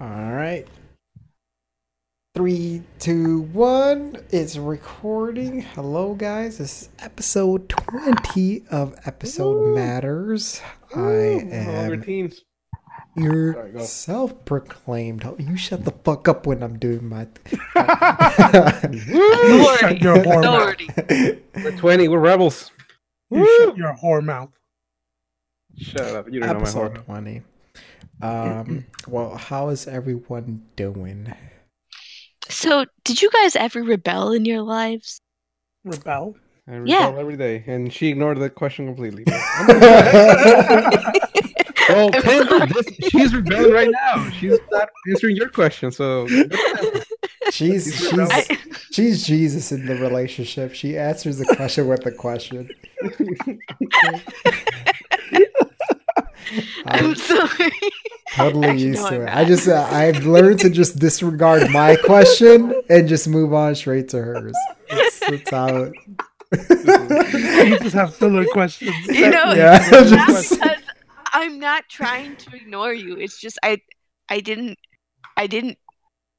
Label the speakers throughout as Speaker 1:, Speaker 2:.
Speaker 1: All right. Three, two, one. It's recording. Hello, guys. This is episode 20 of Episode
Speaker 2: Woo.
Speaker 1: Matters.
Speaker 2: Ooh,
Speaker 1: I
Speaker 2: no longer
Speaker 1: am
Speaker 2: teens. Sorry,
Speaker 1: your
Speaker 2: go.
Speaker 1: self proclaimed. You shut the fuck up when I'm doing my.
Speaker 2: Woo!
Speaker 1: Shut
Speaker 3: Lordy.
Speaker 1: your whore mouth.
Speaker 3: Lordy.
Speaker 2: We're twenty. We're rebels.
Speaker 4: You
Speaker 2: Woo!
Speaker 4: shut your whore mouth.
Speaker 2: Shut up. You don't know my
Speaker 1: episode 20.
Speaker 2: horn.
Speaker 1: Um, well, how is everyone doing?
Speaker 3: So, did you guys ever rebel in your lives?
Speaker 4: Rebel.
Speaker 2: I
Speaker 3: Yeah.
Speaker 2: rebel every day, and she ignored the question completely. well,
Speaker 3: I'm
Speaker 2: Pam,
Speaker 3: sorry.
Speaker 2: this, she's rebelling right now. She's not answering your question. So
Speaker 1: She's
Speaker 2: These are
Speaker 1: she's
Speaker 3: I,
Speaker 1: she's Jesus in the relationship. She answers the question with a question.
Speaker 3: I'm
Speaker 1: I'm
Speaker 3: sorry.
Speaker 1: totally
Speaker 3: actually,
Speaker 1: used
Speaker 3: no,
Speaker 1: to
Speaker 3: I'm
Speaker 1: it.
Speaker 3: not.
Speaker 1: I just uh, I've learned to just disregard my question and just move on straight to hers. That's, that's how. It,
Speaker 4: You just have filler questions.
Speaker 3: You know,
Speaker 1: yeah,
Speaker 3: it's not
Speaker 1: just-
Speaker 3: because I'm not trying to ignore you. It's just I, I didn't, I didn't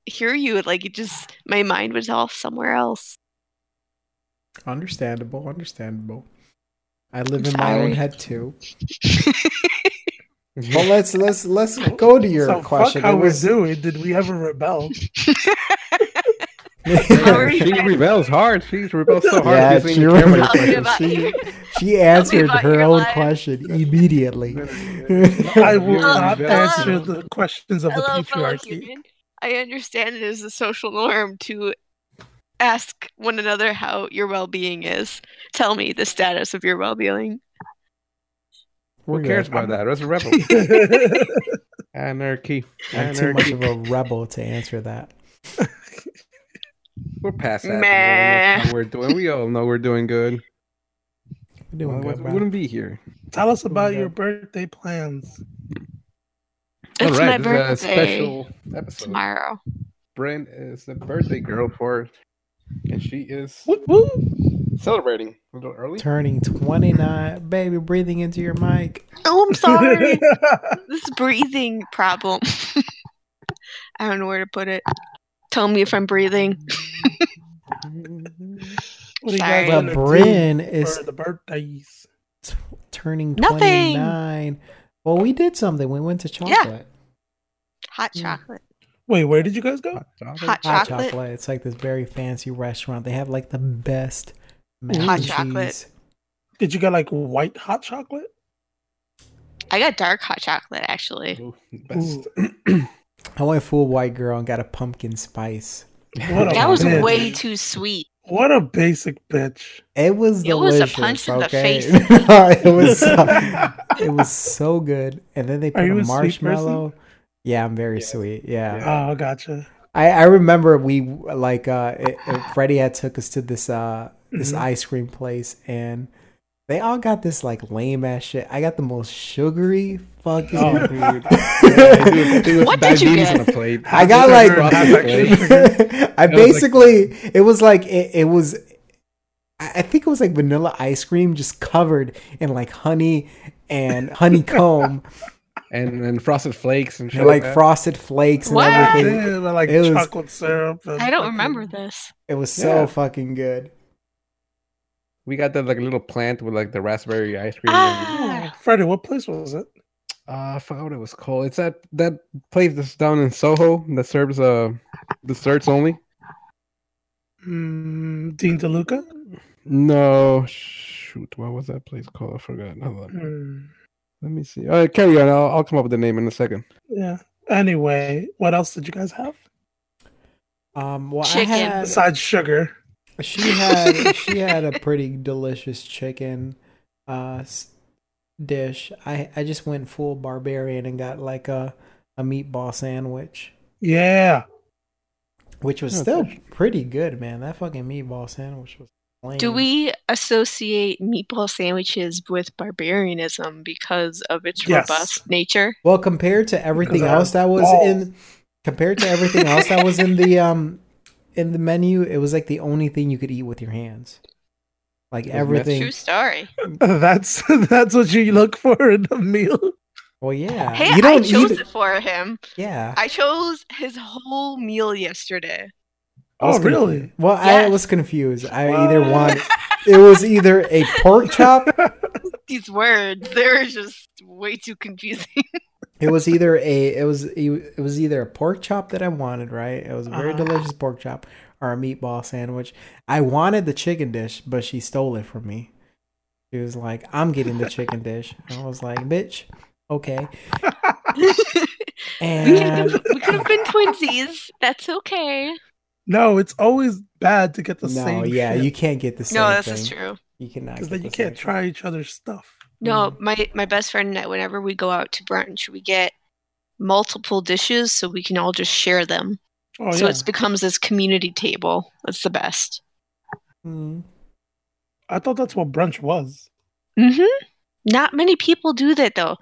Speaker 3: hear you. Like it just, my mind was off somewhere else.
Speaker 1: understandable, understandable. I live in my
Speaker 3: Sorry.
Speaker 1: own head too. Well, let's let's let's go to your
Speaker 4: so
Speaker 1: question.
Speaker 4: fuck how
Speaker 1: It was-
Speaker 4: we're doing. Did we ever rebel?
Speaker 3: How are you
Speaker 2: she
Speaker 3: guys?
Speaker 2: rebels hard. She rebels so hard.
Speaker 1: Yeah,
Speaker 2: she doesn't
Speaker 1: she
Speaker 2: even care about your
Speaker 3: Tell me
Speaker 2: questions.
Speaker 3: about
Speaker 1: She-
Speaker 3: you.
Speaker 1: She answered
Speaker 3: about
Speaker 1: her
Speaker 3: your
Speaker 1: own
Speaker 3: life.
Speaker 1: question immediately.
Speaker 4: I will
Speaker 2: You're
Speaker 4: not
Speaker 2: rebel.
Speaker 4: answer the questions of
Speaker 3: Hello,
Speaker 4: the
Speaker 3: fellow
Speaker 4: patriarchy.
Speaker 3: human. I understand it is a social norm to ask one another how your well-being is. Tell me the status of your well-being.
Speaker 2: Who
Speaker 1: We're
Speaker 2: cares
Speaker 1: good.
Speaker 2: about that? That's a rebel. Anarchy.
Speaker 1: I'm too
Speaker 2: Anarchy.
Speaker 1: much of a rebel to answer that.
Speaker 2: We're past that. We all know
Speaker 3: Meh.
Speaker 2: how We're doing. We all know we're doing good.
Speaker 1: We're doing
Speaker 2: Otherwise,
Speaker 1: good,
Speaker 2: we
Speaker 1: man.
Speaker 2: wouldn't be here.
Speaker 4: Tell us about
Speaker 1: Yeah.
Speaker 4: your birthday plans.
Speaker 3: It's my
Speaker 2: this is
Speaker 3: birthday
Speaker 2: a special episode.
Speaker 3: tomorrow.
Speaker 2: Brynn is the birthday girl for, and she is
Speaker 4: Whoop, whoop.
Speaker 2: celebrating a little early.
Speaker 1: Turning 29, baby, breathing into your mic.
Speaker 3: Oh, I'm sorry. this breathing problem. I don't know where to put it. Tell me if I'm breathing.
Speaker 4: what do you
Speaker 3: Sorry.
Speaker 1: But
Speaker 4: guys
Speaker 3: Well,
Speaker 4: gonna do
Speaker 1: Bryn is
Speaker 4: for the birthdays?
Speaker 1: t- turning
Speaker 3: Nothing.
Speaker 1: 29. Well, we did something. We went to chocolate.
Speaker 3: Hot
Speaker 1: Mm.
Speaker 3: chocolate.
Speaker 4: Wait, where did you guys go?
Speaker 3: Hot
Speaker 1: Hot
Speaker 3: chocolate.
Speaker 1: chocolate. It's like this very fancy restaurant. They have like the best mac
Speaker 3: Hot
Speaker 1: and
Speaker 3: chocolate.
Speaker 1: cheese.
Speaker 4: Did you get like white hot chocolate?
Speaker 3: I got dark hot chocolate actually.
Speaker 2: Ooh, best.
Speaker 1: I went full white girl and got a pumpkin spice.
Speaker 4: What
Speaker 1: Oh,
Speaker 4: a
Speaker 3: That was
Speaker 4: bitch.
Speaker 3: way too sweet.
Speaker 4: What a basic bitch.
Speaker 1: It was
Speaker 3: It was
Speaker 1: delicious.
Speaker 3: a punch in the
Speaker 1: okay?
Speaker 3: face.
Speaker 1: it was it was so good. And then they put
Speaker 4: Are you
Speaker 1: a
Speaker 4: a sweet person?
Speaker 1: marshmallow. Yeah, I'm very
Speaker 2: Yes.
Speaker 1: sweet. Yeah.
Speaker 2: Yeah.
Speaker 4: Oh, gotcha.
Speaker 1: I, I remember we like uh it, it- Freddie had took us to this uh this
Speaker 4: Mhm.
Speaker 1: ice cream place and they all got this like lame ass shit. I got the most sugary fucking
Speaker 4: Oh.
Speaker 3: What did
Speaker 2: diabetes
Speaker 3: you get?
Speaker 2: on a plate.
Speaker 1: I got like I
Speaker 2: It was like-
Speaker 1: basically it was like it, it was I I think it was like vanilla ice cream just covered in like honey and honeycomb
Speaker 2: and and frosted flakes and shit
Speaker 1: and like
Speaker 2: that.
Speaker 1: frosted flakes and
Speaker 3: What?
Speaker 1: everything.
Speaker 4: Yeah, but like
Speaker 1: It was-
Speaker 4: chocolate syrup. and
Speaker 3: Ah! I don't
Speaker 4: fucking-
Speaker 3: remember this.
Speaker 1: It was so
Speaker 2: Yeah.
Speaker 1: fucking good.
Speaker 2: We got that like little plant with like the raspberry ice cream. and,
Speaker 3: Ah,
Speaker 4: Freddie, what place was it?
Speaker 2: uh, I forgot what it was called. It's that that place that's down in Soho that serves uh desserts only.
Speaker 4: Mm, Dean DeLuca?
Speaker 2: No, shoot, what was that place called? I forgot. Hold on.
Speaker 4: Mm,
Speaker 2: Let me see. All right, carry on. I'll, I'll come up with the name in a second.
Speaker 4: yeah. Anyway, what else did you guys have
Speaker 1: Um, well,
Speaker 3: Chicken.
Speaker 1: I had,
Speaker 4: besides sugar?
Speaker 1: she had she had a pretty delicious chicken uh, s- dish. I I just went full barbarian and got like a a meatball sandwich,
Speaker 4: Yeah.
Speaker 1: which was
Speaker 2: Oh,
Speaker 1: still pretty good, man. That fucking meatball sandwich was. Lame.
Speaker 3: do we associate meatball sandwiches with barbarianism because of its
Speaker 4: Yes.
Speaker 3: robust nature?
Speaker 1: Well, compared to everything
Speaker 4: Because I
Speaker 1: else that was
Speaker 4: balls.
Speaker 1: in, compared to everything else that was in the um, in the menu, it was like the only thing you could eat with your hands. Like
Speaker 2: It was messy.
Speaker 1: everything,
Speaker 3: True story.
Speaker 4: That's that's what you look for in a meal.
Speaker 1: Well, yeah.
Speaker 3: Hey,
Speaker 1: you
Speaker 3: I
Speaker 1: don't
Speaker 3: chose
Speaker 1: eat
Speaker 3: it for him.
Speaker 1: Yeah.
Speaker 3: I chose his whole meal yesterday.
Speaker 1: I was
Speaker 4: Oh, really?
Speaker 1: confused. Well, I
Speaker 3: Yes.
Speaker 1: was confused. I
Speaker 4: What?
Speaker 1: either want it was either a pork chop,
Speaker 3: These words, they're just way too confusing.
Speaker 1: it was either a it was it was either a pork chop that I wanted, right? It was a very
Speaker 4: Uh-huh.
Speaker 1: delicious pork chop or a meatball sandwich. I wanted the chicken dish, but she stole it from me. She was like, "I'm getting the chicken dish." I was like, "Bitch, okay."
Speaker 3: we could
Speaker 1: And
Speaker 3: have been twinsies. That's okay.
Speaker 4: no, it's always bad to get the
Speaker 1: no,
Speaker 4: same.
Speaker 1: yeah, you can't get the same
Speaker 3: No, this
Speaker 1: thing.
Speaker 3: is true.
Speaker 1: You cannot
Speaker 4: because
Speaker 1: get
Speaker 4: then
Speaker 1: the
Speaker 4: you
Speaker 1: same
Speaker 4: can't try each other's stuff. Mm.
Speaker 3: No, my my best friend and I, whenever we go out to brunch, we get multiple dishes so we can all just share them.
Speaker 4: Oh
Speaker 3: so
Speaker 4: yeah,
Speaker 3: it becomes this community table. That's the best.
Speaker 1: thing. Mm.
Speaker 4: I thought that's what brunch was.
Speaker 3: hmm
Speaker 4: Mm-hmm.
Speaker 3: Not many people do that though.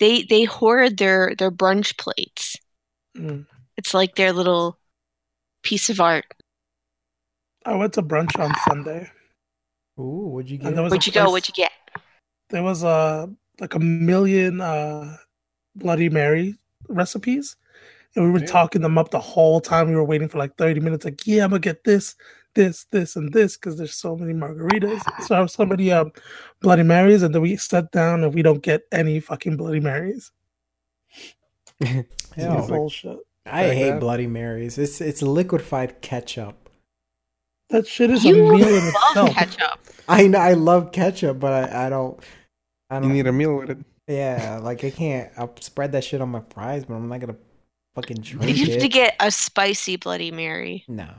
Speaker 3: They they hoard their their brunch plates.
Speaker 4: Mm.
Speaker 3: It's like their little piece of art.
Speaker 4: I went to brunch on Sunday,
Speaker 1: Hmm. Ooh, what'd you
Speaker 4: and
Speaker 1: get?
Speaker 4: there was
Speaker 3: Where'd
Speaker 4: a
Speaker 3: you go?
Speaker 4: place-
Speaker 3: What'd you get?
Speaker 4: There was a like a million uh, Bloody Mary recipes, and we were
Speaker 2: Damn.
Speaker 4: talking them up the whole time. We were waiting for like thirty minutes. Like, yeah, I'm gonna get this, this, this, and this because there's so many margaritas. So I was so many um, Bloody Marys, and then we sat down and we don't get any fucking Bloody Marys.
Speaker 1: Hell,
Speaker 4: It's bullshit.
Speaker 1: I
Speaker 2: Like
Speaker 1: hate
Speaker 2: that?
Speaker 1: Bloody Marys. It's it's liquefied ketchup.
Speaker 4: That shit is
Speaker 3: You
Speaker 4: a meal in
Speaker 3: Love
Speaker 4: itself.
Speaker 3: ketchup.
Speaker 1: I know, I love ketchup, but I, I don't. I
Speaker 2: You
Speaker 1: don't.
Speaker 2: need a meal with it.
Speaker 1: yeah, like I can't. I'll spread that shit on my fries, but I'm not gonna fucking drink
Speaker 3: You have to
Speaker 1: it.
Speaker 3: get a spicy Bloody Mary.
Speaker 1: No.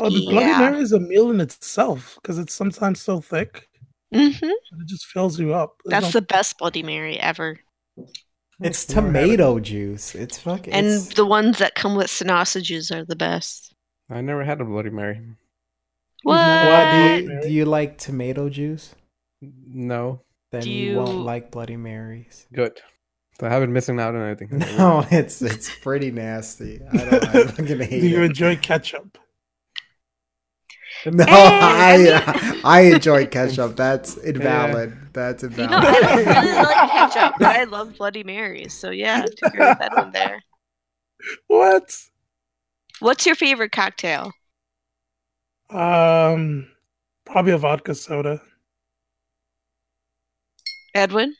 Speaker 4: Oh, the Bloody
Speaker 3: Yeah.
Speaker 4: Mary is a meal in itself because it's sometimes so thick
Speaker 3: hmm
Speaker 4: that it just fills you up. There's
Speaker 3: That's
Speaker 4: no-
Speaker 3: the best Bloody Mary ever.
Speaker 1: It's
Speaker 4: I've never had it.
Speaker 1: tomato juice. It's fucking.
Speaker 3: And
Speaker 1: it's-
Speaker 3: the ones that come with sausages are the best.
Speaker 2: I never had a Bloody Mary.
Speaker 3: What?
Speaker 1: what do
Speaker 4: Bloody
Speaker 1: you,
Speaker 4: Mary.
Speaker 1: do you like tomato juice?
Speaker 2: No,
Speaker 1: Then
Speaker 3: Do
Speaker 1: you... won't
Speaker 3: you-
Speaker 1: like Bloody Marys.
Speaker 2: good. So I haven't missing out on anything.
Speaker 1: No, it's it's pretty nasty. I don't. I fucking hate
Speaker 4: Do you
Speaker 1: it.
Speaker 4: enjoy ketchup?
Speaker 1: No,
Speaker 3: Eh, I
Speaker 1: I
Speaker 3: mean-
Speaker 1: I enjoy ketchup. That's invalid. That's
Speaker 3: You
Speaker 1: invalid.
Speaker 3: know, I don't really like ketchup, but I love Bloody Marys. So yeah, to agree with that one there.
Speaker 4: What?
Speaker 3: What's your favorite cocktail?
Speaker 4: Um, probably a vodka soda.
Speaker 3: Edwin?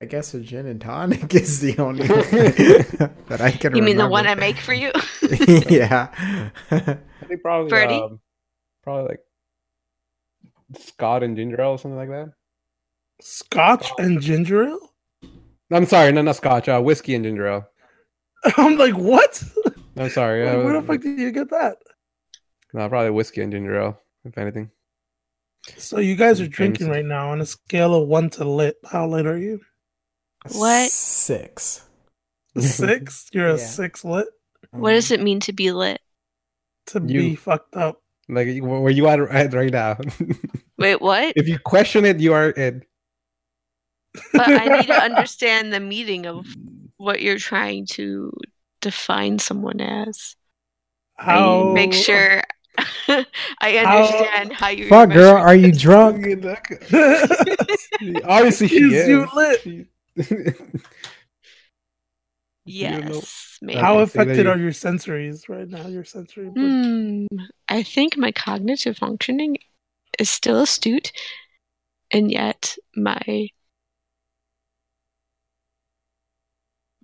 Speaker 1: I guess a gin and tonic is the only one that I can.
Speaker 3: You mean the one I
Speaker 1: remember.
Speaker 3: make for you?
Speaker 1: yeah.
Speaker 2: I think probably
Speaker 3: Birdie?
Speaker 2: um, probably like Scott and ginger ale or something like that.
Speaker 4: Scotch
Speaker 3: Oh,
Speaker 4: and ginger ale?
Speaker 2: I'm sorry, no, not Scotch. Uh, whiskey and ginger ale.
Speaker 4: I'm like, what?
Speaker 2: I'm sorry.
Speaker 4: Like,
Speaker 2: uh,
Speaker 4: where the fuck did you get that?
Speaker 2: no, probably whiskey and ginger ale, if anything.
Speaker 4: So you guys are
Speaker 2: Jameson.
Speaker 4: drinking right now on a scale of one to lit. How lit are you?
Speaker 3: What?
Speaker 1: Six.
Speaker 4: A Six? You're a
Speaker 1: Yeah.
Speaker 4: six lit
Speaker 3: What does it mean to be lit?
Speaker 4: to be
Speaker 2: You.
Speaker 4: fucked up.
Speaker 2: Like you- where you at right right now?
Speaker 3: Wait, what?
Speaker 2: if you question it, you are it.
Speaker 3: But I need to understand the meaning of what you're trying to define someone as.
Speaker 4: How
Speaker 3: I make sure I understand how, you
Speaker 1: Fuck, girl, are you drunk?
Speaker 2: Obviously,
Speaker 4: is
Speaker 2: she is.
Speaker 4: you lit?
Speaker 2: She-
Speaker 3: Yes.
Speaker 2: know-
Speaker 3: maybe.
Speaker 4: How
Speaker 2: Okay, so there
Speaker 4: affected
Speaker 2: you-
Speaker 4: are your sensories right now? Your sensory.
Speaker 3: Hmm. I think my cognitive functioning is still astute, and yet my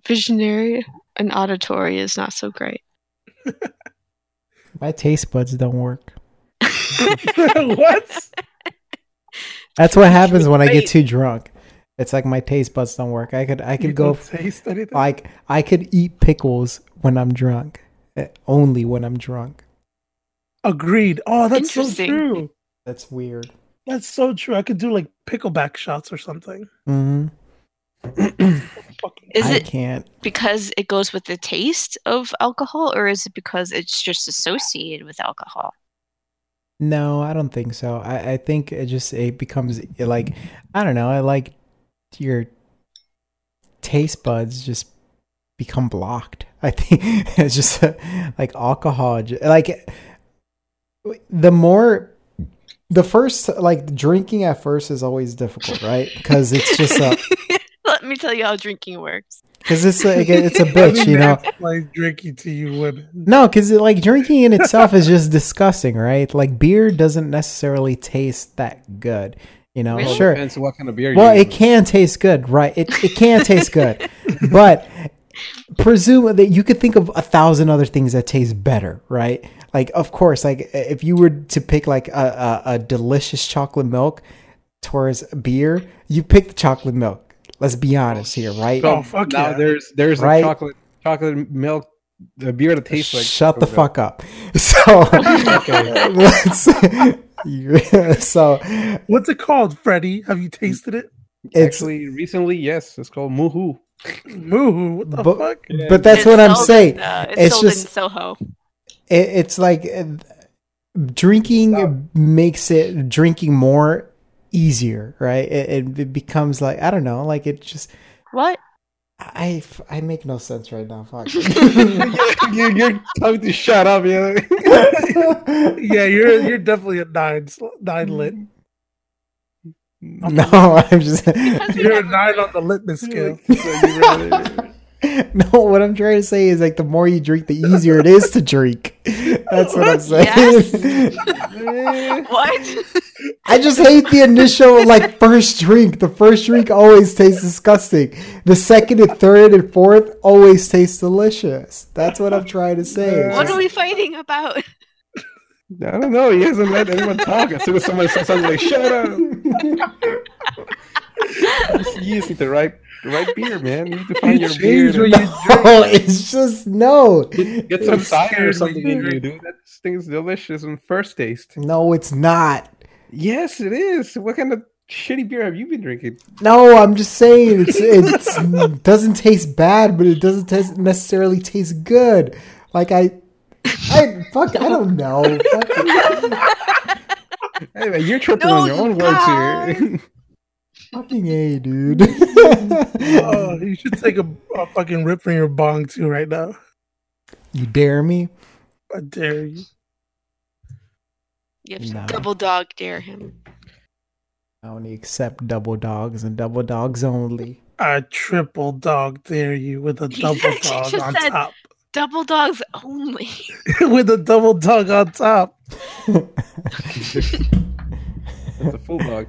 Speaker 3: visionary and auditory is not so great.
Speaker 1: My taste buds don't work.
Speaker 4: what?
Speaker 1: That's what happens when I
Speaker 3: Right.
Speaker 1: get too drunk. It's like my taste buds don't work. I could I
Speaker 4: You
Speaker 1: could go
Speaker 4: don't taste anything.
Speaker 1: like I could eat pickles when I'm drunk. Eh, Only when I'm drunk.
Speaker 4: Agreed. Oh, that's so
Speaker 3: Interesting.
Speaker 4: true.
Speaker 1: That's weird.
Speaker 4: That's so true. I could do like pickleback shots or something.
Speaker 1: hmm
Speaker 4: Fucking
Speaker 3: Is
Speaker 1: I
Speaker 3: it
Speaker 1: can't.
Speaker 3: because it goes with the taste of alcohol, or is it because it's just associated with alcohol?
Speaker 1: No, I don't think so. I, I think it just it becomes it like I don't know. I like your taste buds just become blocked. I think it's just like alcohol. ju- Like the more the first like drinking at first is always difficult, right? Because it's just a
Speaker 3: Let me tell you how drinking works.
Speaker 1: because it's like it's a bitch, you know.
Speaker 4: like drinking to you women.
Speaker 1: No, because like drinking in itself is just disgusting, right? Like beer doesn't necessarily taste that good, you know.
Speaker 3: Really?
Speaker 1: Sure,
Speaker 2: Depends what kind of beer.
Speaker 1: Well,
Speaker 2: you
Speaker 1: it can taste good, right? It it can taste good, but presume that you could think of a thousand other things that taste better, right? Like, of course, like if you were to pick like a a, a delicious chocolate milk towards beer, you pick the chocolate milk. Let's be honest here, right?
Speaker 4: Oh, fuck
Speaker 2: now
Speaker 4: yeah.
Speaker 2: there's there's
Speaker 1: Right?
Speaker 2: a chocolate chocolate milk the beer that tastes like
Speaker 1: Shut the
Speaker 2: chocolate
Speaker 1: fuck up. So,
Speaker 2: Okay.
Speaker 1: let's, yeah, so
Speaker 4: What's it called, Freddie? Have you tasted it?
Speaker 2: milk.
Speaker 1: it's
Speaker 2: Actually, recently, yes, it's called Moohoo.
Speaker 4: Moo, what the
Speaker 1: But-
Speaker 4: fuck?
Speaker 1: but that's
Speaker 3: It's
Speaker 1: what I'm
Speaker 3: sold
Speaker 1: saying.
Speaker 3: in, uh, it's,
Speaker 1: It's
Speaker 3: sold in
Speaker 1: just-
Speaker 3: Soho.
Speaker 1: it, it's like uh, drinking makes it drinking more easier right it, it, it becomes like i don't know like it just
Speaker 3: What?
Speaker 1: i i make no sense right now fuck
Speaker 2: you, you're telling me to shut up, yeah.
Speaker 4: Yeah, you're you're definitely a nine sl- nine lit.
Speaker 1: no i'm just
Speaker 3: Because we
Speaker 4: You're a
Speaker 3: have a-
Speaker 4: nine on the litmus scale.
Speaker 1: no what i'm trying to say is like the more you drink the easier it is to drink that's what i'm saying
Speaker 3: Yes. What?
Speaker 1: I just hate the initial like first drink. The first drink always tastes disgusting. The second and third and fourth always taste delicious. That's what I'm trying to say. It's
Speaker 3: What
Speaker 1: just-
Speaker 3: are we fighting about?
Speaker 2: I don't know. He hasn't let anyone talk. As soon as someone says something, like shut up. you just need the right, the right beer, man. You need to find
Speaker 4: You
Speaker 2: your
Speaker 4: change
Speaker 2: beer.
Speaker 4: what
Speaker 2: and
Speaker 4: you-
Speaker 1: no, it's just no.
Speaker 2: Get some
Speaker 4: I'm
Speaker 2: cider or
Speaker 4: scared
Speaker 2: something
Speaker 4: when you
Speaker 2: in you, dude. That thing is delicious on first taste.
Speaker 1: No, it's not.
Speaker 2: Yes, it is. What kind of shitty beer have you been drinking?
Speaker 1: No, I'm just saying it's, it's it doesn't taste bad, but it doesn't taste necessarily taste good. Like I, I fuck, I don't know. Fucking,
Speaker 2: Anyway, you're tripping
Speaker 3: No,
Speaker 2: on your own
Speaker 3: you
Speaker 2: words
Speaker 3: are.
Speaker 2: here.
Speaker 1: fucking a, dude.
Speaker 4: Oh, you should take a, a fucking rip from your bong too right now.
Speaker 1: you dare me?
Speaker 4: I dare you.
Speaker 3: You have to
Speaker 1: No.
Speaker 3: double dog dare him.
Speaker 1: I only accept double dogs and double dogs only.
Speaker 4: I triple dog dare you with a
Speaker 3: He
Speaker 4: double
Speaker 3: just
Speaker 4: dog on
Speaker 3: said-
Speaker 4: top.
Speaker 3: Double dogs only.
Speaker 4: with a double dog on top.
Speaker 2: That's a full dog.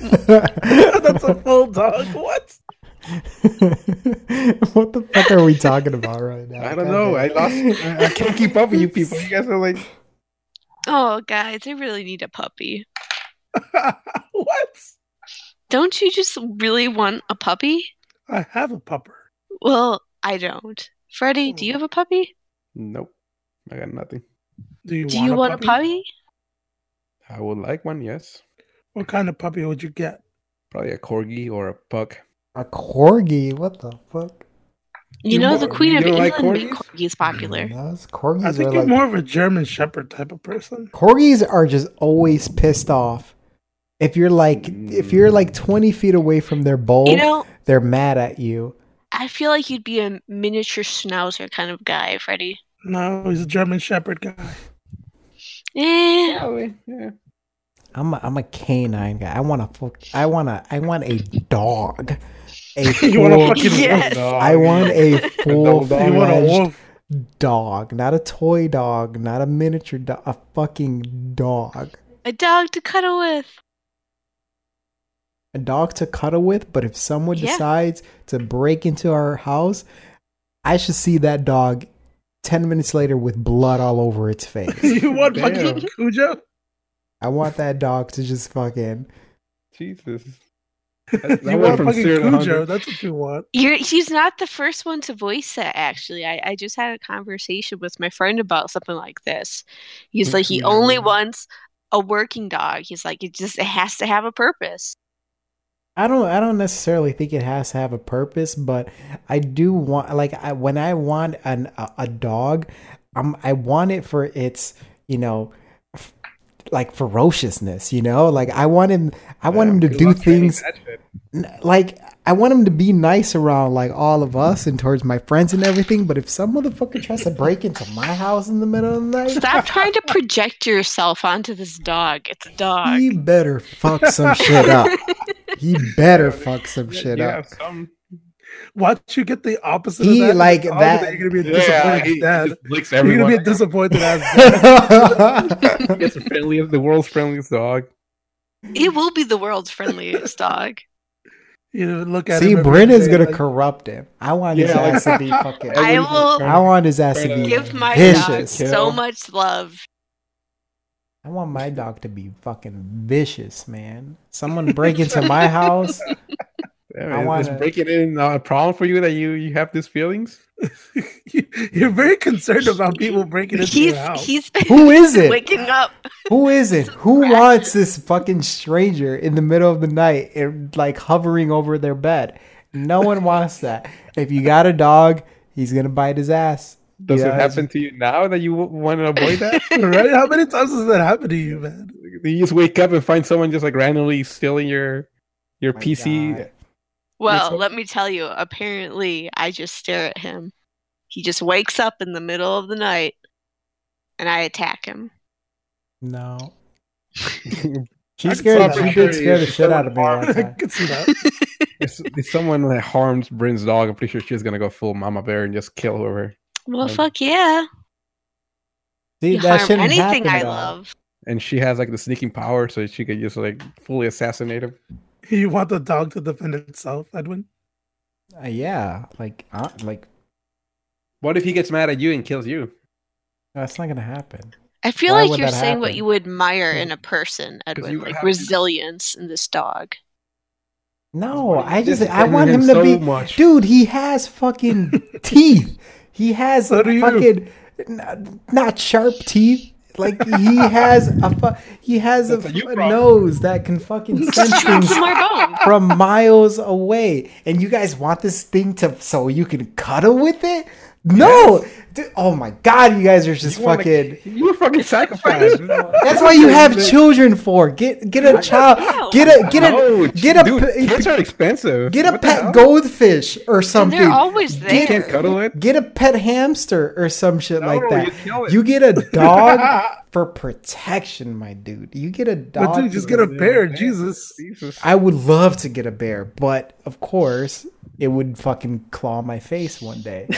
Speaker 4: That's a full dog. What?
Speaker 1: what the fuck are we talking about right now?
Speaker 2: I don't know. I lost. I I can't keep up with you people. You guys are like
Speaker 3: Oh, guys, I really need a puppy.
Speaker 4: what?
Speaker 3: Don't you just really want a puppy?
Speaker 4: I have a pupper.
Speaker 3: Well, I don't. Freddie, do you have a puppy?
Speaker 2: Nope. I got nothing.
Speaker 4: Do you
Speaker 3: Do
Speaker 4: want,
Speaker 3: you
Speaker 4: a,
Speaker 3: want a
Speaker 4: puppy?
Speaker 3: puppy?
Speaker 2: I would like one, yes.
Speaker 4: What kind of puppy would you get?
Speaker 2: Probably a corgi or a puck.
Speaker 1: A corgi? What the fuck?
Speaker 3: You
Speaker 2: You
Speaker 3: know,
Speaker 2: want-
Speaker 3: the Queen
Speaker 2: you
Speaker 3: of
Speaker 2: don't
Speaker 3: England
Speaker 2: like
Speaker 3: made
Speaker 2: corgis?
Speaker 3: corgis popular.
Speaker 1: No, it's- corgis
Speaker 4: I think
Speaker 1: are
Speaker 4: you're
Speaker 1: like
Speaker 4: more of a German Shepherd type of person.
Speaker 1: corgis are just always pissed off. If you're like
Speaker 4: Mm.
Speaker 1: if you're like twenty feet away from their bowl,
Speaker 3: You know,
Speaker 1: they're mad at you.
Speaker 3: I feel like you'd be a miniature schnauzer kind of guy, Freddie.
Speaker 4: No, he's a German Shepherd guy.
Speaker 3: Eh,
Speaker 2: Probably, yeah.
Speaker 1: I'm a, I'm a canine guy. I want a fuck. I want a I want a dog. A
Speaker 4: You want a
Speaker 1: full-
Speaker 4: fucking
Speaker 3: Yes.
Speaker 4: wolf?
Speaker 1: I want a full
Speaker 2: dog.
Speaker 4: You want a
Speaker 1: fledged
Speaker 4: wolf?
Speaker 1: dog, not a toy dog, not a miniature dog, a fucking dog.
Speaker 3: a dog to cuddle with.
Speaker 1: A dog to cuddle with, but if someone
Speaker 3: Yeah.
Speaker 1: decides to break into our house, I should see that dog 10 minutes later with blood all over its face.
Speaker 4: you want fucking
Speaker 2: Damn.
Speaker 4: Cujo?
Speaker 1: I want that dog to just fucking.
Speaker 2: Jesus.
Speaker 4: you
Speaker 2: went
Speaker 4: want
Speaker 2: from
Speaker 4: fucking
Speaker 2: zero to
Speaker 4: Cujo?
Speaker 2: 100.
Speaker 4: That's what you want.
Speaker 3: You're, he's not the first one to voice that, actually. I, I just had a conversation with my friend about something like this. He's like, he
Speaker 2: Mhm.
Speaker 3: only wants a working dog. He's like, it just it has to have a purpose.
Speaker 1: I don't I don't necessarily think it has to have a purpose, but I do want like I when I want an a, a dog, um I want it for its, you know, f- like ferociousness, you know? Like I want him I want him to
Speaker 2: Good
Speaker 1: do
Speaker 2: luck training
Speaker 1: things
Speaker 2: that shit.
Speaker 1: n- like I want him to be nice around like all of us and towards my friends and everything, but if some motherfucker tries to break into my house in the middle of the night,
Speaker 3: Stop trying to project yourself onto this dog. It's a dog.
Speaker 1: he better fuck some shit up. He better fuck some
Speaker 2: Yeah,
Speaker 1: shit
Speaker 2: you
Speaker 1: up.
Speaker 2: have some-
Speaker 4: Watch you get the opposite
Speaker 1: He
Speaker 4: of that.
Speaker 1: like
Speaker 4: Oh,
Speaker 1: that-
Speaker 4: You're gonna be a
Speaker 2: Yeah,
Speaker 4: disappointed
Speaker 2: he, he
Speaker 4: dad.
Speaker 2: just licks
Speaker 4: You're gonna
Speaker 2: everyone.
Speaker 4: be a disappointed ass. dad.
Speaker 1: I
Speaker 2: He gets the friendliest, the world's friendliest dog.
Speaker 3: It will be the world's friendliest dog.
Speaker 4: You know, look at
Speaker 1: See,
Speaker 4: him every
Speaker 1: Brenna's
Speaker 4: day,
Speaker 1: gonna
Speaker 4: like, corrupt him.
Speaker 1: I want his
Speaker 2: Yeah, like-
Speaker 1: ass to be fucking.
Speaker 3: I
Speaker 2: Everyone's
Speaker 3: will
Speaker 2: friendly.
Speaker 1: I want his ass to be
Speaker 3: Give my dog
Speaker 1: vicious.
Speaker 2: Yeah.
Speaker 3: so much love.
Speaker 1: I want my dog to be fucking vicious, man. Someone break into my house.
Speaker 2: Yeah,
Speaker 1: I
Speaker 2: is- is
Speaker 1: wanna-
Speaker 2: breaking in not a problem for you that you you have these feelings?
Speaker 4: you- You're very concerned about people breaking into
Speaker 3: He's
Speaker 4: your house.
Speaker 3: he's been
Speaker 1: Who is it?
Speaker 3: waking up.
Speaker 1: Who is it? Who
Speaker 3: rat.
Speaker 1: wants this fucking stranger in the middle of the night and like hovering over their bed? No one wants that. If you got a dog, he's gonna bite his ass.
Speaker 2: Does
Speaker 1: Yeah,
Speaker 2: it happen to you now that you want to avoid that?
Speaker 4: right? How many times has that happened to you, man?
Speaker 2: you just wake up and find someone just like randomly stealing your your
Speaker 1: My
Speaker 2: PC.
Speaker 1: God.
Speaker 3: Well,
Speaker 2: so-
Speaker 3: let me tell you, apparently I just stare at him. He just wakes up in the middle of the night and I attack him.
Speaker 1: No.
Speaker 4: I
Speaker 1: She
Speaker 4: can
Speaker 1: scared,
Speaker 4: see that.
Speaker 1: she did scare the
Speaker 2: She's
Speaker 1: shit
Speaker 2: so
Speaker 1: out of me one
Speaker 4: I
Speaker 1: time.
Speaker 4: could see that.
Speaker 2: if, if someone like, harms Bryn's dog, I'm pretty sure she's gonna go full Mama Bear and just kill whoever.
Speaker 3: Well,
Speaker 2: Um,
Speaker 3: fuck yeah.
Speaker 1: See,
Speaker 3: You
Speaker 1: that
Speaker 3: harm
Speaker 1: shouldn't
Speaker 3: anything
Speaker 1: happen
Speaker 3: I
Speaker 1: at all.
Speaker 3: love.
Speaker 2: And she has like the sneaking power, so she could just like fully assassinate him.
Speaker 4: You want the dog to defend itself, Edwin?
Speaker 1: Uh, yeah, like, uh, like
Speaker 2: What if he gets mad at you and kills you?
Speaker 1: that's not gonna happen.
Speaker 3: I feel
Speaker 1: Why
Speaker 3: like
Speaker 1: would
Speaker 3: you're
Speaker 1: that
Speaker 3: saying what
Speaker 1: happen?
Speaker 3: you admire in a person,
Speaker 2: you
Speaker 3: Edwin, like
Speaker 2: have to-
Speaker 3: resilience in this dog.
Speaker 1: No, I just,
Speaker 2: Just
Speaker 1: I want
Speaker 2: defending
Speaker 1: him to
Speaker 2: so
Speaker 1: be,
Speaker 2: much.
Speaker 1: dude. He has fucking teeth. He has
Speaker 4: So do you.
Speaker 1: fucking n- not sharp teeth. Like he has a fu- he has a,
Speaker 2: That's a you
Speaker 1: fu-
Speaker 2: problem.
Speaker 1: nose that can fucking sense
Speaker 3: Just drop
Speaker 1: things
Speaker 3: some more bones.
Speaker 1: from miles away. And you guys want this thing to so you can cuddle with it? No, Dude, oh my god, you guys are just
Speaker 2: You wanna-
Speaker 1: fucking.
Speaker 2: You were fucking sacrificed.
Speaker 1: That's what you have children for. Get get a
Speaker 3: No.
Speaker 1: child. Get a get a
Speaker 2: No,
Speaker 1: get a
Speaker 2: dude,
Speaker 1: p-
Speaker 2: pets are expensive.
Speaker 1: get a
Speaker 2: What the hell?
Speaker 1: pet goldfish or
Speaker 3: And
Speaker 1: something.
Speaker 3: they're always
Speaker 1: Get-
Speaker 2: You
Speaker 3: there.
Speaker 2: can't cuddle it.
Speaker 1: Get a pet hamster or some shit
Speaker 2: No,
Speaker 1: like that.
Speaker 2: you kill it.
Speaker 1: You, get a dog for protection, my dude. You get a dog.
Speaker 4: But dude, just get a bear, Jesus.
Speaker 2: Jesus.
Speaker 1: I would love to get a bear, but of course, it would fucking claw my face one day.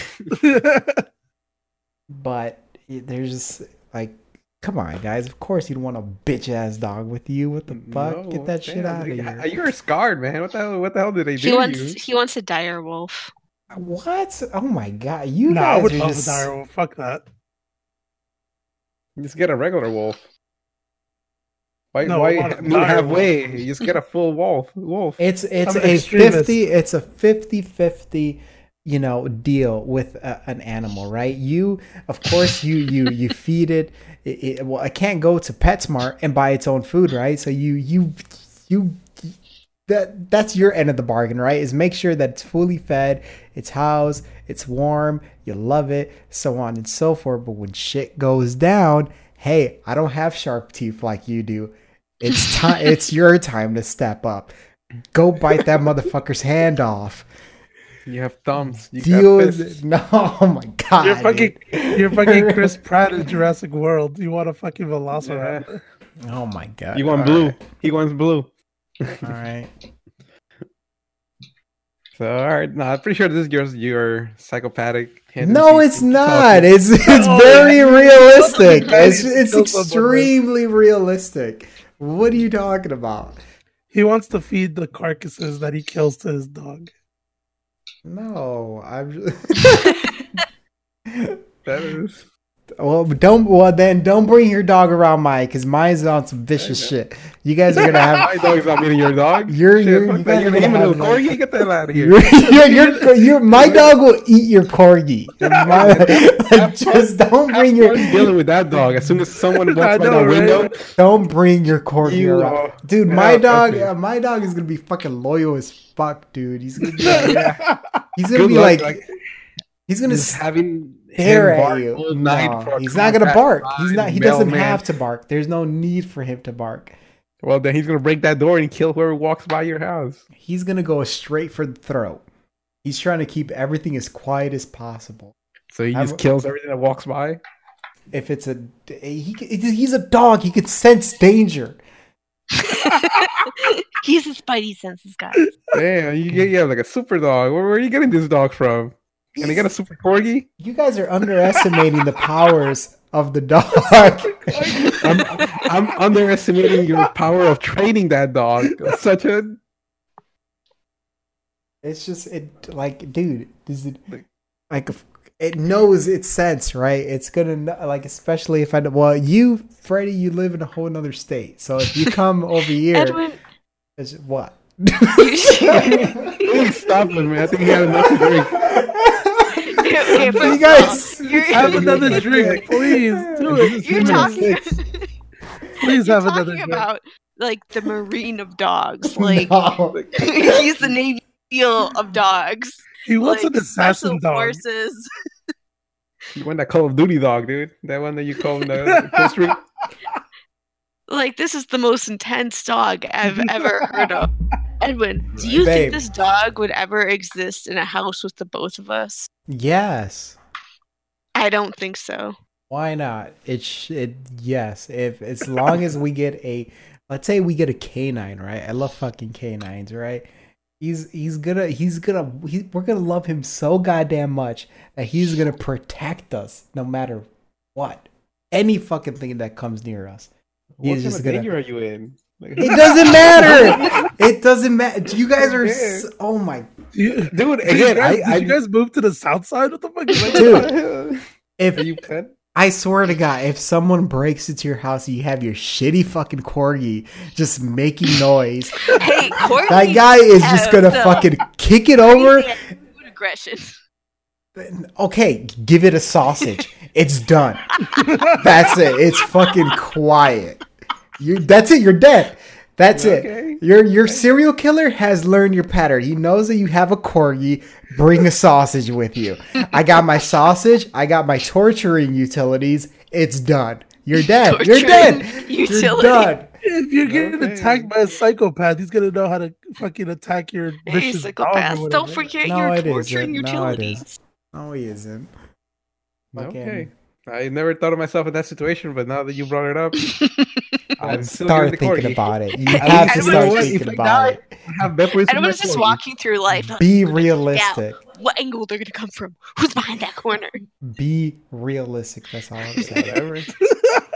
Speaker 1: but it- there's just like, come on, guys. Of course, you'd want a bitch ass dog with you. What the fuck?
Speaker 2: No,
Speaker 1: get that shit
Speaker 2: damn,
Speaker 1: out of
Speaker 2: dude.
Speaker 1: here.
Speaker 2: You're scarred, man. What the hell? What the hell did they do
Speaker 3: He
Speaker 2: to
Speaker 3: wants
Speaker 2: you?
Speaker 3: he wants a dire wolf.
Speaker 1: What? Oh my god, you
Speaker 4: no, I
Speaker 1: guys
Speaker 4: would
Speaker 1: are
Speaker 4: love
Speaker 1: just
Speaker 4: a dire wolf. Fuck that.
Speaker 2: Just get a regular wolf. Why?
Speaker 4: No, I
Speaker 2: why
Speaker 4: want a
Speaker 2: move
Speaker 4: dire
Speaker 2: halfway? You just get a full wolf. Wolf.
Speaker 1: It's it's
Speaker 4: I'm an
Speaker 1: a
Speaker 4: extremist.
Speaker 1: fifty. It's a 50-50, you know, deal with a, an animal, right? You, of course, you you you feed it. It, it. Well, I can't go to PetSmart and buy its own food, right? So you you you that that's your end of the bargain, right? Is make sure that it's fully fed, it's housed, it's warm, you love it, so on and so forth. But when shit goes down, hey, I don't have sharp teeth like you do. It's time. it's your time to step up go bite that motherfucker's hand off.
Speaker 2: You have thumbs. You
Speaker 1: Deal
Speaker 2: have
Speaker 1: with
Speaker 2: fists.
Speaker 1: it. No, oh my god.
Speaker 4: You're fucking,
Speaker 1: dude.
Speaker 4: you're fucking Chris Pratt in Jurassic World. You want a fucking
Speaker 2: Yeah.
Speaker 4: velociraptor?
Speaker 1: Oh my god.
Speaker 2: You want
Speaker 1: All
Speaker 2: blue?
Speaker 1: right,
Speaker 2: He wants blue.
Speaker 1: All right.
Speaker 2: So, all right. No, I'm pretty sure this is your your psychopathic.
Speaker 1: No, it's not. It's it's
Speaker 4: Oh,
Speaker 1: very
Speaker 4: yeah.
Speaker 1: realistic. It's
Speaker 4: Kill
Speaker 1: it's
Speaker 4: someone,
Speaker 1: extremely realistic. What are you talking about?
Speaker 4: He wants to feed the carcasses that he kills to his dog.
Speaker 1: No, I'm.
Speaker 2: That is.
Speaker 1: well, don't. Well, then don't bring your dog around mine because mine's on some vicious shit. You guys are gonna have.
Speaker 2: My dog's not meeting your dog.
Speaker 1: You're- you're-
Speaker 2: fuck
Speaker 1: you
Speaker 2: that.
Speaker 1: guys
Speaker 2: you're
Speaker 1: are gonna
Speaker 2: naming
Speaker 1: have
Speaker 2: little
Speaker 1: like-
Speaker 2: corgi. Get that out of here.
Speaker 1: You're, you're, you're, you're- my dog will eat your corgi. My- like, just don't bring your
Speaker 2: I'm dealing with that dog. As soon as someone
Speaker 4: I
Speaker 2: walks by
Speaker 4: know,
Speaker 2: the
Speaker 4: right?
Speaker 2: window,
Speaker 1: don't bring your corgi
Speaker 2: You
Speaker 1: around.
Speaker 2: are-
Speaker 1: dude.
Speaker 2: yeah,
Speaker 1: my
Speaker 2: trust
Speaker 1: dog,
Speaker 2: me.
Speaker 1: uh, my dog is gonna be fucking loyal as fuck, dude. He's gonna be like, he's gonna
Speaker 2: good
Speaker 1: be
Speaker 2: luck.
Speaker 1: like,
Speaker 2: like
Speaker 1: he's gonna
Speaker 2: just having
Speaker 1: stare
Speaker 2: him bark
Speaker 1: at you.
Speaker 2: all night
Speaker 1: No,
Speaker 2: for a
Speaker 1: he's not gonna
Speaker 2: compact
Speaker 1: bark. He's not. He doesn't
Speaker 2: mailman.
Speaker 1: have to bark. There's no need for him to bark.
Speaker 2: Well, then he's gonna break that door and kill whoever walks by your house.
Speaker 1: He's gonna go straight for the throat. He's trying to keep everything as quiet as possible.
Speaker 2: So he
Speaker 1: I'm-
Speaker 2: just kills everything that walks by.
Speaker 1: If it's a he, he's a dog. He can sense danger.
Speaker 3: He's a spidey senses guy.
Speaker 2: Damn, you get you have like a super dog. Where, where are you getting this dog from? And they got a super corgi.
Speaker 1: You guys are underestimating the powers of the dog.
Speaker 2: I'm, I'm underestimating your power of training that dog. Such a
Speaker 1: It's just it like, dude, does it like if- it knows its sense, right? It's gonna kn- like, especially if I well, you, Freddie, you live in a whole nother state, so if you come over here,
Speaker 3: Edwin,
Speaker 1: it's what?
Speaker 3: you should.
Speaker 2: Please stop him, man. I think he had enough to drink.
Speaker 3: okay, first
Speaker 1: you
Speaker 3: of
Speaker 1: guys,
Speaker 3: all, you're,
Speaker 4: Have
Speaker 2: Dude,
Speaker 4: another
Speaker 2: that's
Speaker 4: drink,
Speaker 2: it.
Speaker 4: please. Do
Speaker 2: This
Speaker 4: it.
Speaker 2: is
Speaker 3: you're
Speaker 2: human
Speaker 3: talking.
Speaker 2: six.
Speaker 4: Please
Speaker 3: you're
Speaker 4: have another
Speaker 3: talking
Speaker 4: drink.
Speaker 3: about like the marine of dogs. Like
Speaker 1: No.
Speaker 3: he's the Navy SEAL of dogs.
Speaker 4: He wants
Speaker 3: like,
Speaker 4: an assassin
Speaker 3: special
Speaker 4: dog.
Speaker 3: Forces.
Speaker 2: You want that Call of Duty dog, dude? That one that you call him the Costa Rica-
Speaker 3: Like this is the most intense dog I've ever heard of. Edwin, do you
Speaker 1: Babe.
Speaker 3: think this dog would ever exist in a house with the both of us?
Speaker 1: yes.
Speaker 3: I don't think so.
Speaker 1: Why not? It sh- it yes. If as long as we get a, let's say we get a canine, right? I love fucking canines, right? He's he's gonna he's gonna he, we're gonna love him so goddamn much that he's gonna protect us no matter what, any fucking thing that comes near us.
Speaker 2: What
Speaker 1: He's
Speaker 2: kind
Speaker 1: just
Speaker 2: of
Speaker 1: gonna-
Speaker 2: danger are you in? Like-
Speaker 1: It doesn't matter. it doesn't matter. You guys are s oh my
Speaker 4: You-
Speaker 2: dude,
Speaker 4: Did you
Speaker 2: again,
Speaker 4: guys,
Speaker 2: I,
Speaker 4: did
Speaker 2: I
Speaker 4: you guys move to the south side? What the fuck? Is that?
Speaker 1: dude.
Speaker 2: Are
Speaker 1: if
Speaker 2: you pen?
Speaker 1: I swear to God, if someone breaks into your house and you have your shitty fucking corgi just making noise,
Speaker 3: Hey, Corgi,
Speaker 1: that guy is just gonna
Speaker 3: Yeah,
Speaker 1: fucking kick it over.
Speaker 3: crazy at food aggression.
Speaker 1: Okay, give it a sausage. It's done. That's it. It's fucking quiet. You. That's it. You're dead. That's it.
Speaker 2: Okay.
Speaker 1: Your your serial killer has learned your pattern. He knows that you have a corgi. Bring a sausage with you. I got my sausage. I got my torturing utilities. It's done. You're dead. You're
Speaker 3: Torturing
Speaker 1: dead. You're
Speaker 3: utility.
Speaker 1: done.
Speaker 4: If you're getting
Speaker 2: Okay.
Speaker 4: attacked by a psychopath, he's gonna know how to fucking attack your
Speaker 3: Hey,
Speaker 4: vicious dog or
Speaker 3: psychopaths. Don't
Speaker 4: whatever.
Speaker 3: forget
Speaker 1: No,
Speaker 3: your
Speaker 1: it isn't.
Speaker 3: torturing
Speaker 1: No, it
Speaker 3: utilities.
Speaker 1: No, he isn't. Fucking-
Speaker 2: Okay. I never thought of myself in that situation, but now that you brought it up, I'm still
Speaker 1: Start
Speaker 2: giving the
Speaker 1: thinking
Speaker 2: corgi.
Speaker 1: about it. You
Speaker 2: I
Speaker 1: have to
Speaker 3: mean,
Speaker 1: start
Speaker 3: you know what?
Speaker 1: thinking
Speaker 2: If I
Speaker 1: about
Speaker 2: die- I have bad boys in my
Speaker 3: Edwin's just
Speaker 2: corgi.
Speaker 3: walking through life.
Speaker 1: it. Be realistic.
Speaker 3: What angle they're gonna come from? Who's behind that corner?
Speaker 1: Be realistic. That's all I'm saying.
Speaker 2: Whatever.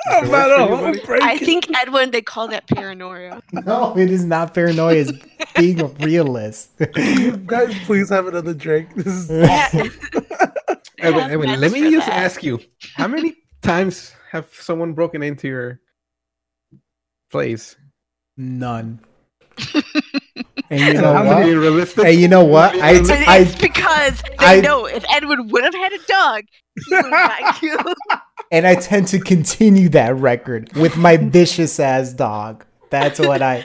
Speaker 4: I'm not a
Speaker 2: Everybody-
Speaker 4: homebreaker.
Speaker 3: I think Edwin. They call that paranoia.
Speaker 1: no, it is not paranoia. It's being a realist.
Speaker 4: Guys, please have another drink. This is
Speaker 3: Yeah. I
Speaker 2: Edwin,
Speaker 3: have
Speaker 2: Edwin,
Speaker 3: meds
Speaker 2: let me
Speaker 3: for
Speaker 2: just
Speaker 3: that.
Speaker 2: ask you: How many times have someone broken into your place?
Speaker 1: None. And you
Speaker 2: And
Speaker 1: know
Speaker 2: how many
Speaker 1: what?
Speaker 2: realistic?
Speaker 1: And you know what? I
Speaker 3: But it's
Speaker 1: I
Speaker 3: because they
Speaker 1: I-
Speaker 3: know if Edwin would have had a dog, he would have got you.
Speaker 1: and I tend to continue that record with my vicious ass dog. That's what I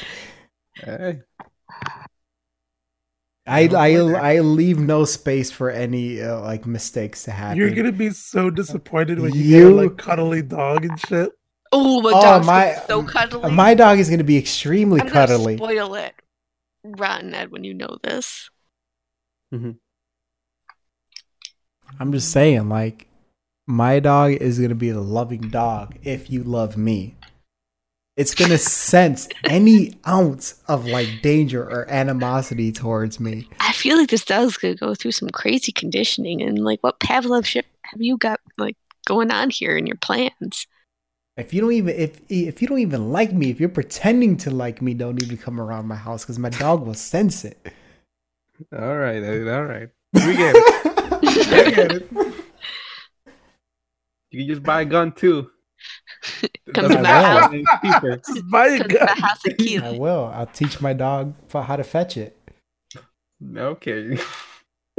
Speaker 2: Hey,
Speaker 1: I I, I leave no space for any uh, like mistakes to happen.
Speaker 4: you're gonna be so disappointed when you,
Speaker 1: You-
Speaker 4: get a, like cuddly dog and shit.
Speaker 3: Oh, my
Speaker 1: Oh,
Speaker 3: dog's
Speaker 1: my-
Speaker 3: gonna be so cuddly.
Speaker 1: Uh, My dog is going to be extremely
Speaker 3: I'm gonna
Speaker 1: cuddly.
Speaker 3: Spoil it, rotten Edwin. You know this.
Speaker 1: I'm just saying, like, my dog is going to be a loving dog if you love me. It's going to sense any ounce of, like, danger or animosity towards me.
Speaker 3: I feel like this dog's gonna go through some crazy conditioning and like what Pavlov shit have you got like going on here in your plans?
Speaker 1: If you don't even if if you don't even like me, if you're pretending to like me, don't even come around my house because my dog will sense it.
Speaker 2: all right, Edwin, all right. We get it. We get it. You can just buy a gun too. It
Speaker 3: Comes
Speaker 1: to
Speaker 2: doesn't
Speaker 1: my
Speaker 2: cost any cheaper.
Speaker 4: Just buy a
Speaker 3: Comes to
Speaker 4: gun.
Speaker 3: my house and kill
Speaker 1: I
Speaker 3: you.
Speaker 1: will. I'll teach my dog for how to fetch it.
Speaker 2: Okay. That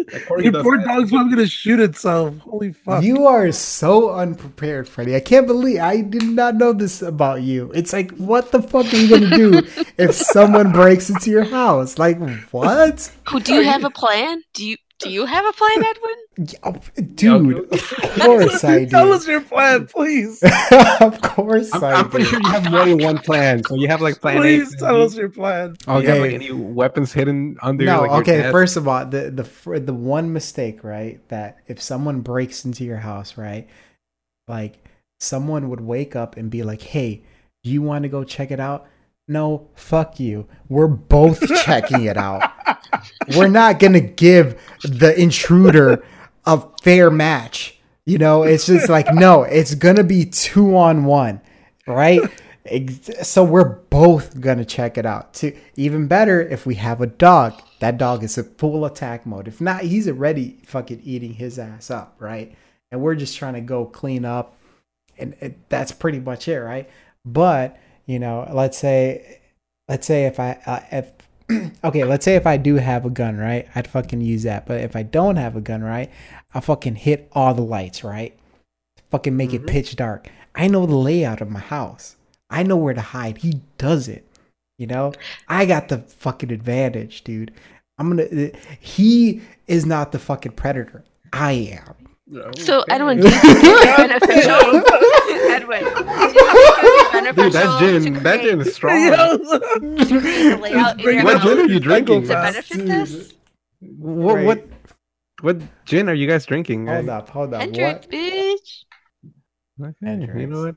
Speaker 2: corgi
Speaker 4: Your
Speaker 2: does
Speaker 4: poor
Speaker 2: that.
Speaker 4: dog's probably gonna shoot itself. Holy fuck!
Speaker 1: You are so unprepared, Freddie. I can't believe I did not know this about you. It's like, what the fuck are you gonna do if someone breaks into your house? Like, what,
Speaker 3: Oh, do you have a plan? Do you do you have a plan, Edwin?
Speaker 1: Oh, dude? Of course I
Speaker 4: Tell
Speaker 1: do.
Speaker 4: us your plan, please.
Speaker 1: of course
Speaker 2: I'm,
Speaker 1: I
Speaker 2: I'm pretty sure
Speaker 1: do.
Speaker 2: you have more than one plan. So you have like plan A,
Speaker 4: Please
Speaker 2: plan
Speaker 4: tell
Speaker 2: B.
Speaker 4: us your plan.
Speaker 2: Do you have like
Speaker 1: Okay.
Speaker 2: any weapons hidden under
Speaker 1: No,
Speaker 2: like, your
Speaker 1: okay.
Speaker 2: desk?
Speaker 1: First of all, the the fir- the one mistake, right? That if someone breaks into your house, right? Like someone would wake up and be like, "Hey, do you want to go check it out?" no, fuck you. We're both checking it out. We're not gonna give the intruder a fair match. You know, it's just like no, it's gonna be two on one, right? Ex- So we're both gonna check it out. Too. Even better if we have a dog. That dog is in full attack mode. If not, he's already fucking eating his ass up, right? And we're just trying to go clean up, and it, that's pretty much it, right? But you know, let's say, let's say if I uh, if okay, let's say if I do have a gun, right? I'd fucking use that. But if I don't have a gun, right? I fucking hit all the lights, right? Fucking make
Speaker 2: Mhm.
Speaker 1: it pitch dark. I know the layout of my house. I know where to hide. He does it. You know, I got the fucking advantage, dude. I'm gonna. He is not the fucking predator. I am.
Speaker 3: So
Speaker 2: Okay.
Speaker 3: Edwin, do you think it would be beneficial? Edwin, do you think it would be
Speaker 2: Dude, that
Speaker 3: beneficial
Speaker 2: gin,
Speaker 3: to
Speaker 2: that
Speaker 3: create-
Speaker 2: gin is strong.
Speaker 4: Yo.
Speaker 3: to create the layout in
Speaker 2: What
Speaker 3: your
Speaker 2: gin
Speaker 3: house
Speaker 2: are you drinking?
Speaker 3: to benefit this?
Speaker 2: What,
Speaker 1: Right.
Speaker 2: what what gin are you guys drinking?
Speaker 1: Hold
Speaker 2: guys?
Speaker 1: up, hold up.
Speaker 3: Hendrix, bitch.
Speaker 2: Okay, you know what?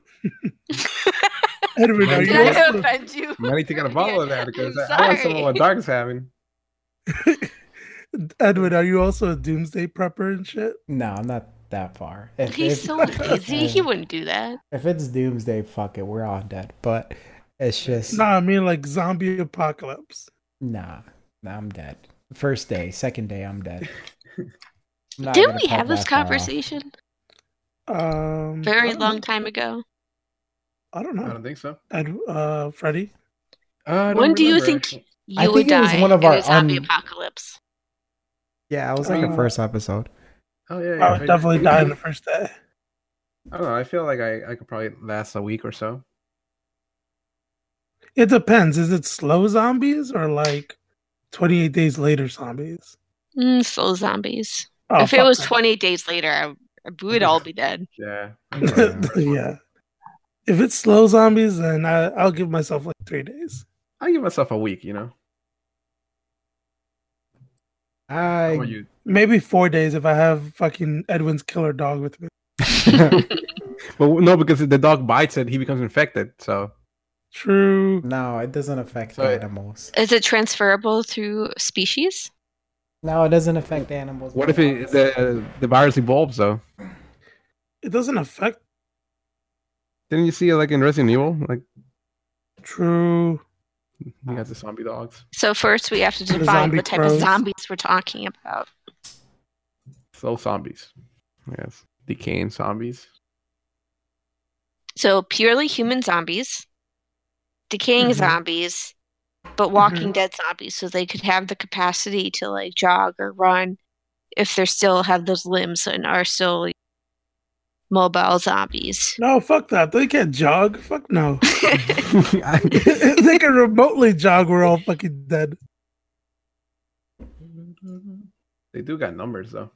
Speaker 4: Edward, are
Speaker 2: Did
Speaker 3: Did
Speaker 4: you
Speaker 2: I
Speaker 3: I
Speaker 4: also-
Speaker 3: offend you?
Speaker 2: I need to get a bottle of that because
Speaker 3: I'm
Speaker 2: I want some of
Speaker 3: sorry.
Speaker 2: what Dark is having.
Speaker 4: Edward, are you also a doomsday prepper and shit?
Speaker 1: No, I'm not that far. If,
Speaker 3: He's
Speaker 1: if-
Speaker 3: so lazy. He wouldn't do that.
Speaker 1: if it's doomsday, fuck it, we're all dead. But it's just
Speaker 4: Nah, I mean like zombie apocalypse.
Speaker 1: nah, nah, I'm dead. First day, second day, I'm dead. I'm not
Speaker 3: Didn't
Speaker 1: gonna
Speaker 3: we
Speaker 1: cut
Speaker 3: have this
Speaker 1: that far off.
Speaker 3: conversation
Speaker 4: Um, I
Speaker 3: very
Speaker 4: don't
Speaker 3: long
Speaker 4: know.
Speaker 3: time ago?
Speaker 4: I don't
Speaker 2: I
Speaker 4: know.
Speaker 2: don't think so.
Speaker 4: Ed, uh, Freddy.
Speaker 2: Uh, I don't
Speaker 3: When do you
Speaker 2: remember,
Speaker 3: think
Speaker 2: actually.
Speaker 3: You
Speaker 1: I
Speaker 3: would
Speaker 1: think it was
Speaker 3: die
Speaker 1: one of
Speaker 3: in
Speaker 1: our um,
Speaker 3: a zombie
Speaker 1: un-
Speaker 3: apocalypse.
Speaker 1: Yeah, it was like the
Speaker 4: Uh,
Speaker 1: first episode.
Speaker 2: Oh yeah, yeah,
Speaker 4: I would
Speaker 2: yeah.
Speaker 4: definitely die in the first day.
Speaker 2: I don't know. I feel like I, I could probably last a week or so.
Speaker 4: It depends. Is it slow zombies or like 28 days later zombies?
Speaker 3: Mm, slow zombies.
Speaker 4: Oh,
Speaker 3: if it
Speaker 4: fuck
Speaker 3: was
Speaker 4: that.
Speaker 3: 28 days later, I, I- we would all be dead.
Speaker 2: Oh, Yeah.
Speaker 4: yeah. If it's slow zombies, then I, I'll give myself like three days.
Speaker 2: I give myself a week. You know. How
Speaker 1: I
Speaker 2: about you?
Speaker 4: Maybe four days if I have fucking Edwin's killer dog with me.
Speaker 2: But no, because if the dog bites it, he becomes infected. So
Speaker 4: True.
Speaker 1: no, it doesn't affect
Speaker 2: So-
Speaker 1: animals.
Speaker 3: Is it transferable through species?
Speaker 1: No, it doesn't affect animals.
Speaker 2: what if it, the the virus evolves though?
Speaker 4: It doesn't affect.
Speaker 2: Didn't you see like in Resident Evil, like
Speaker 4: True.
Speaker 2: you got the zombie dogs?
Speaker 3: So first, we have to
Speaker 4: The
Speaker 3: define
Speaker 4: zombie
Speaker 3: what type
Speaker 4: crows.
Speaker 3: of zombies we're talking about.
Speaker 2: Slow zombies. Yes, decaying zombies.
Speaker 3: So purely human zombies, decaying
Speaker 4: Mhm.
Speaker 3: zombies, but Walking Dead zombies, so they could have the capacity to like jog or run if they still have those limbs and are still mobile zombies.
Speaker 4: No, fuck that. They can't jog. Fuck no.
Speaker 2: I-
Speaker 4: if they can remotely jog, we're all fucking dead.
Speaker 2: they do got numbers though.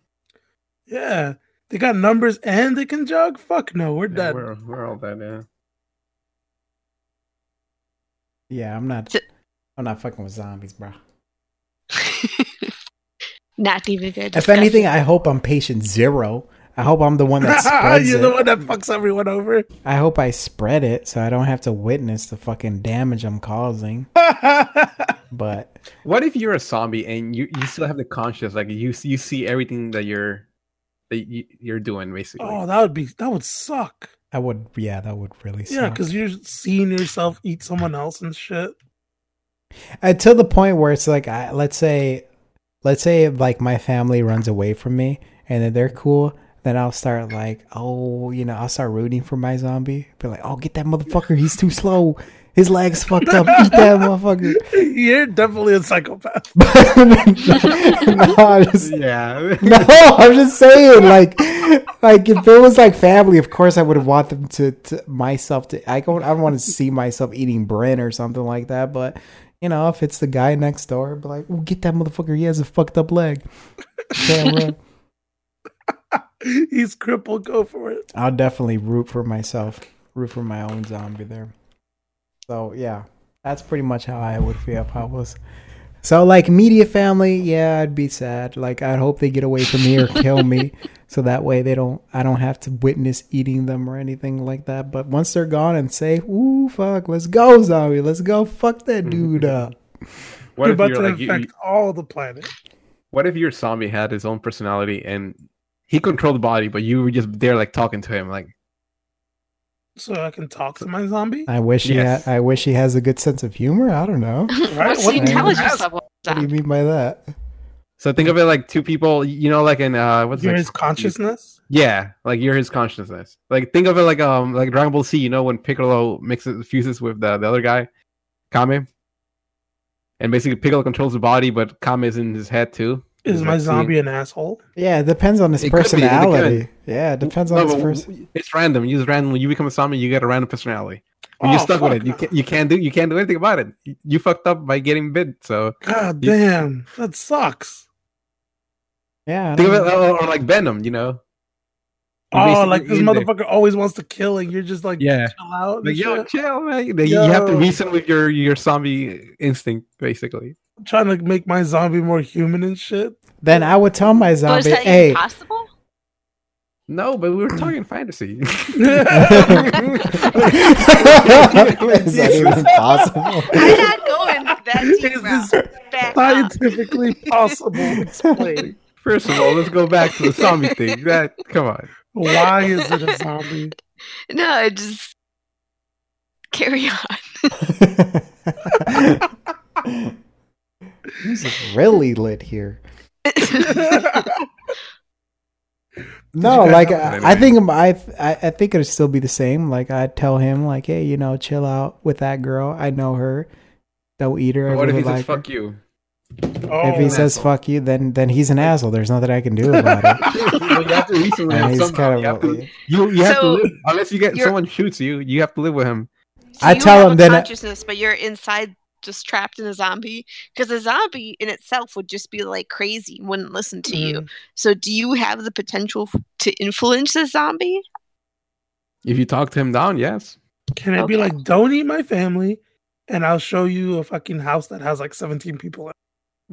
Speaker 4: Yeah. They got numbers and they can jog? Fuck no, we're
Speaker 2: Yeah,
Speaker 4: dead.
Speaker 2: we're, we're all dead. Yeah.
Speaker 1: Yeah, I'm not.
Speaker 3: So-
Speaker 1: I'm not fucking with zombies, bro.
Speaker 3: Not even good.
Speaker 1: If anything, I hope I'm patient zero. I hope I'm the one that spreads
Speaker 4: You're
Speaker 1: it.
Speaker 4: the one that fucks everyone over.
Speaker 1: I hope I spread it so I don't have to witness the fucking damage I'm causing. But
Speaker 2: What if you're a zombie and you, you still have the conscious, like you s- you see everything that you're that you, you're doing basically.
Speaker 4: oh, that would be that would suck.
Speaker 1: I would, yeah, that would really suck.
Speaker 4: Yeah, because you're seeing yourself eat someone else and shit.
Speaker 1: until the point where it's like, I, let's say, let's say like my family runs away from me and then they're cool. Then I'll start like, oh, you know, I'll start rooting for my zombie. Be like, oh, get that motherfucker. He's too slow. His legs fucked up. Eat that motherfucker.
Speaker 4: You're definitely a psychopath.
Speaker 1: no, I'm just,
Speaker 2: yeah.
Speaker 1: no, I'm just saying, like, like if it was like family, of course I would want them to, to myself to. I don't, I don't want to see myself eating Bryn or something like that. But you know, if it's the guy next door, I'd be like, well, get that motherfucker. He has a fucked up leg. Can't run.
Speaker 4: He's crippled. Go for it.
Speaker 1: I'll definitely root for myself, root for my own zombie there. So yeah, that's pretty much how I would feel if I was So like media family, yeah, I'd be sad. Like I'd hope they get away from me or kill me, so that way they don't. I don't have to witness eating them or anything like that. But once they're gone and safe, ooh fuck, let's go zombie, let's go fuck that dude up.
Speaker 4: You're
Speaker 2: What if
Speaker 4: about
Speaker 2: you're
Speaker 4: to
Speaker 2: like you,
Speaker 4: infect
Speaker 2: you-
Speaker 4: all the planet.
Speaker 2: What if your zombie had his own personality and he controlled the body, but you were just there like talking to him, like
Speaker 4: So I can talk to my zombie.
Speaker 1: I wish
Speaker 2: Yes.
Speaker 1: he. Ha- I wish he has a good sense of humor. I don't know.
Speaker 4: Right,
Speaker 3: What's
Speaker 4: what
Speaker 3: the
Speaker 1: the hell is
Speaker 3: intelligence
Speaker 4: that?
Speaker 3: level? of
Speaker 1: What do you
Speaker 3: zombie?
Speaker 1: mean by that?
Speaker 2: so. Think of it like two people, you know, like in uh, what's
Speaker 4: You're
Speaker 2: like,
Speaker 4: his consciousness.
Speaker 2: Yeah, like you're his consciousness. Like think of it like um like Dragon Ball C, you know, when Piccolo mixes fuses with the, the other guy, Kame. And basically Piccolo controls the body, but Kame is in his head too.
Speaker 4: Is
Speaker 2: He's,
Speaker 4: my
Speaker 2: like, seeing-
Speaker 4: zombie an asshole?
Speaker 1: Yeah, it depends on his
Speaker 2: It could be, it could.
Speaker 1: personality. yeah, it depends on
Speaker 2: No,
Speaker 1: his
Speaker 2: but
Speaker 1: person.
Speaker 2: It's random. You just randomly you become a zombie, you get a random personality. And you're
Speaker 4: Oh,
Speaker 2: stuck with
Speaker 4: fuck
Speaker 2: it. You
Speaker 4: no.
Speaker 2: can't you can't do you can't do anything about it. You, you fucked up by getting bit, so
Speaker 4: God
Speaker 2: You-
Speaker 4: damn, that sucks.
Speaker 1: Yeah, I
Speaker 2: think of
Speaker 1: don't
Speaker 2: it
Speaker 4: Um,
Speaker 2: or, or like Venom, you know. You
Speaker 4: Oh,
Speaker 2: basically
Speaker 4: like this
Speaker 2: in there.
Speaker 4: motherfucker always wants to kill, and you're just like,
Speaker 2: Yeah.
Speaker 4: chill out. and
Speaker 2: Like, yo,
Speaker 4: oh, shit.
Speaker 2: chill, man. Like, You have to
Speaker 4: Yo.
Speaker 2: reason with your your zombie instinct, basically.
Speaker 4: I'm trying to make my zombie more human and shit.
Speaker 1: Then I would tell my
Speaker 3: But is
Speaker 1: zombie,
Speaker 3: that
Speaker 1: "Hey,
Speaker 3: even possible?
Speaker 2: No, but we were talking fantasy.
Speaker 1: is that even
Speaker 3: I'm
Speaker 1: possible?"
Speaker 3: not going that deep.
Speaker 4: Is
Speaker 3: route.
Speaker 4: this
Speaker 3: Back up.
Speaker 4: scientifically possible? Explain.
Speaker 2: First of all, let's go back to the zombie thing. That come on.
Speaker 4: Why is it a zombie?
Speaker 3: No, I just carry on.
Speaker 1: He's really lit here.
Speaker 4: Oh,
Speaker 1: No,
Speaker 4: guys
Speaker 1: like
Speaker 4: have-
Speaker 1: I,
Speaker 2: Anyway.
Speaker 1: I think I, I I think it'd still be the same. Like I'd tell him, like, "Hey, you know, chill out with that girl. I know her. Don't eat her. I
Speaker 2: what if
Speaker 1: really
Speaker 2: he
Speaker 1: like
Speaker 2: says
Speaker 1: her."
Speaker 2: "fuck you"?
Speaker 4: Oh,
Speaker 1: if he
Speaker 2: an
Speaker 1: says
Speaker 2: asshole.
Speaker 1: fuck you, then then he's an asshole. There's nothing I can do about it.
Speaker 2: Well, you have to reason with
Speaker 1: And
Speaker 2: him
Speaker 1: he's
Speaker 2: somehow.
Speaker 1: kind
Speaker 2: you have
Speaker 1: of.
Speaker 2: to, you, you have to
Speaker 3: So,
Speaker 2: live. Unless you get
Speaker 3: you're-
Speaker 2: someone shoots you, you have to live with him.
Speaker 3: So
Speaker 1: I
Speaker 3: you
Speaker 1: tell
Speaker 3: have
Speaker 1: him
Speaker 3: a
Speaker 1: then I-
Speaker 3: consciousness, but you're inside just trapped in a zombie because a zombie in itself would just be like crazy, wouldn't listen to you.
Speaker 1: Mm-hmm.
Speaker 3: So do you have the potential f- to influence the zombie?
Speaker 2: If you talk to him down, yes.
Speaker 4: Can it be
Speaker 3: Okay.
Speaker 4: like, don't eat my family, and I'll show you a fucking house that has like 17 people in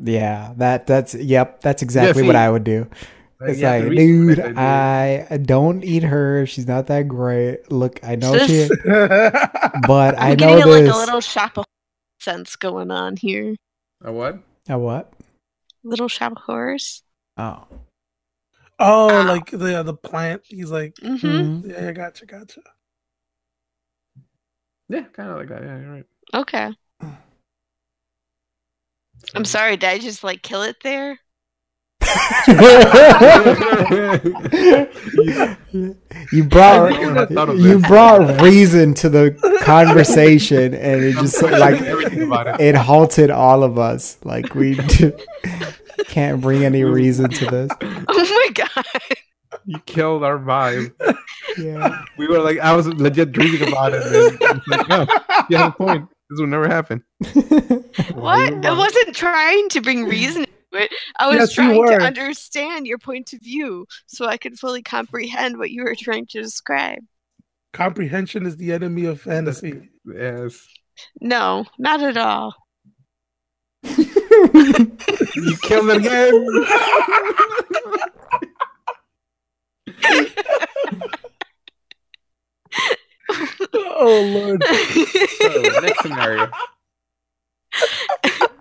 Speaker 4: it?
Speaker 1: Yeah, that that's yep. That's exactly what
Speaker 2: see,
Speaker 1: I would do. It's
Speaker 2: you have
Speaker 1: like,
Speaker 2: to reason with
Speaker 1: dude,
Speaker 2: it,
Speaker 1: I I don't eat her. She's not that great. Look, I know she,
Speaker 3: Sis.
Speaker 1: but I
Speaker 3: I'm
Speaker 1: know
Speaker 3: getting a, like
Speaker 1: this.
Speaker 3: a little shop of sense going on here.
Speaker 2: A what?
Speaker 1: A what?
Speaker 3: Little shop of horrors.
Speaker 1: Oh,
Speaker 4: Oh, like the the plant. He's like,
Speaker 3: Mm-hmm.
Speaker 4: yeah, yeah, gotcha, gotcha.
Speaker 2: Yeah, kind of like that. Yeah, you're right.
Speaker 3: Okay. I'm sorry. Did I just like kill it there?
Speaker 1: you, you brought
Speaker 2: I never thought of
Speaker 1: you
Speaker 2: this.
Speaker 1: brought reason to the conversation, and it just like
Speaker 2: everything about it.
Speaker 1: it halted all of us. Like we d- can't bring any reason to this.
Speaker 3: Oh my god.
Speaker 2: You killed our vibe.
Speaker 1: Yeah.
Speaker 2: We were like, I was legit dreaming about it. And it's like, no, you have a point. This will never happen.
Speaker 3: What? I wasn't trying to bring reason to it. I was
Speaker 4: Yes, you
Speaker 3: trying
Speaker 4: were.
Speaker 3: to understand your point of view so I could fully comprehend what you were trying to describe.
Speaker 4: Comprehension is the enemy of fantasy.
Speaker 2: Yes.
Speaker 3: No, not at all.
Speaker 2: You killed it again.
Speaker 4: oh lord.
Speaker 2: so, next scenario.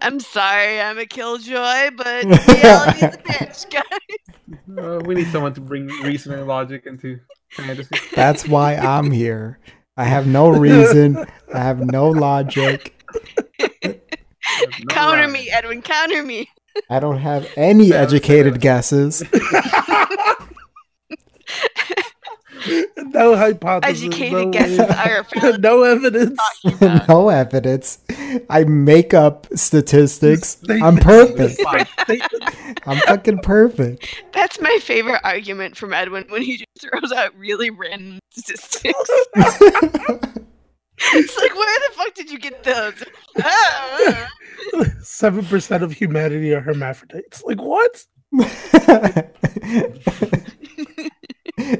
Speaker 3: I'm sorry, I'm a killjoy, but Dale needs a bitch, guys.
Speaker 2: Uh, we need someone to bring reason and logic into fantasy.
Speaker 1: That's why I'm here. I have no reason. I have no logic.
Speaker 2: There's Uh, no
Speaker 3: counter
Speaker 2: rhyme.
Speaker 3: me, Edwin, counter me.
Speaker 1: I don't have any educated guesses.
Speaker 4: no hypothesis. no,
Speaker 3: Educated guesses are a
Speaker 4: way.
Speaker 3: valid
Speaker 4: no evidence.
Speaker 3: talking about.
Speaker 1: no evidence. I make up statistics.
Speaker 4: Statement.
Speaker 1: I'm perfect.
Speaker 2: Fine.
Speaker 1: I'm fucking perfect.
Speaker 3: That's my favorite argument from Edwin when he just throws out really random statistics. it's like, where the fuck did you get those? Ah.
Speaker 4: Seven percent of humanity are hermaphrodites. Like what?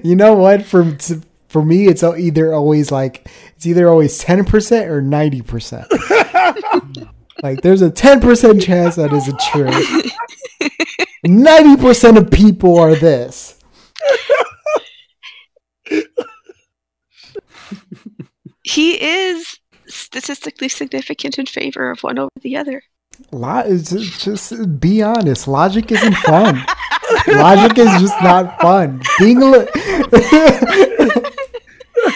Speaker 1: you know what? For for me, it's al- either always like it's either always ten percent or ninety percent. Like, there's a 10% chance that isn't true. 90% of people are this.
Speaker 3: he is statistically significant in favor of one over the other.
Speaker 1: Lo- it's just, just be honest. Logic isn't fun. Logic is just not fun. Being li-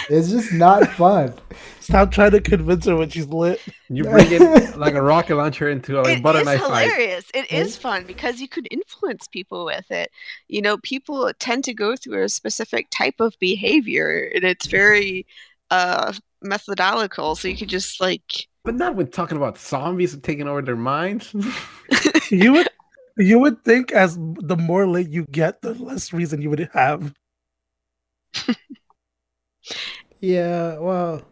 Speaker 1: it's just not fun.
Speaker 4: Stop trying to convince her when she's lit.
Speaker 2: You bring it like a rocket launcher into a
Speaker 3: It is
Speaker 2: butter knife fight.
Speaker 3: hilarious. It is fun because you could influence people with it. You know, people tend to go through a specific type of behavior, and it's very uh, methodological. So you could just like,
Speaker 2: But not when talking about zombies taking over their minds.
Speaker 4: You would you would think as the more lit you get, the less reason you would have.
Speaker 1: Yeah, well,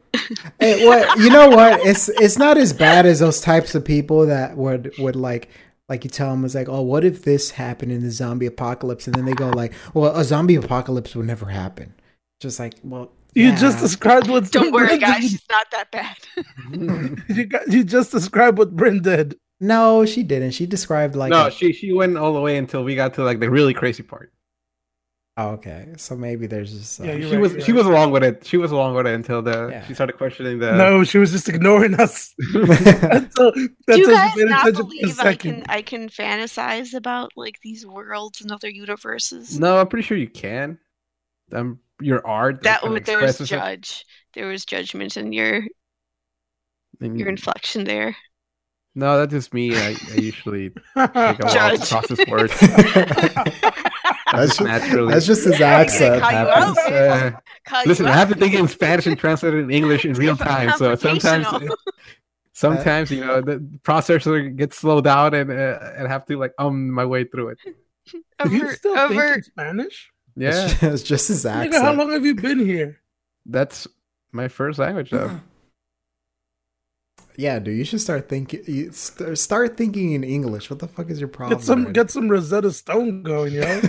Speaker 1: it, what you know what? It's it's not as bad as those types of people that would would like like you tell them it's like, oh, what if this happened in the zombie apocalypse? And then they go like, well, a zombie apocalypse would never happen. Just like, well,
Speaker 4: You
Speaker 1: yeah.
Speaker 4: just described what
Speaker 3: don't worry,
Speaker 4: Bryn
Speaker 3: guys,
Speaker 4: did.
Speaker 3: she's not that bad.
Speaker 4: You, got- you just described what Bryn did.
Speaker 1: no, she didn't. She described like,
Speaker 2: no,
Speaker 1: a-
Speaker 2: she she went all the way until we got to like the really crazy part.
Speaker 1: oh, okay, so maybe there's just uh,
Speaker 4: Yeah,
Speaker 2: She
Speaker 4: You're right,
Speaker 2: was
Speaker 4: you're
Speaker 2: she
Speaker 4: right.
Speaker 2: was along with it. She was along with it until the
Speaker 1: Yeah.
Speaker 2: she started questioning the.
Speaker 4: no, she was just ignoring us. That's all.
Speaker 3: Do
Speaker 4: That's
Speaker 3: you
Speaker 4: all
Speaker 3: guys
Speaker 4: she paid
Speaker 3: not
Speaker 4: attention for a
Speaker 3: believe I
Speaker 4: second.
Speaker 3: can I can fantasize about like these worlds and other universes?
Speaker 2: no, I'm pretty sure you can. Um, your art
Speaker 3: that
Speaker 2: kind of
Speaker 3: was there was
Speaker 2: expresses it.
Speaker 3: judge. There was judgment in your
Speaker 2: And-
Speaker 3: your inflection there.
Speaker 2: No, that's just me. I, I usually take a while to
Speaker 3: Judge.
Speaker 2: process words.
Speaker 1: that's, just,
Speaker 2: naturally.
Speaker 1: that's just his
Speaker 3: I
Speaker 1: accent.
Speaker 3: think I call you
Speaker 1: happens.
Speaker 3: out.
Speaker 2: Uh,
Speaker 3: Cut
Speaker 2: listen,
Speaker 3: you
Speaker 2: I have to
Speaker 3: off.
Speaker 2: think in Spanish and translate it in English in real time. So sometimes,
Speaker 3: Confrontational.
Speaker 2: sometimes you know the processor gets slowed down and uh, and have to like um my way through it.
Speaker 4: Do you
Speaker 3: Over-
Speaker 4: still think
Speaker 3: over-
Speaker 4: in Spanish?
Speaker 2: Yeah,
Speaker 1: It's, just, it's just his
Speaker 4: Nigga, how
Speaker 1: accent.
Speaker 4: long have you been here?
Speaker 2: that's my first language
Speaker 4: Hmm. Mm-hmm.
Speaker 2: though.
Speaker 1: Yeah, dude, you should start thinking. You st- start thinking in English. What the fuck is your problem?
Speaker 4: Get some
Speaker 1: already?
Speaker 4: get some Rosetta Stone going, yo.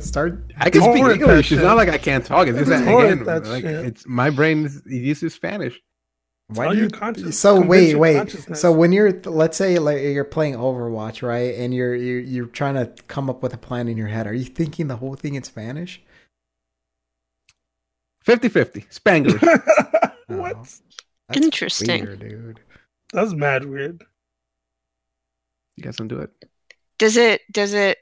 Speaker 1: start.
Speaker 2: I can speak
Speaker 4: Torrent that
Speaker 2: English. It's
Speaker 4: shit.
Speaker 2: not like I can't talk. It's just that,
Speaker 4: Torrent
Speaker 2: again,
Speaker 4: that
Speaker 2: like,
Speaker 4: shit.
Speaker 2: it's my brain is- it uses Spanish.
Speaker 1: Why
Speaker 4: All
Speaker 1: do
Speaker 4: your
Speaker 1: you?
Speaker 4: conscious-
Speaker 1: so
Speaker 4: convince
Speaker 1: wait,
Speaker 4: your
Speaker 1: wait.
Speaker 4: consciousness.
Speaker 1: So when you're, let's say, like you're playing Overwatch, right, and you're you're you're trying to come up with a plan in your head. Are you thinking the whole thing in Spanish?
Speaker 2: 50-50. Spanglish.
Speaker 4: what?
Speaker 1: That's
Speaker 3: Interesting.
Speaker 1: weird, dude.
Speaker 4: That's mad weird.
Speaker 2: you guys don't do it.
Speaker 3: Does it does it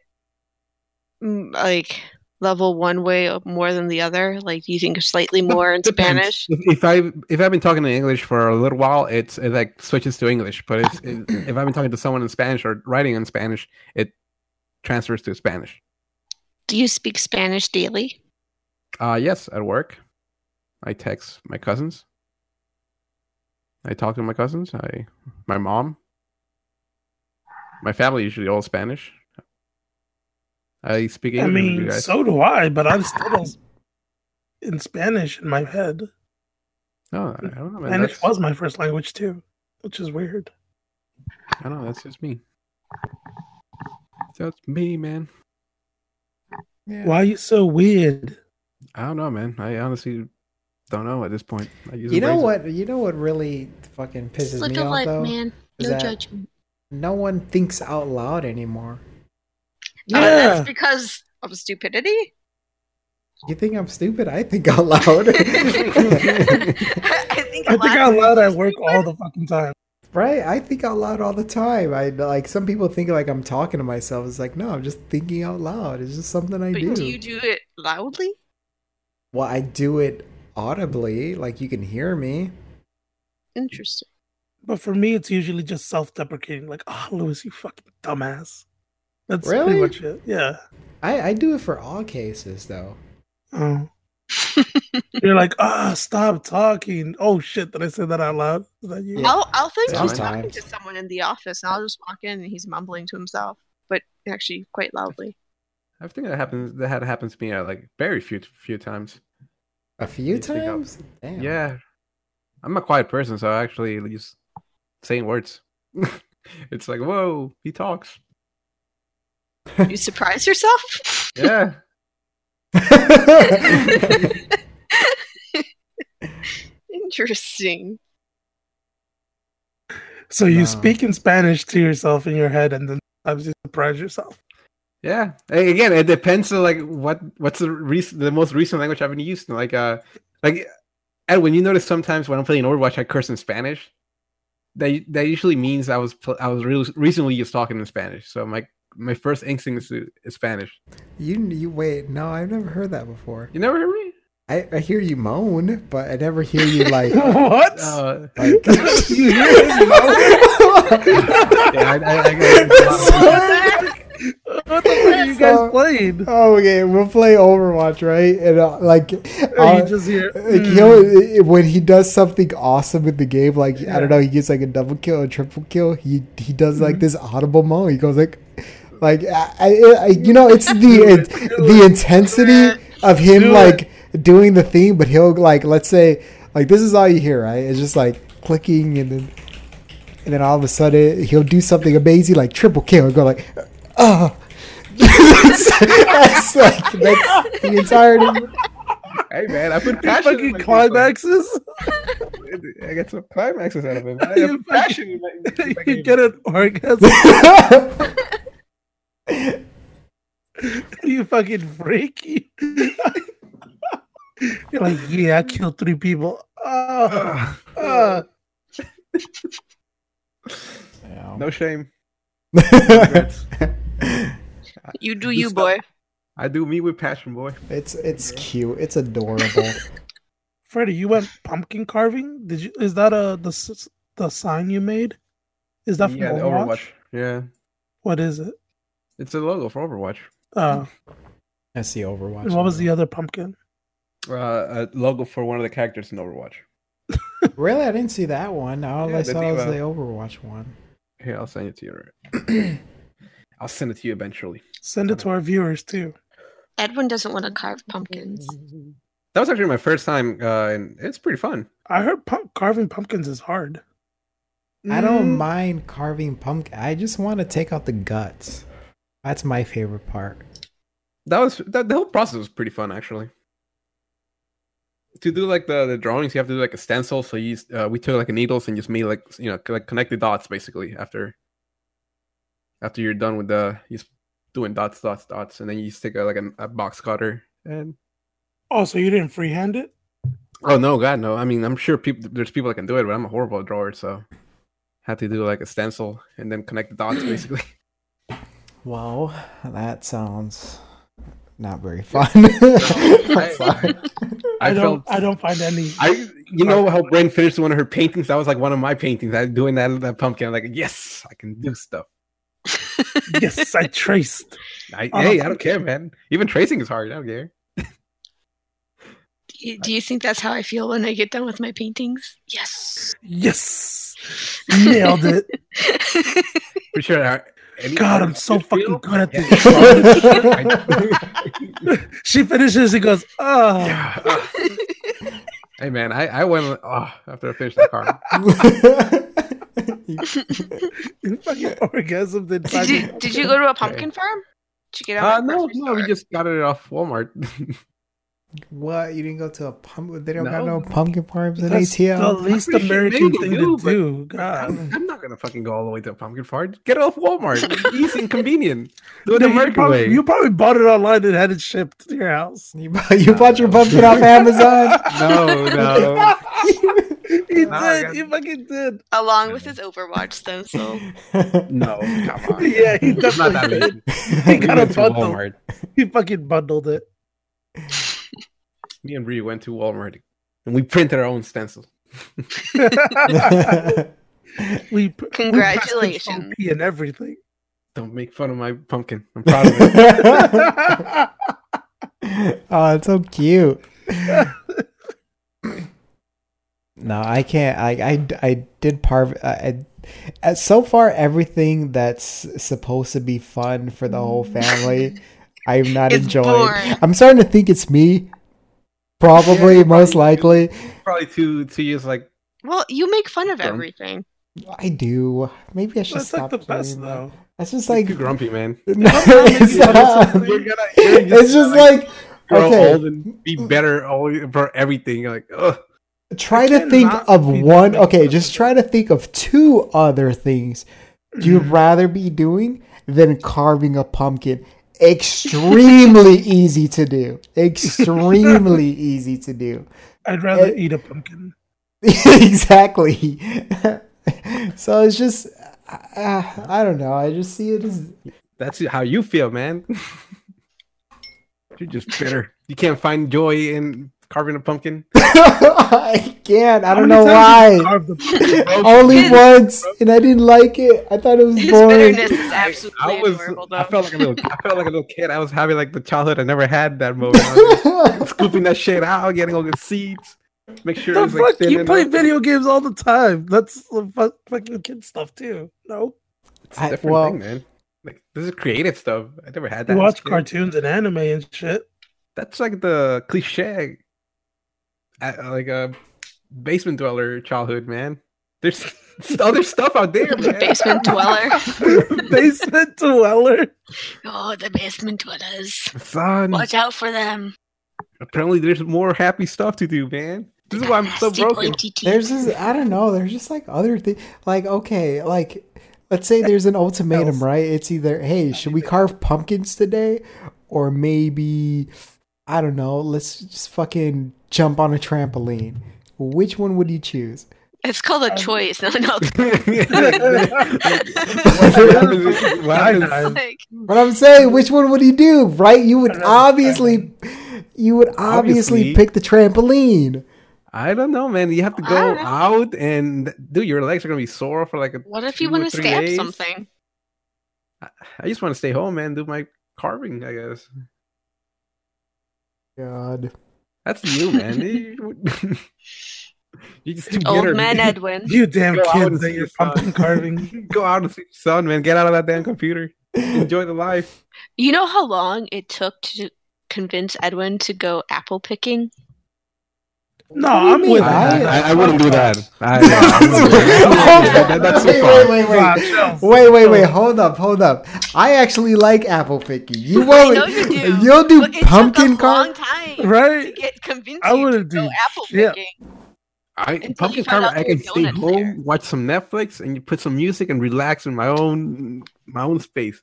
Speaker 3: mm, like level one way or more than the other? Like, do you think slightly more in
Speaker 2: Depends.
Speaker 3: Spanish?
Speaker 2: If, if I if I've been talking in English for a little while, it's it like switches to English. But it's, it, if I've been talking to someone in Spanish or writing in Spanish, it transfers to Spanish.
Speaker 3: Do you speak Spanish daily?
Speaker 2: Uh yes, at work, I text my cousins. I talk to my cousins. I my mom. My family usually all Spanish. I speak
Speaker 4: I
Speaker 2: English. with you
Speaker 4: mean,
Speaker 2: guys.
Speaker 4: so do I, but I still don't in Spanish in my head.
Speaker 2: no, Oh, I don't know. Man.
Speaker 4: Spanish
Speaker 2: That's,
Speaker 4: was my first language too, which is weird.
Speaker 2: I don't know. That's just me. That's me, man.
Speaker 1: Yeah.
Speaker 4: Why are you so weird?
Speaker 2: I don't know, man. I honestly don't know at this point. I use
Speaker 1: You know
Speaker 2: Embracer.
Speaker 1: what? You know what really fucking pisses me off though. is that-
Speaker 3: judgment.
Speaker 1: No one thinks out loud anymore.
Speaker 3: Oh,
Speaker 4: Yeah.
Speaker 3: that's because of stupidity.
Speaker 1: You think I'm stupid? I think out loud.
Speaker 3: I think a
Speaker 4: I think
Speaker 3: lot-
Speaker 4: out loud at work all the fucking time.
Speaker 1: Right? I think out loud all the time. I like some people think like I'm talking to myself. It's like no, I'm just thinking out loud. It's just something I
Speaker 3: But
Speaker 1: do.
Speaker 3: do you do it loudly?
Speaker 1: well, I do it audibly, like you can hear me.
Speaker 3: Interesting.
Speaker 4: But for me, it's usually just self-deprecating, like, "Oh, Louis, you fucking dumbass." That's
Speaker 1: Really?
Speaker 4: pretty much it. Yeah.
Speaker 1: I I do it for all cases though.
Speaker 4: Oh. You're like, ah, stop talking. Oh shit, did I say that out loud? Is that you?
Speaker 3: I'll I'll think
Speaker 2: Yeah,
Speaker 3: I'm
Speaker 2: sometimes.
Speaker 3: talking to someone in the office, and I'll just walk in, and he's mumbling to himself, but actually quite loudly.
Speaker 2: I think that happens. That had happened to me uh, like very few few times.
Speaker 1: A few
Speaker 2: You think out-
Speaker 1: times. Damn.
Speaker 2: Yeah. I'm a quiet person, so I actually use saying words. it's like, whoa, he talks.
Speaker 3: You surprise yourself?
Speaker 2: Yeah,
Speaker 3: Interesting.
Speaker 4: So you
Speaker 1: Wow.
Speaker 4: speak in Spanish to yourself in your head, and then sometimes you surprise yourself.
Speaker 2: Yeah. A- Again, it depends on like what what's the recent the most recent language I've been using. Like uh like Edwin, you notice sometimes when I'm playing Overwatch I curse in Spanish. That that usually means I was pl- I was re- recently just talking in Spanish. So my my first instinct is, to, is Spanish.
Speaker 5: You you wait. No, I've never heard that before.
Speaker 2: You never heard me?
Speaker 5: I, I hear you moan, but I never hear you like.
Speaker 4: what?
Speaker 2: Uh,
Speaker 5: like you hear him moan?
Speaker 2: yeah, I, I, I, I,
Speaker 4: what the fuck are you guys
Speaker 5: So-
Speaker 4: playing?
Speaker 5: okay, we'll play Overwatch, right? And uh, like,
Speaker 4: Or
Speaker 5: I'll-
Speaker 1: uh,
Speaker 4: you just hear.
Speaker 5: Like
Speaker 4: Hmm.
Speaker 5: he'll, when he does something awesome in the game, like I don't know, he gets like a double kill, a triple kill. He he does
Speaker 4: Mm-hmm.
Speaker 5: like this audible moan. He goes like, like I, I, I you know, it's the it, the intensity of him
Speaker 4: Do it.
Speaker 5: like doing the thing, but he'll like let's say like this is all you hear, right? It's just like clicking and then and then all of a sudden he'll do something amazing like triple kill and go like, ah. that's like that's the entirety.
Speaker 2: hey man, I put
Speaker 4: You
Speaker 2: passion. in
Speaker 4: fucking
Speaker 2: my-
Speaker 4: climaxes.
Speaker 2: I get some climaxes out of it. man. I
Speaker 4: You
Speaker 2: have
Speaker 4: fucking-
Speaker 2: passion. in my- in my
Speaker 4: you
Speaker 2: game.
Speaker 4: get an orgasm. you fucking freak. You're like, yeah, I killed three people. Oh,
Speaker 2: Ugh.
Speaker 4: oh.
Speaker 2: no shame. Regrets.
Speaker 5: it's
Speaker 3: You do
Speaker 2: You
Speaker 3: you,
Speaker 2: stop.
Speaker 3: boy.
Speaker 2: I do meet with passion, boy.
Speaker 5: it's cute. It's adorable.
Speaker 4: Freddie, you went pumpkin carving. Did you? Is that a the s- the sign you made? Is that from
Speaker 2: the
Speaker 4: Overwatch?
Speaker 2: Yeah,
Speaker 4: What is it?
Speaker 2: it's a logo for Overwatch.
Speaker 4: Uh,
Speaker 1: That's the Overwatch.
Speaker 4: and what was the other pumpkin?
Speaker 2: Uh, a logo for one of the characters in Overwatch.
Speaker 1: Really, I didn't see that one. All
Speaker 2: Yeah,
Speaker 1: I
Speaker 2: the
Speaker 1: saw was
Speaker 2: Diva.
Speaker 1: the Overwatch one.
Speaker 2: Here, I'll send it to you. right- I'll send it to you eventually.
Speaker 4: Send it to our viewers too.
Speaker 3: Edwin doesn't want to carve pumpkins.
Speaker 2: That was actually my first time, uh, and it's pretty fun.
Speaker 4: I heard pump- carving pumpkins is hard.
Speaker 1: I don't
Speaker 2: Mm,
Speaker 1: mind carving pumpkin. I just want to take out the guts. That's my favorite part.
Speaker 2: That was that. The whole process was pretty fun, actually. To do like the, the drawings, you have to do like a stencil. So you s- uh, we took like a needles and just made like you know like connect the dots basically after after you're done with the you just doing dots dots dots and then you just take a, like a, a box cutter and
Speaker 4: Oh, so you didn't freehand it?
Speaker 2: Oh no, God no! I mean, I'm sure people there's people that can do it, but I'm a horrible drawer, so had to do like a stencil and then connect the dots basically.
Speaker 1: Well, that sounds not very fun. I'm sorry.
Speaker 4: I, don't. I don't find any.
Speaker 2: I you know how Brain finished one of her paintings? That was like one of my paintings. I doing that that pumpkin. I'm like, yes, I can do stuff.
Speaker 4: yes, I traced.
Speaker 2: I,
Speaker 4: Oh,
Speaker 2: hey, I don't care, man. Even tracing is hard. I don't care.
Speaker 3: Do you, do you think that's how I feel when I get done with my paintings? Yes.
Speaker 4: Yes, nailed it.
Speaker 2: For sure. I- any
Speaker 4: God, I'm
Speaker 2: artist
Speaker 4: so
Speaker 2: should feel-
Speaker 4: fucking good at
Speaker 2: Yeah.
Speaker 4: this. she finishes. He goes, oh.
Speaker 2: Yeah, ah. hey man, I I went oh, after I finished that card.
Speaker 4: fucking orgasm. Then
Speaker 3: Did you did you go to a pumpkin farm? Did you get
Speaker 2: Uh,
Speaker 3: out?
Speaker 2: no, no, we just got it off Walmart.
Speaker 1: what? You didn't go to a pumpkin? They don't
Speaker 2: No.
Speaker 1: got no pumpkin farms in
Speaker 4: That's the
Speaker 1: ATL.
Speaker 4: least
Speaker 2: pretty sure
Speaker 4: American
Speaker 2: maybe
Speaker 4: thing
Speaker 2: they
Speaker 4: to
Speaker 2: do,
Speaker 4: do.
Speaker 2: I'm,
Speaker 4: God.
Speaker 2: I'm not gonna fucking go all the way to a pumpkin farm. Get it off Walmart. It's Easy and convenient. Do it the
Speaker 4: No, you,
Speaker 2: American
Speaker 4: probably,
Speaker 2: way.
Speaker 4: you probably bought it online and had it shipped to your house.
Speaker 1: You bought, you bought your pumpkin off Amazon.
Speaker 2: No, no.
Speaker 4: he did.
Speaker 2: Nah, I got-
Speaker 4: He fucking did.
Speaker 3: along with his Overwatch stencil.
Speaker 2: No, come on.
Speaker 4: Yeah, he
Speaker 2: It's not that
Speaker 4: definitely
Speaker 2: easy.
Speaker 4: did. He
Speaker 2: We
Speaker 4: got a
Speaker 2: went to
Speaker 4: bundle.
Speaker 2: Walmart.
Speaker 4: He fucking bundled it.
Speaker 2: Me and Bree went to Walmart and we printed our own stencil.
Speaker 4: we p-
Speaker 3: Congratulations.
Speaker 4: we passed it and everything.
Speaker 2: Don't make fun of my pumpkin. I'm proud of it.
Speaker 1: oh, it's so cute. no, I can't. I I, I did parv. I, I, as- so far, everything that's supposed to be fun for the whole family, I'm not
Speaker 3: It's
Speaker 1: enjoying.
Speaker 3: boring.
Speaker 1: I'm starting to think it's me. Probably,
Speaker 2: Yeah,
Speaker 1: most
Speaker 2: probably.
Speaker 1: likely,
Speaker 2: Probably two two years like
Speaker 3: Well, you make fun of
Speaker 2: Dumb.
Speaker 3: everything.
Speaker 1: I do. Maybe I should
Speaker 4: That's like
Speaker 1: stop.
Speaker 4: the best
Speaker 1: doing that.
Speaker 4: though.
Speaker 1: That's just
Speaker 2: like
Speaker 1: like
Speaker 2: too grumpy, man.
Speaker 1: No,
Speaker 4: Sometimes
Speaker 1: it's
Speaker 4: you do
Speaker 1: not.
Speaker 4: something-
Speaker 2: You're gonna, you're
Speaker 1: It's just
Speaker 2: gonna,
Speaker 1: like
Speaker 2: grow
Speaker 1: okay.
Speaker 2: old and be better all for everything. You're like, ugh.
Speaker 1: try to
Speaker 4: cannot
Speaker 1: think of
Speaker 4: be
Speaker 1: one.
Speaker 4: doing
Speaker 1: Okay,
Speaker 4: this.
Speaker 1: just try to think of two other things you'd
Speaker 4: Mm-hmm.
Speaker 1: rather be doing than carving a pumpkin. Extremely easy to do. Extremely easy to do.
Speaker 4: I'd rather
Speaker 1: Eh.
Speaker 4: eat a pumpkin.
Speaker 1: exactly. so it's just, uh, I don't know. I just see it as
Speaker 2: That's how you feel, man. You're just bitter. You can't find joy in carving a pumpkin.
Speaker 1: I can't. I
Speaker 4: How
Speaker 1: don't
Speaker 4: many
Speaker 1: know
Speaker 4: times
Speaker 1: why.
Speaker 4: you carved the-
Speaker 1: Only
Speaker 3: His-
Speaker 1: once, and I didn't like it. I thought it was
Speaker 3: His
Speaker 1: boring.
Speaker 3: bitterness is absolutely
Speaker 2: I was.
Speaker 3: adorable, though.
Speaker 2: I felt like a little. I felt like a little kid. I was having like the childhood I never had. That moment, I was just scooping that shit out, getting all the seeds. Make sure
Speaker 4: The
Speaker 2: it's like
Speaker 4: fuck?
Speaker 2: thin
Speaker 4: You
Speaker 2: enough.
Speaker 4: play video games all the time. That's the fu- fucking kid stuff too. No,
Speaker 2: It's
Speaker 1: I-
Speaker 2: a different
Speaker 1: well-
Speaker 2: thing, man. Like this is creative stuff. I never had that.
Speaker 4: you
Speaker 2: as a
Speaker 4: watch
Speaker 2: kid.
Speaker 4: cartoons and anime and shit.
Speaker 2: That's like the cliche, uh, like a basement dweller childhood, man. There's other stuff out there, man.
Speaker 3: Basement dweller.
Speaker 4: Basement dweller.
Speaker 3: Oh, the basement dwellers.
Speaker 2: Son,
Speaker 3: Watch out for them.
Speaker 2: apparently there's more happy stuff to do, man. This is why I'm so
Speaker 3: Nasty
Speaker 2: broken.
Speaker 3: pointy teeth.
Speaker 1: There's this, I don't know. There's just like other things. Like, okay, like, let's say there's an ultimatum,
Speaker 4: Else.
Speaker 1: right? It's either, hey, should we carve pumpkins today? Or maybe, I don't know, let's just fucking jump on a trampoline. Which one would you choose?
Speaker 3: It's called
Speaker 2: Uh,
Speaker 3: a choice, not an outcome.
Speaker 2: What happens is- what happens is-
Speaker 4: Dinosaur.
Speaker 3: like,
Speaker 1: But I'm saying, which one would you do, right? You would
Speaker 4: Another
Speaker 1: obviously, you would obviously
Speaker 2: Obviously.
Speaker 1: pick the trampoline.
Speaker 2: I don't know, man. You have to
Speaker 3: I
Speaker 2: go
Speaker 3: don't know.
Speaker 2: out and dude, your legs are gonna be sore for like a.
Speaker 3: what if you
Speaker 2: two or
Speaker 3: want to
Speaker 2: three
Speaker 3: stab
Speaker 2: days.
Speaker 3: something?
Speaker 2: I just want to stay home, man. Do my carving, I guess.
Speaker 1: God.
Speaker 2: That's you, man. You- You're just too bitter.
Speaker 3: Old man
Speaker 2: dude.
Speaker 3: Edwin.
Speaker 4: You damn
Speaker 2: Go out
Speaker 4: kids
Speaker 2: and
Speaker 4: that
Speaker 2: see
Speaker 4: you're
Speaker 2: the sun.
Speaker 4: pumpkin carving.
Speaker 2: Go out and see the sun, man. Get out of that damn computer. Enjoy the life.
Speaker 3: You know how long it took to convince Edwin to go apple picking?
Speaker 4: No,
Speaker 1: What do you
Speaker 4: I'm
Speaker 1: mean?
Speaker 4: with
Speaker 1: I-
Speaker 4: that.
Speaker 1: I-
Speaker 2: I, I wouldn't do that. That- That's
Speaker 1: wait,
Speaker 2: too
Speaker 1: wait,
Speaker 2: far.
Speaker 1: wait, wait.
Speaker 4: Wow, chills.
Speaker 1: Wait, wait, wait.
Speaker 4: Chills.
Speaker 1: Hold up, hold up. I actually like apple picking. You
Speaker 3: I
Speaker 1: won't.
Speaker 3: know you do.
Speaker 1: You'll do
Speaker 3: But it
Speaker 1: pumpkin
Speaker 3: took a long
Speaker 1: car.
Speaker 3: time to
Speaker 4: Right?
Speaker 3: get convinced
Speaker 4: I
Speaker 3: you to
Speaker 4: wouldn't
Speaker 3: go
Speaker 4: do
Speaker 3: apple
Speaker 4: shit.
Speaker 3: picking.
Speaker 2: I,
Speaker 3: Until
Speaker 2: pumpkin
Speaker 3: you found
Speaker 2: carver,
Speaker 3: out
Speaker 2: I can
Speaker 3: there were
Speaker 2: stay
Speaker 3: donuts
Speaker 2: home,
Speaker 3: there.
Speaker 2: watch some Netflix, and you put some music and relax in my own my own space.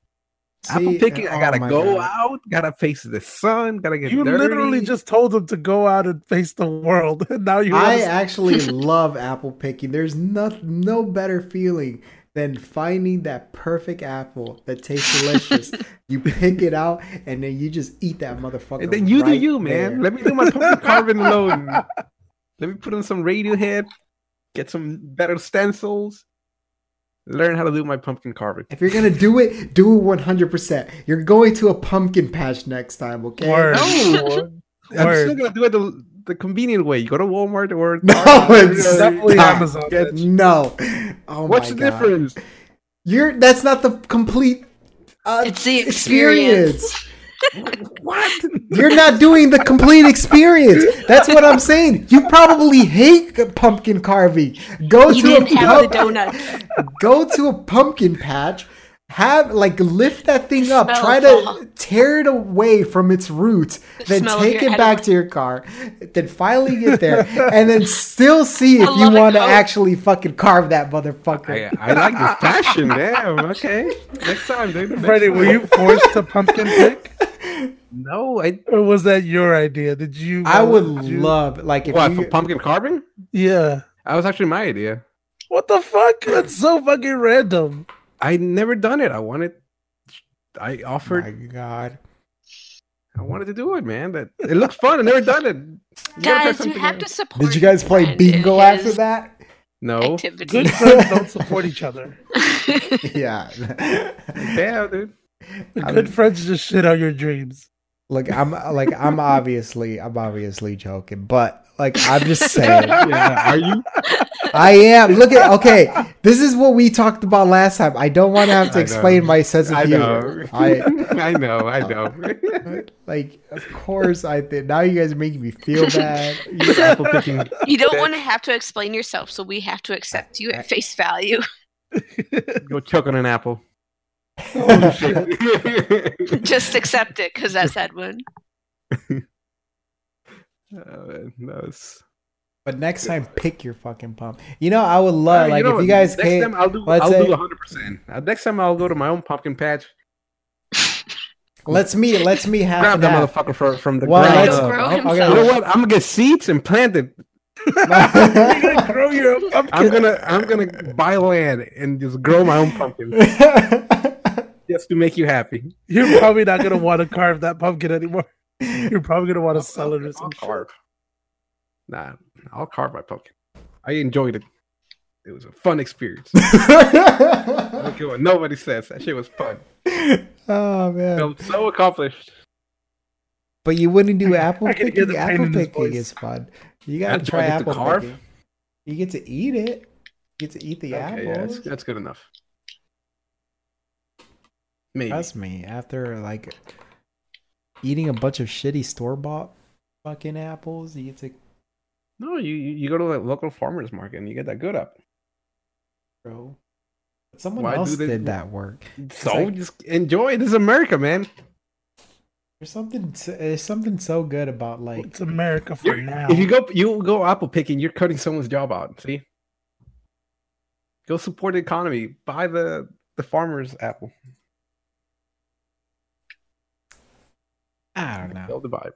Speaker 2: Apple
Speaker 1: See,
Speaker 2: picking,
Speaker 1: oh
Speaker 2: I gotta
Speaker 1: my
Speaker 2: go
Speaker 1: God.
Speaker 2: out, gotta face the sun, gotta get
Speaker 4: You
Speaker 2: dirty.
Speaker 4: literally just told him to go out and face the world, and now you.
Speaker 1: I
Speaker 4: wanna
Speaker 1: actually love apple picking. There's no, no better feeling than finding that perfect apple that tastes delicious. you pick it out and then you just eat that motherfucker.
Speaker 2: And then you
Speaker 1: right
Speaker 2: do you,
Speaker 1: there.
Speaker 2: man. Let me do my pumpkin carving alone. Let me put on some Radiohead, get some better stencils, learn how to do my pumpkin carving.
Speaker 1: If you're gonna do it, do it 100%. You're going to a pumpkin patch next time, okay?
Speaker 4: Word.
Speaker 2: No. I'm still
Speaker 4: Word.
Speaker 2: gonna do it the, the convenient way. You go to Walmart or
Speaker 1: No, it's
Speaker 4: It's definitely
Speaker 1: Nah,
Speaker 4: Amazon.
Speaker 2: get-
Speaker 4: bitch.
Speaker 1: No. Oh
Speaker 2: What's
Speaker 1: my
Speaker 2: the
Speaker 1: God.
Speaker 2: difference?
Speaker 1: You're that's not the complete. Uh,
Speaker 3: It's the experience.
Speaker 2: What?
Speaker 1: You're not doing the complete experience. That's what I'm saying. You probably hate c- pumpkin carving. Go
Speaker 3: You
Speaker 1: to a
Speaker 3: didn't have the
Speaker 1: pump-
Speaker 3: donuts.
Speaker 1: go to a pumpkin patch. Have like lift that thing up.
Speaker 3: Smell
Speaker 1: Try
Speaker 3: of fall.
Speaker 1: to tear it away from its roots. Then
Speaker 3: smell of
Speaker 1: take
Speaker 3: your
Speaker 1: it back
Speaker 3: edible.
Speaker 1: to your car. Then finally get there, and then still see if
Speaker 3: I
Speaker 1: you
Speaker 3: love it,
Speaker 1: want to
Speaker 3: Coke.
Speaker 1: actually fucking carve that
Speaker 2: I,
Speaker 1: motherfucker.
Speaker 2: I like this passion, damn. Okay, next time, dude. Next
Speaker 4: Freddie,
Speaker 2: time.
Speaker 4: were you forced to pumpkin pick,
Speaker 2: No, I.
Speaker 4: or was that your idea? Did you?
Speaker 1: I would
Speaker 4: did you-
Speaker 1: love like if
Speaker 2: What
Speaker 1: you,
Speaker 2: Oh, for pumpkin carving?
Speaker 4: Yeah.
Speaker 2: That was actually my idea.
Speaker 4: What the fuck? That's so fucking random.
Speaker 2: I never done it. I wanted. I offered.
Speaker 1: Oh My God.
Speaker 2: I wanted to do it, man. That it looks fun. I never done it. You gotta try
Speaker 3: Guys, you
Speaker 2: something
Speaker 3: have
Speaker 2: else.
Speaker 3: to support.
Speaker 1: Did you guys
Speaker 3: your
Speaker 1: play
Speaker 3: friend in
Speaker 1: bingo after
Speaker 3: his
Speaker 1: that?
Speaker 2: No.
Speaker 4: Good
Speaker 3: Activity.
Speaker 4: friends don't support each other.
Speaker 1: Yeah.
Speaker 2: Yeah, dude.
Speaker 4: Good friends just shit on your dreams.
Speaker 1: like I'm like I'm obviously I'm obviously joking, but like I'm just saying
Speaker 2: Yeah. Are you?
Speaker 1: I am. Look at okay. This is what we talked about last time. I don't want to have to
Speaker 2: I
Speaker 1: explain
Speaker 2: know.
Speaker 1: my sense of
Speaker 2: I
Speaker 1: humor.
Speaker 2: know.
Speaker 1: I
Speaker 2: I know. I know.
Speaker 1: like of course I did. Now you guys are making me feel bad.
Speaker 2: Apple picking.
Speaker 3: You don't want to have to explain yourself, so we have to accept you at face value.
Speaker 2: Go choke on an apple. Oh,
Speaker 3: Just accept it, because that's Edwin.
Speaker 2: Uh, no, it's
Speaker 1: But next time, pick your fucking pump. You know, I would love
Speaker 2: Uh,
Speaker 1: like
Speaker 2: know
Speaker 1: if you
Speaker 2: what?
Speaker 1: guys
Speaker 2: next
Speaker 1: came.
Speaker 2: time I'll do
Speaker 1: let's
Speaker 2: I'll
Speaker 1: say-
Speaker 2: do 100. percent Uh, Next time I'll go to my own pumpkin patch.
Speaker 1: Let's meet. Let's meet half.
Speaker 2: Grab
Speaker 1: and
Speaker 2: that
Speaker 1: half.
Speaker 2: motherfucker for, from the
Speaker 1: Well,
Speaker 2: ground
Speaker 1: let's-
Speaker 3: He'll
Speaker 2: up.
Speaker 3: grow
Speaker 1: okay,
Speaker 3: himself.
Speaker 2: You know what? I'm gonna get seeds and plant it.
Speaker 4: You're gonna grow your own pumpkin.
Speaker 2: I'm gonna I'm gonna buy land and just grow my own pumpkin just to make you happy.
Speaker 4: You're probably not gonna want to carve that pumpkin anymore. You're probably gonna want to sell it or
Speaker 2: I'll
Speaker 4: some shit.
Speaker 2: carve. Nah, I'll carve my pumpkin. I enjoyed it. It was a fun experience. I don't care what nobody says. That shit was fun.
Speaker 1: oh
Speaker 2: I
Speaker 1: man!
Speaker 2: felt so accomplished.
Speaker 1: But you wouldn't do apple
Speaker 4: I can hear
Speaker 1: picking.
Speaker 4: the pain
Speaker 1: Apple
Speaker 4: in his
Speaker 1: picking
Speaker 4: voice.
Speaker 1: is fun. You
Speaker 2: Yeah,
Speaker 1: gotta
Speaker 2: do I
Speaker 1: try
Speaker 2: get to
Speaker 1: apple
Speaker 2: carve?
Speaker 1: picking. You get to eat it. You get to eat the
Speaker 2: okay, yeah, that's,
Speaker 1: apples.
Speaker 2: that's good enough. Maybe.
Speaker 1: Trust me, after like eating a bunch of shitty store bought fucking apples, you get to
Speaker 2: No, you you you go to like local farmers market and you get that good up.
Speaker 1: grow. But someone
Speaker 2: Why do
Speaker 1: else
Speaker 2: they-
Speaker 1: did that work.
Speaker 2: So
Speaker 1: like-
Speaker 2: just enjoy. it. This is America, man.
Speaker 1: There's something. so- There's something so good about like
Speaker 4: It's America for
Speaker 2: You're-
Speaker 4: now.
Speaker 2: If you go you go apple picking, you're cutting someone's job out. See, go support the economy. Buy the the farmers apple.
Speaker 1: I don't know.
Speaker 2: Build the vibe.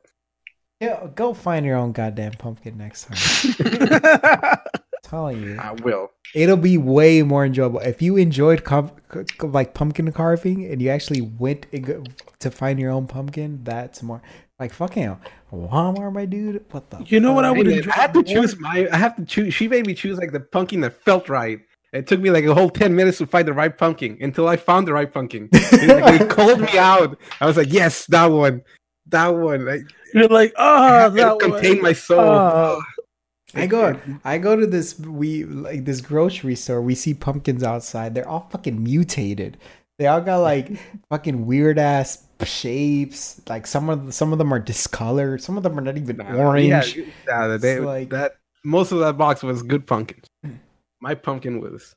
Speaker 1: Yeah, go find your own goddamn pumpkin next time. I'm telling you,
Speaker 2: I will.
Speaker 1: it'll be way more enjoyable if you enjoyed com- c- c- like pumpkin carving and you actually went and go- to find your own pumpkin. That's more like fucking Walmart, my dude. What the?
Speaker 4: You know what I
Speaker 1: fuck?
Speaker 4: would
Speaker 2: Anyway,
Speaker 4: enjoy
Speaker 2: I have to
Speaker 4: more-
Speaker 2: choose my. I have to choose. She made me choose like the pumpkin that felt right. It took me like a whole ten minutes to find the right pumpkin until I found the right pumpkin. It, like, it called me out. I was like, yes, that one, that one. I,
Speaker 4: You're like,
Speaker 2: I
Speaker 4: oh,
Speaker 2: had to
Speaker 4: that
Speaker 2: contain
Speaker 4: one.
Speaker 2: my soul.
Speaker 4: Oh.
Speaker 1: I go I go to this we like this grocery store. We see pumpkins outside. They're all fucking mutated. They all got like fucking weird ass shapes. Like some of some of them are discolored. Some of them are not even
Speaker 2: Nah,
Speaker 1: orange.
Speaker 2: Yeah, nah, they-
Speaker 1: It's like-
Speaker 2: that most of that box was good pumpkin. My pumpkin was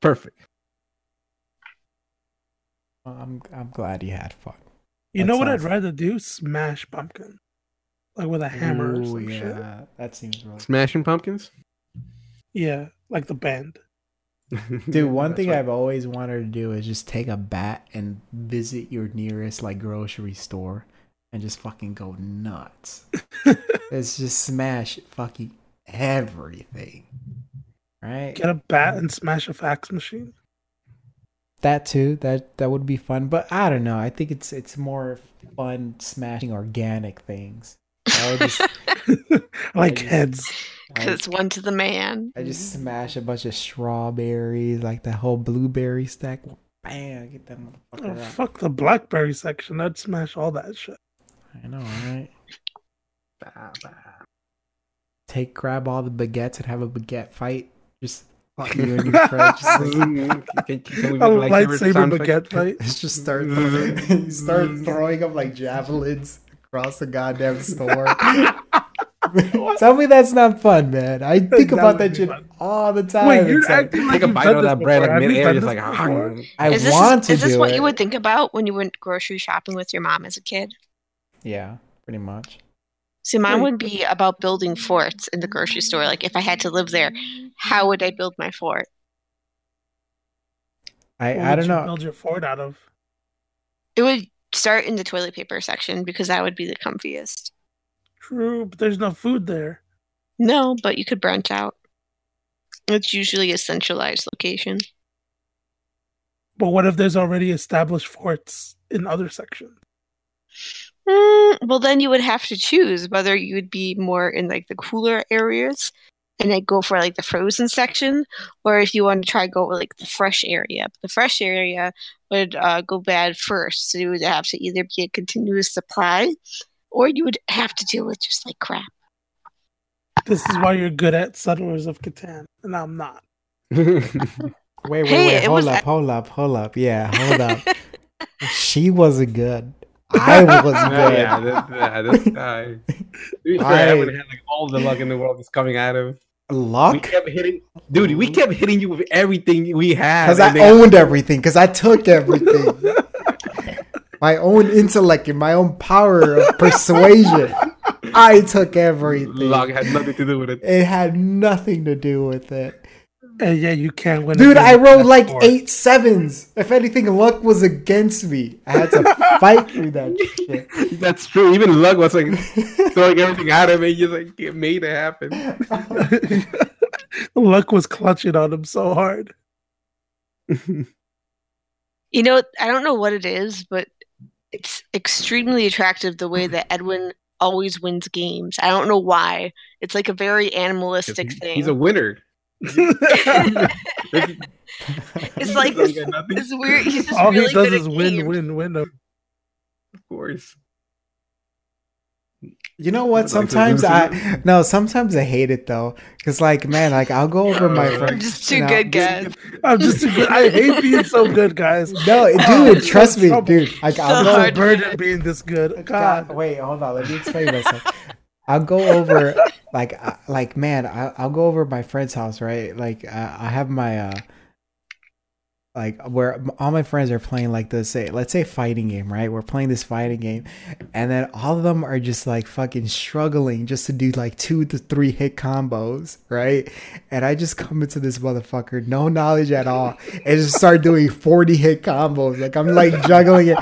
Speaker 2: perfect.
Speaker 1: I'm I'm glad you had fun.
Speaker 4: You know
Speaker 1: That
Speaker 4: what I'd
Speaker 1: sounds-
Speaker 4: rather do? Smash pumpkin, like with a hammer or
Speaker 1: Ooh,
Speaker 4: some shit.
Speaker 1: that seems really.
Speaker 2: Smashing pumpkins,
Speaker 4: Yeah, like the band.
Speaker 1: Dude, one thing I've always wanted to do is just take a bat and visit your nearest like grocery store and just fucking go nuts. Let's just smash fucking everything. Right?
Speaker 4: Get a bat and smash a fax machine.
Speaker 1: That too. That that would be fun, but I don't know. I think it's it's more fun smashing organic things. I would just
Speaker 4: like
Speaker 1: just-
Speaker 4: heads.
Speaker 1: I-
Speaker 3: Because one to the man.
Speaker 1: I just smash a bunch of strawberries, like the whole blueberry stack. Bam, get that motherfucker
Speaker 4: Oh,
Speaker 1: out.
Speaker 4: fuck the blackberry section. I'd smash all that shit.
Speaker 1: I know, right?
Speaker 2: Bah, bah.
Speaker 1: Take grab all the baguettes and have a baguette fight. Just fuck you and your friends. Just, like,
Speaker 2: Can- can- can
Speaker 4: A
Speaker 2: we make, like, favorite
Speaker 4: lightsaber
Speaker 2: sound effects?
Speaker 4: baguette fight.
Speaker 1: let's just start throwing, start throwing up like javelins across the goddamn store. Tell me that's not fun, man. I think
Speaker 4: That
Speaker 1: about
Speaker 4: would
Speaker 1: that
Speaker 4: be
Speaker 1: shit
Speaker 4: fun.
Speaker 1: all the time.
Speaker 4: Wait, you're
Speaker 1: It's like,
Speaker 4: acting like
Speaker 2: Take a
Speaker 4: you've
Speaker 2: bite
Speaker 4: done
Speaker 2: of
Speaker 4: this
Speaker 2: that bread
Speaker 4: before.
Speaker 2: like
Speaker 4: Have you
Speaker 2: midair,
Speaker 4: done
Speaker 2: just
Speaker 4: this
Speaker 2: like
Speaker 4: before?
Speaker 1: I
Speaker 3: Is this
Speaker 1: want to
Speaker 3: is this
Speaker 1: do
Speaker 3: what
Speaker 1: it.
Speaker 3: you would think about when you went grocery shopping with your mom as a kid?
Speaker 1: Yeah, pretty much.
Speaker 3: See, mine
Speaker 4: Right.
Speaker 3: would be about building forts in the grocery store. Like, if I had to live there, how would I build my fort?
Speaker 1: I
Speaker 4: What
Speaker 1: I
Speaker 4: would
Speaker 1: don't
Speaker 4: you
Speaker 1: know.
Speaker 4: Build your fort out of.
Speaker 3: It would start in the toilet paper section because that would be the comfiest.
Speaker 4: True, but there's no food there.
Speaker 3: No, but you could branch out. It's usually a centralized location.
Speaker 4: But what if there's already established forts in other sections?
Speaker 3: Mm, well, then you would have to choose whether you would be more in like the cooler areas and like go for like the frozen section, or if you want to try go with like the fresh area. The fresh area would uh, go bad first, so you would have to either be a continuous supply, or you would have to deal with just like crap.
Speaker 4: This is why you're good at Settlers of Catan, and I'm not.
Speaker 1: Wait, wait,
Speaker 3: Hey,
Speaker 1: wait.
Speaker 3: it
Speaker 1: Hold
Speaker 3: was-
Speaker 1: up, hold up, hold up. Yeah, hold up. she wasn't good. I was
Speaker 2: Yeah,
Speaker 1: good.
Speaker 2: yeah, that- yeah, this guy. To be fair, I,
Speaker 1: I-
Speaker 2: would have had like all the luck in the world just coming at him. We
Speaker 1: Luck?
Speaker 2: kept hitting, dude. We kept hitting you with everything we had.
Speaker 1: Because
Speaker 2: and
Speaker 1: I
Speaker 2: then-
Speaker 1: owned everything. Because I took everything. my own intellect and my own power of persuasion. I took everything.
Speaker 2: Log had nothing to do with it.
Speaker 1: It had nothing to do with it.
Speaker 4: And yeah, you can't win. a
Speaker 1: Dude,
Speaker 4: game
Speaker 1: I
Speaker 4: with
Speaker 1: rolled
Speaker 4: that
Speaker 1: like
Speaker 4: score.
Speaker 1: eight sevens. If anything, luck was against me. I had to fight through that shit.
Speaker 2: That's true. Even luck was like throwing everything at him, and you like it made it happen.
Speaker 4: Luck was clutching on him so hard.
Speaker 3: You know, I don't know what it is, but it's extremely attractive the way that Edwin always wins games. I don't know why. It's like a very
Speaker 2: 'Cause
Speaker 3: animalistic
Speaker 2: he-
Speaker 3: thing.
Speaker 2: He's a winner.
Speaker 3: It's like
Speaker 2: He's
Speaker 3: this-
Speaker 2: nothing,
Speaker 3: it's weird. He's just
Speaker 4: All
Speaker 3: really
Speaker 4: he does
Speaker 3: good at
Speaker 4: is win,
Speaker 3: games.
Speaker 4: win, win.
Speaker 2: of course.
Speaker 1: You know what?
Speaker 2: Like, it's a
Speaker 1: Sometimes I
Speaker 2: loser.
Speaker 1: no. Sometimes I hate it though, because like man, like I'll go over my
Speaker 2: Uh,
Speaker 1: friend.
Speaker 3: I'm just too
Speaker 1: No.
Speaker 3: good, guys.
Speaker 4: I'm just. a good- I hate being so good, guys.
Speaker 1: No,
Speaker 4: Oh,
Speaker 1: dude, trust me,
Speaker 4: trouble.
Speaker 1: dude. Like I'll
Speaker 3: So
Speaker 1: go
Speaker 4: No
Speaker 3: hard to
Speaker 4: burden
Speaker 3: do.
Speaker 4: being this good.
Speaker 1: God,
Speaker 4: God.
Speaker 1: wait, hold on. Let me explain myself. I'll go over, like, I, like, man, I, I'll go over my friend's house, right? Like, I, I have my, uh like, where m- all my friends are playing, like, the say, let's say, fighting game, right? We're playing this fighting game, and then all of them are just like fucking struggling just to do like two to three hit combos, right? And I just come into this motherfucker, no knowledge at all, and just start doing 40 hit combos. Like I'm like juggling it,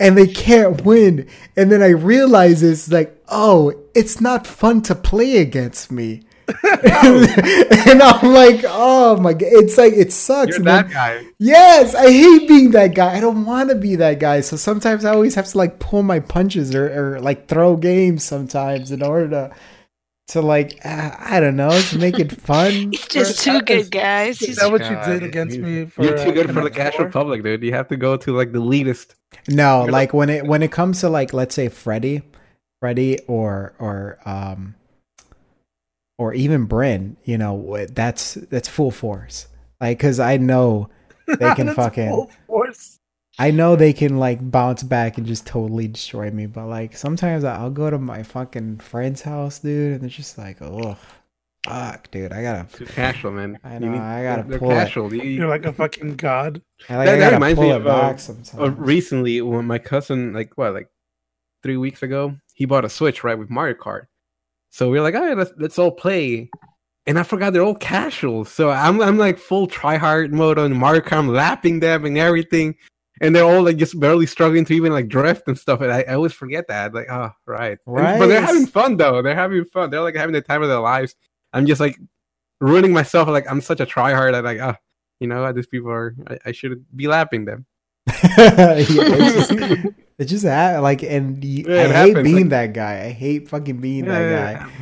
Speaker 1: and they can't win. And then I realize it's like, oh, it's not fun to play against me. and I'm like, oh my god, it's like it sucks.
Speaker 2: You're
Speaker 1: And then-
Speaker 2: that guy.
Speaker 1: Yes, I hate being that guy. I don't want to be that guy. So sometimes I always have to like pull my punches or, or like throw games sometimes in order to to like uh, I don't know to make it fun.
Speaker 3: He's just too good, guys.
Speaker 4: Is
Speaker 3: He's
Speaker 4: that what you
Speaker 2: God,
Speaker 4: did
Speaker 2: you-
Speaker 4: against me? For,
Speaker 2: You're too
Speaker 4: uh,
Speaker 2: good for the
Speaker 4: Connect
Speaker 2: casual
Speaker 4: Four?
Speaker 2: public, dude. You have to go to like the elitist.
Speaker 1: No, like when it when it comes to like let's say Freddy, Freddy or or um or even Bryn, you know wh- that's that's full force. Like because I know They can
Speaker 4: That's
Speaker 1: fucking-
Speaker 4: full force.
Speaker 1: I know they can like bounce back and just totally destroy me, but like sometimes I'll go to my fucking friend's house, dude, and they're just like, oh, fuck, dude, I gotta,
Speaker 2: Too casual, man.
Speaker 1: I
Speaker 2: You
Speaker 1: know,
Speaker 2: need-
Speaker 1: I gotta
Speaker 2: they're
Speaker 1: pull it.
Speaker 2: casual. You-
Speaker 4: You're like a fucking god.
Speaker 1: I, like,
Speaker 2: That-
Speaker 1: I
Speaker 2: that
Speaker 1: gotta
Speaker 2: reminds
Speaker 1: pull
Speaker 2: me
Speaker 1: it
Speaker 2: of, uh,
Speaker 1: back
Speaker 2: Uh,
Speaker 1: sometimes.
Speaker 2: recently, when my cousin, like what, like three weeks ago, he bought a Switch right with Mario Kart. So we are like, all right, let's, let's all play. And I forgot they're all casual. So I'm I'm like full tryhard mode on Mario Kart. I'm lapping them and everything. And they're all like just barely struggling to even like drift and stuff. And I, I always forget that. Like, oh right. And- but they're
Speaker 1: Right.
Speaker 2: having fun though. They're having fun. They're like having the time of their lives. I'm just like ruining myself. Like I'm such a tryhard. I'm like, ah, you know, these people are I, I should be lapping them.
Speaker 1: yeah, it's just, it just ha- like, and you,
Speaker 2: Yeah, it
Speaker 1: I hate
Speaker 2: happens,
Speaker 1: being
Speaker 2: like-
Speaker 1: that guy. I hate fucking being
Speaker 2: Yeah,
Speaker 1: that
Speaker 2: yeah,
Speaker 1: guy.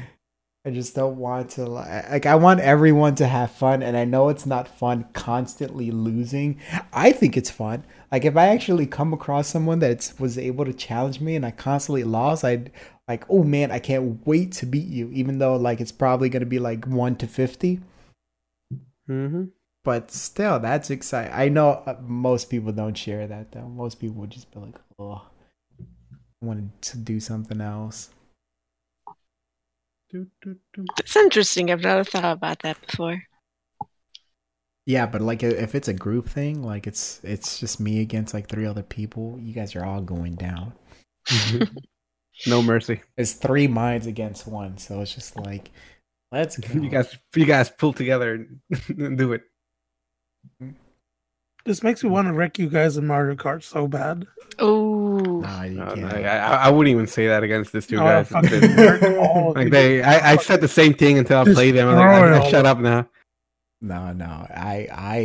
Speaker 1: I just don't want to li- like. I want everyone to have fun, and I know it's not fun constantly losing. I think it's fun. Like if I actually come across someone that was able to challenge me, and I constantly lost, I'd like, oh man, I can't wait to beat you. Even though like it's probably gonna be like one to fifty,
Speaker 2: Mm-hmm.
Speaker 1: but still, that's exciting. I know uh, most people don't share that though. Most people would just be like, oh, I wanted to do something else.
Speaker 3: That's interesting. I've never thought about that before.
Speaker 1: Yeah, but like i- if it's a group thing, like it's it's just me against like three other people, you guys are all going down.
Speaker 2: Mm-hmm. no mercy.
Speaker 1: It's three minds against one, so it's just like let's go.
Speaker 2: You guys, you guys pull together and do it.
Speaker 4: This makes me want to wreck you guys in Mario Kart so bad.
Speaker 3: Oh,
Speaker 1: Nah, you
Speaker 2: Uh,
Speaker 1: can't.
Speaker 2: I, I, I wouldn't even say that against these two
Speaker 4: No, I
Speaker 2: guys.
Speaker 4: fucking wreck all of
Speaker 2: like
Speaker 4: you.
Speaker 2: they, I, I said the same thing until I played them. I'm like, I, I shut up now.
Speaker 1: No, no, I I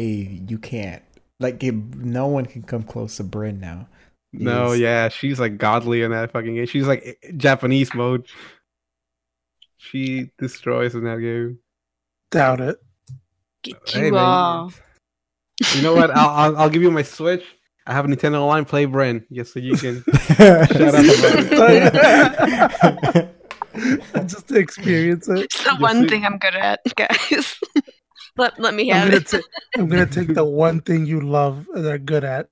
Speaker 1: you can't. Like it, no one can come close to Bryn now.
Speaker 2: No,
Speaker 1: Yes.
Speaker 2: yeah, she's like godly in that fucking game. She's like Japanese mode. She destroys in that game.
Speaker 4: doubt it.
Speaker 3: get
Speaker 2: Hey,
Speaker 3: you
Speaker 2: man,
Speaker 3: all.
Speaker 2: You know what? I'll, I'll I'll give you my Switch. I have a Nintendo Online Play brand, just so you can.
Speaker 1: Shut
Speaker 4: up, Just to experience it.
Speaker 3: It's the
Speaker 2: You
Speaker 3: one
Speaker 2: see-
Speaker 3: thing I'm good at, guys. let let me
Speaker 4: I'm gonna,
Speaker 3: have it.
Speaker 4: ta- I'm gonna take the one thing you love and are good at.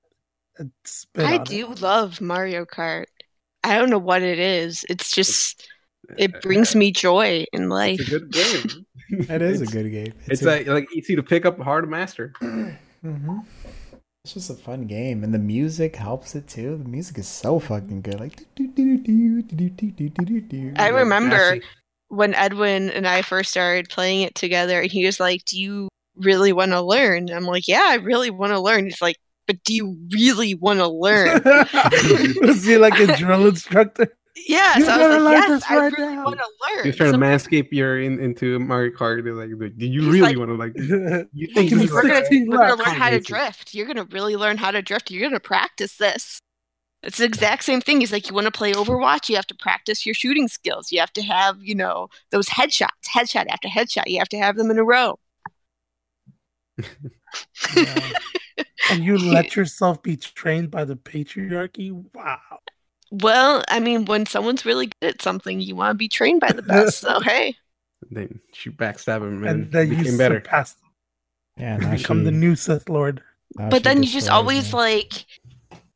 Speaker 4: And spit
Speaker 3: I
Speaker 4: on it.
Speaker 3: do love Mario Kart. I don't know what it is. It's just it brings me joy in life.
Speaker 2: It's a good game.
Speaker 1: It is a
Speaker 2: It's-
Speaker 1: good game.
Speaker 2: It's, like like easy to pick up, hard to master.
Speaker 1: Mhm.
Speaker 6: It's just a fun game, and the music helps it too. The music is so fucking good. Like, do, do, do, do, do, do, do, do, do, do.
Speaker 3: I
Speaker 2: Like,
Speaker 3: remember
Speaker 2: nasty.
Speaker 3: when Edwin and I first started playing it together, and he was like, "Do you really want to learn?" I'm like, "Yeah, I really want to learn." He's like, "But do you really want to learn?"
Speaker 4: Was he like a drill instructor?
Speaker 3: yeah,
Speaker 4: You
Speaker 3: so I was
Speaker 4: gotta
Speaker 3: like,
Speaker 4: learn
Speaker 3: "Yes,
Speaker 4: this
Speaker 3: I
Speaker 4: right
Speaker 3: really
Speaker 4: now."
Speaker 3: want to learn."
Speaker 2: You're trying to
Speaker 3: So
Speaker 2: manscape your in, into Mario Kart. They're like, do you
Speaker 3: He's
Speaker 2: really
Speaker 3: like-
Speaker 2: want to like?
Speaker 4: Give
Speaker 2: You think
Speaker 4: me
Speaker 2: this is
Speaker 3: We're gonna-
Speaker 4: 16
Speaker 3: We're gonna
Speaker 4: laps.
Speaker 3: learn how to
Speaker 2: Comprehensive.
Speaker 3: drift. You're gonna really learn how to drift. You're gonna practice this. It's the exact same thing. He's like, you want to play Overwatch, you have to practice your shooting skills. You have to have, you know, those headshots, headshot after headshot. You have to have them in a row.
Speaker 4: And you let yourself be trained by the patriarchy? Wow.
Speaker 3: Well, I mean, when someone's really good at something, you want to be trained by the best. so hey,
Speaker 2: Then she backstabbed him
Speaker 4: And
Speaker 2: and,
Speaker 4: then you
Speaker 2: became better.
Speaker 4: surpassed them,
Speaker 6: yeah,
Speaker 2: now
Speaker 4: become the new Sith Lord.
Speaker 3: but then you just always like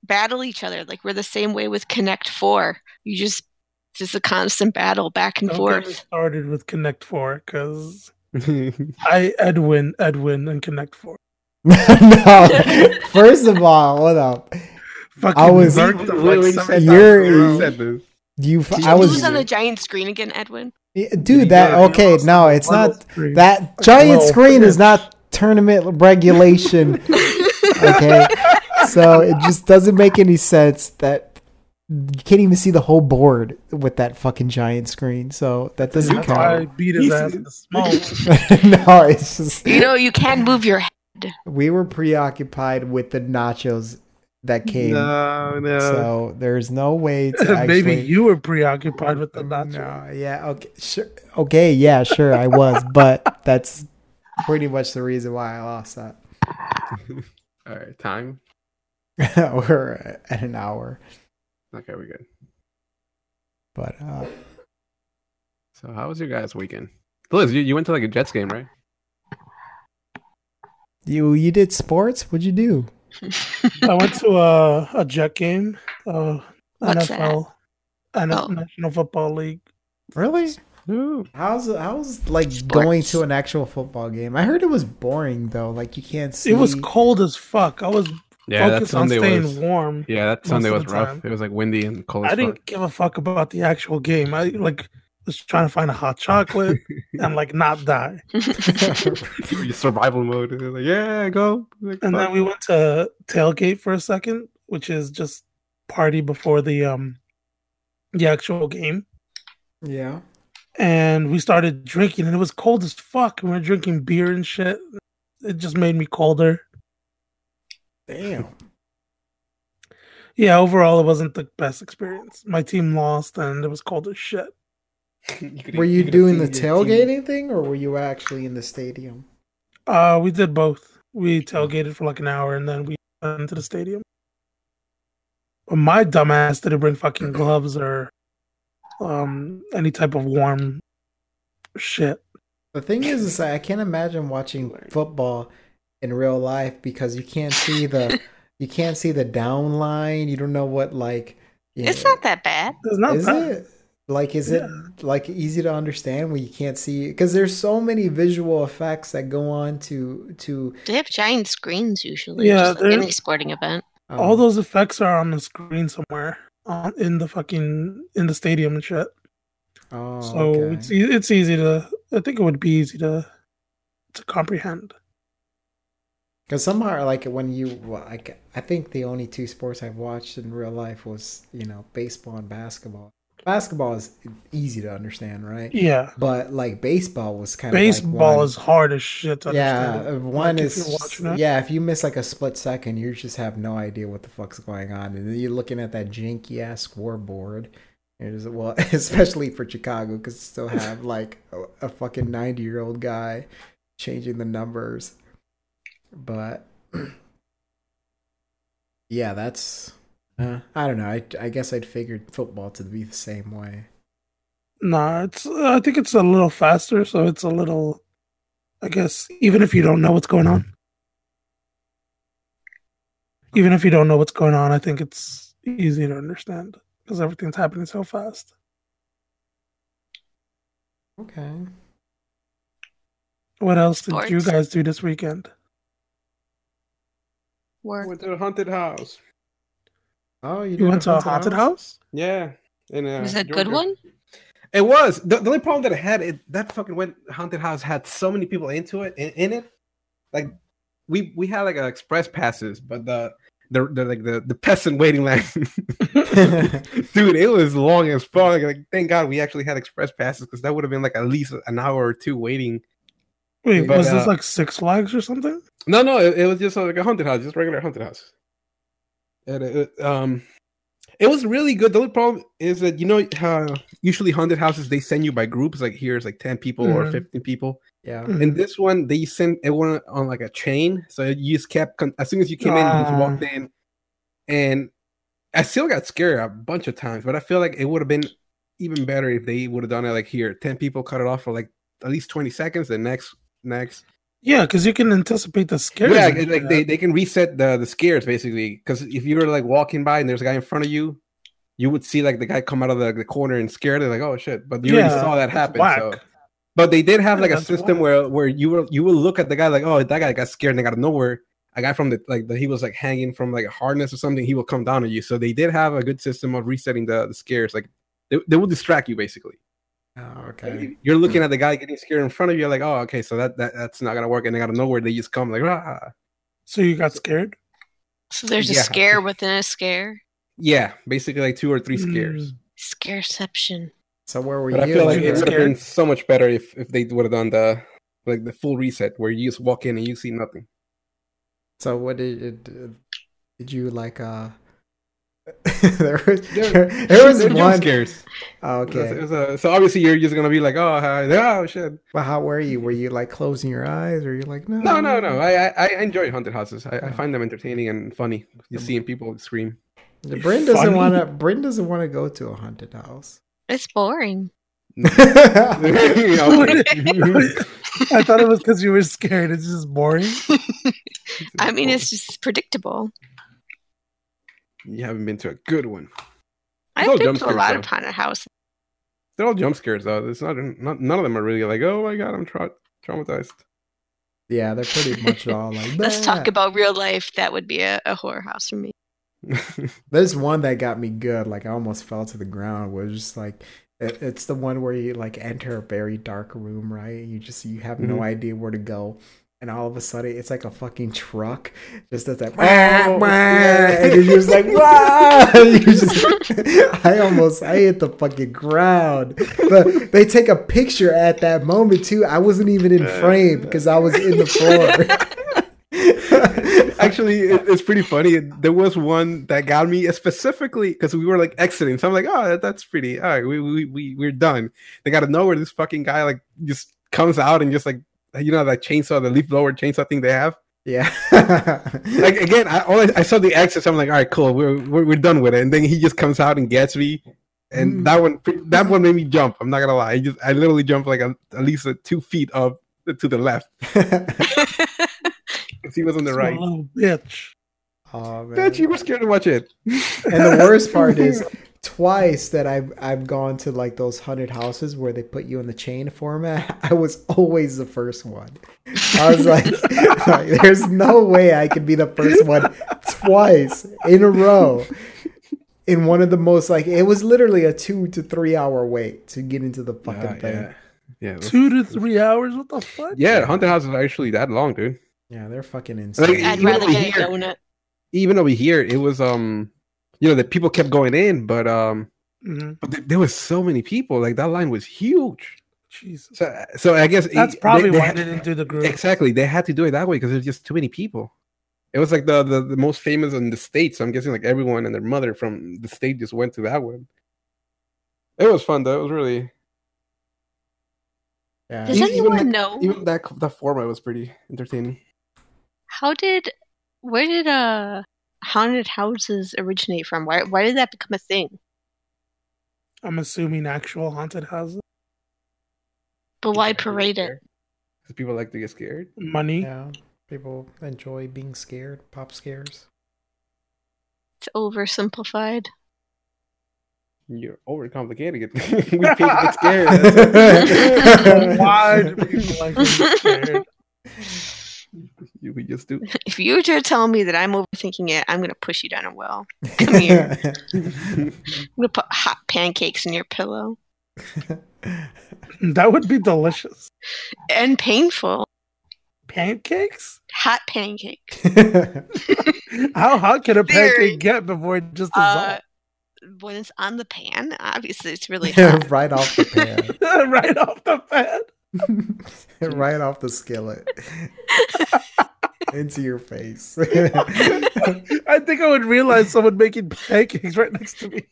Speaker 3: battle each other. Like we're the same way with Connect Four. You just it's just a constant battle back and
Speaker 4: Don't get me
Speaker 3: forth.
Speaker 4: started with Connect Four, because
Speaker 2: That's
Speaker 4: I Edwin, Edwin, and Connect Four.
Speaker 1: no. First of all, hold up.
Speaker 4: Fucking
Speaker 1: I was-
Speaker 4: lurked them like
Speaker 2: what he
Speaker 4: seven
Speaker 2: said.
Speaker 4: times
Speaker 1: You're-
Speaker 4: in a row.
Speaker 2: You said this.
Speaker 1: You, f-
Speaker 2: Did
Speaker 1: I
Speaker 2: you
Speaker 3: Who's
Speaker 1: was,
Speaker 3: on the giant screen again, Edwin.
Speaker 1: Yeah, dude. That
Speaker 2: Yeah,
Speaker 1: okay?
Speaker 4: lost
Speaker 1: No, it's
Speaker 4: One
Speaker 1: not
Speaker 4: of three.
Speaker 1: that giant
Speaker 4: Well,
Speaker 1: screen is
Speaker 4: yes.
Speaker 1: not tournament regulation. Okay, so it just doesn't make any sense that you can't even see the whole board with that fucking giant screen. So that doesn't
Speaker 2: You
Speaker 4: That's why I
Speaker 1: count.
Speaker 4: beat his
Speaker 2: He's-
Speaker 4: ass in the small.
Speaker 1: no, it's just
Speaker 3: You know, you can move your head.
Speaker 1: we were preoccupied with the nachos that came.
Speaker 2: No, no.
Speaker 1: So there's no way to
Speaker 4: one.
Speaker 1: actually.
Speaker 4: Maybe you were preoccupied with the nacho.
Speaker 1: No, yeah, okay, sure, okay, yeah, sure, I was, but that's pretty much the reason why I lost that.
Speaker 2: All right, time.
Speaker 1: We're at an hour,
Speaker 2: Okay, we're good.
Speaker 1: but uh,
Speaker 2: So, how was your guys' weekend? Liz, you, you went to like a Jets game, right?
Speaker 1: you you did sports. What'd you do?
Speaker 4: I went to a, a jet game, uh,
Speaker 3: What's
Speaker 4: NFL,
Speaker 3: Oh.
Speaker 4: NFL National Football League.
Speaker 1: Really?
Speaker 2: Ooh.
Speaker 1: How's how's like
Speaker 3: Sports.
Speaker 1: going to an actual football game? I heard it was boring though. Like you can't see.
Speaker 4: It was cold as fuck. I was
Speaker 2: Mm. Yeah, that
Speaker 4: focused on
Speaker 2: Sunday
Speaker 4: staying
Speaker 2: was.
Speaker 4: warm.
Speaker 2: Yeah, that
Speaker 4: most
Speaker 2: Sunday
Speaker 4: of
Speaker 2: was
Speaker 4: the
Speaker 2: rough.
Speaker 4: time.
Speaker 2: It was like windy and cold.
Speaker 4: I
Speaker 2: as
Speaker 4: didn't give a fuck about the actual game. I like was trying to find a hot chocolate and like not die.
Speaker 2: fuck. You were in survival mode. It was like, yeah, go. Like,
Speaker 4: And then
Speaker 2: fuck.
Speaker 4: we went to tailgate for a second, which is just party before the um the actual game.
Speaker 1: Yeah.
Speaker 4: and we started drinking and it was cold as fuck and we were drinking beer and shit it just made me colder
Speaker 1: Damn.
Speaker 4: yeah overall it wasn't the best experience my team lost and it was cold as shit
Speaker 2: You could-
Speaker 1: Were you
Speaker 2: could
Speaker 1: doing the
Speaker 2: have seen your team.
Speaker 1: tailgating thing, or were you actually in the stadium?
Speaker 4: uh we did both we tailgated for like an hour and then we went into the stadium but my dumbass didn't bring fucking gloves or um any type of warm shit
Speaker 1: The thing is, is I can't imagine watching football in real life because you can't see the you can't see the down line. You don't know what like. you
Speaker 3: It's
Speaker 1: know-
Speaker 3: not that bad.
Speaker 4: it's not
Speaker 1: is
Speaker 4: bad.
Speaker 1: it like is it like easy to understand when you can't see because there's so many visual effects that go on to to
Speaker 3: They have giant screens usually,
Speaker 4: Yeah,
Speaker 3: just like
Speaker 4: they're-
Speaker 3: any sporting event.
Speaker 1: um,
Speaker 4: all those effects are on the screen somewhere on in the fucking in the stadium and shit
Speaker 1: oh,
Speaker 4: so
Speaker 1: okay.
Speaker 4: it's e- it's easy to I think it would be easy to to comprehend.
Speaker 1: Because somehow, like when you like, I think the only two sports I've watched in real life was you know baseball and basketball. Basketball is easy to understand, right?
Speaker 4: Yeah,
Speaker 1: But like baseball was kind of like
Speaker 4: baseball
Speaker 1: one-
Speaker 4: is hard as shit to
Speaker 1: yeah
Speaker 4: understand.
Speaker 1: uh, one
Speaker 4: Like, if
Speaker 1: is
Speaker 4: you're
Speaker 1: just-
Speaker 4: watching it.
Speaker 1: yeah if you miss like a split second you just have no idea what the fuck's going on and then you're looking at that janky ass scoreboard and it's- well especially for chicago because they still have like a, a fucking 90 year old guy changing the numbers but yeah that's
Speaker 4: Uh-huh.
Speaker 1: uh, i don't know I, I guess i'd figured football to be the same way
Speaker 4: Nah, it's uh, I think it's a little faster, so it's a little. I guess even if you don't know what's going on, even if you don't know what's going on, I think it's easy to understand because everything's happening so fast.
Speaker 1: okay
Speaker 4: What else did you
Speaker 3: Sports.
Speaker 4: guys do this weekend?
Speaker 3: Work.
Speaker 2: Went to the haunted house.
Speaker 1: Oh,
Speaker 4: You
Speaker 1: did
Speaker 4: went to a haunted house?
Speaker 2: Yeah. In, uh,
Speaker 7: Was it a good
Speaker 2: Georgia.
Speaker 7: one?
Speaker 2: It was. The, the only problem that I had it that fucking went haunted house had so many people into it in, in it. Like we we had like uh, express passes, but the the, the like the the peasant waiting line. Dude, it was long as fuck. Like, thank God we actually had express passes because that would have been like at least an hour or two waiting.
Speaker 4: Wait,
Speaker 2: But,
Speaker 4: was this
Speaker 2: uh,
Speaker 4: like Six Flags or something?
Speaker 2: No, no, it, it was just uh, like a haunted house, just regular haunted house. And it, it, um, it was really good. The only problem is that you know how usually haunted houses they send you by groups. Like here's like ten people or
Speaker 4: Mhm.
Speaker 2: fifteen people.
Speaker 1: Yeah.
Speaker 4: Hmm.
Speaker 2: And this one they sent everyone on like a chain, so you just kept con- as soon as you came in, you just
Speaker 4: Ah.
Speaker 2: walked in. And I still got scared a bunch of times, but I feel like it would have been even better if they would have done it like here, ten people cut it off for like at least twenty seconds. The next, next,
Speaker 4: Yeah, because you can anticipate the scare.
Speaker 2: yeah, like, like they, they can reset the the scares basically because if you were like walking by and there's a guy in front of you, you would see like the guy come out of the, the corner and scared. They're like, oh shit! But you already
Speaker 4: Yeah,
Speaker 2: saw that happen. So.
Speaker 4: whack.
Speaker 2: But they did have
Speaker 4: Yeah,
Speaker 2: like a
Speaker 4: that's
Speaker 2: system
Speaker 4: whack.
Speaker 2: where where you were you will look at the guy like, oh that guy got scared and out of nowhere. A guy from the like that he was like hanging from like a harness or something, he will come down on you. So they did have a good system of resetting the, the scares. Like they, they will distract you basically.
Speaker 1: Oh,
Speaker 2: Like,
Speaker 1: okay.
Speaker 2: You're looking at the guy getting scared in front of you, like, oh okay, so that, that that's not gonna work. And then out of nowhere they just come like ah.
Speaker 4: So you got scared?
Speaker 3: So there's a
Speaker 2: Yeah.
Speaker 3: scare within a scare.
Speaker 2: Yeah, basically like two or three scares.
Speaker 1: Mm.
Speaker 3: Scareception.
Speaker 1: So where were
Speaker 2: But I
Speaker 1: you?
Speaker 2: feel like
Speaker 4: you
Speaker 2: it
Speaker 4: get
Speaker 2: would have been
Speaker 4: scared?
Speaker 2: so much better if if they would have done the like the full reset where you just walk in and you see nothing.
Speaker 1: so what did it, did you like? Uh, there was
Speaker 2: There-
Speaker 1: there, was
Speaker 2: They're jump
Speaker 1: one.
Speaker 2: scares.
Speaker 1: Oh,
Speaker 2: It's-
Speaker 1: okay.
Speaker 2: it's a- so obviously you're just gonna be like, oh, hi, oh shit.
Speaker 1: But how were you? Were you like closing your eyes, or you like no?
Speaker 2: No, no, no. I I, I enjoy haunted houses. I, I
Speaker 1: Yeah.
Speaker 2: find them entertaining and funny. Just seeing people scream.
Speaker 1: Bryn doesn't
Speaker 4: Funny.
Speaker 1: want to. Bryn doesn't want to go to a haunted house.
Speaker 3: It's boring.
Speaker 2: You know,
Speaker 4: I thought it was because you were scared. It's just boring.
Speaker 3: I mean, it's just predictable.
Speaker 2: you haven't been to a good one. all
Speaker 3: I've been
Speaker 2: jump
Speaker 3: to a
Speaker 2: scares,
Speaker 3: lot
Speaker 2: though.
Speaker 3: of haunted houses.
Speaker 2: They're all jump scares though. It's not, not none of them are really like, oh my god, I'm tra- traumatized.
Speaker 1: yeah, they're pretty much all like.
Speaker 3: Let's talk
Speaker 1: "Bleh."
Speaker 3: about real life. That would be a, a horror house for me.
Speaker 1: There's one that got me good. Like I almost fell to the ground. Was just like it, it's the one where you like enter a very dark room, right? You just you have no
Speaker 2: Mhm.
Speaker 1: idea where to go, and all of a sudden it's like a fucking truck just does that,
Speaker 2: Oh,
Speaker 1: wah, wah,
Speaker 2: yeah.
Speaker 1: and you're just like, wow! you just, I almost I hit the fucking ground. But they take a picture at that moment too. I wasn't even in frame because I was in the floor.
Speaker 2: Actually, it, it's pretty funny. There was one that got me specifically because we were like exiting. So I'm like, oh, that, that's pretty. All right, we, we, we, we're done. They got to know where this fucking guy like just comes out and just like, you know, that chainsaw, the leaf blower chainsaw thing they have.
Speaker 1: yeah.
Speaker 2: Like, again, I, all I, I saw the exit. So I'm like, all right, cool. We're, we're, we're done with it. And then he just comes out and gets me. And
Speaker 1: Mm.
Speaker 2: that one, pre- that one made me jump. I'm not gonna lie. I just, I literally jumped like a, at least uh two feet up to the left because he was on the
Speaker 4: Small
Speaker 2: right.
Speaker 4: Little bitch.
Speaker 1: Oh, man.
Speaker 2: Bitch, you were scared to watch it.
Speaker 1: and the worst part is twice that I've I've gone to like those haunted houses where they put you in the chain format. I was always the first one. I was like, like, there's no way I could be the first one twice in a row. In one of the most like it was literally a two to three hour wait to get into the fucking
Speaker 2: Yeah,
Speaker 1: thing.
Speaker 2: yeah. Yeah, it was-
Speaker 4: Two to three hours? What the fuck?
Speaker 2: yeah, haunted houses are actually that long, dude.
Speaker 1: Yeah, they're fucking
Speaker 2: Like,
Speaker 1: insane.
Speaker 3: I'd
Speaker 2: you
Speaker 3: rather
Speaker 2: over
Speaker 3: get a
Speaker 2: here-
Speaker 3: donut.
Speaker 2: Even over here, it was um, you know, the people kept going in, but um,
Speaker 4: Mhm.
Speaker 2: but th- there was so many people, like that line was huge.
Speaker 4: Jesus.
Speaker 2: So, so I guess it-
Speaker 4: That's probably
Speaker 2: they- they
Speaker 4: why
Speaker 2: had-
Speaker 4: they didn't do the group.
Speaker 2: exactly they had to do it that way because there's just too many people. It was like the, the the most famous in the states. So I'm guessing like everyone and their mother from the state just went to that one. It was fun though. It was really
Speaker 1: Yeah.
Speaker 3: Does
Speaker 2: Even- even
Speaker 3: anyone
Speaker 2: the-
Speaker 3: know
Speaker 2: even that that format was pretty entertaining.
Speaker 3: how did where did uh haunted houses originate from? Why why did that become a thing?
Speaker 4: I'm assuming actual haunted houses.
Speaker 3: But why
Speaker 2: People like
Speaker 3: parade
Speaker 2: to get
Speaker 3: it?
Speaker 2: scared. 'Cause people like to get scared.
Speaker 4: Money.
Speaker 1: yeah. People enjoy being scared, pop scares.
Speaker 3: It's oversimplified.
Speaker 2: You're overcomplicating it. we paid to get scared.
Speaker 4: Why do people like to be scared?
Speaker 2: You could just do.
Speaker 3: If you were to tell me that I'm overthinking it, I'm gonna push you down a well. Come here. I'm gonna put hot pancakes in your pillow.
Speaker 4: That would be delicious.
Speaker 3: And painful.
Speaker 4: Pancakes?
Speaker 3: Hot pancake.
Speaker 4: How hot can a
Speaker 3: Very.
Speaker 4: pancake get before it just
Speaker 3: Uh,
Speaker 4: dissolves?
Speaker 3: when it's on the pan, obviously it's really hot.
Speaker 1: right off the pan.
Speaker 4: right off the bat.
Speaker 1: right off the skillet into your face.
Speaker 4: I think I would realize someone making pancakes right next to me.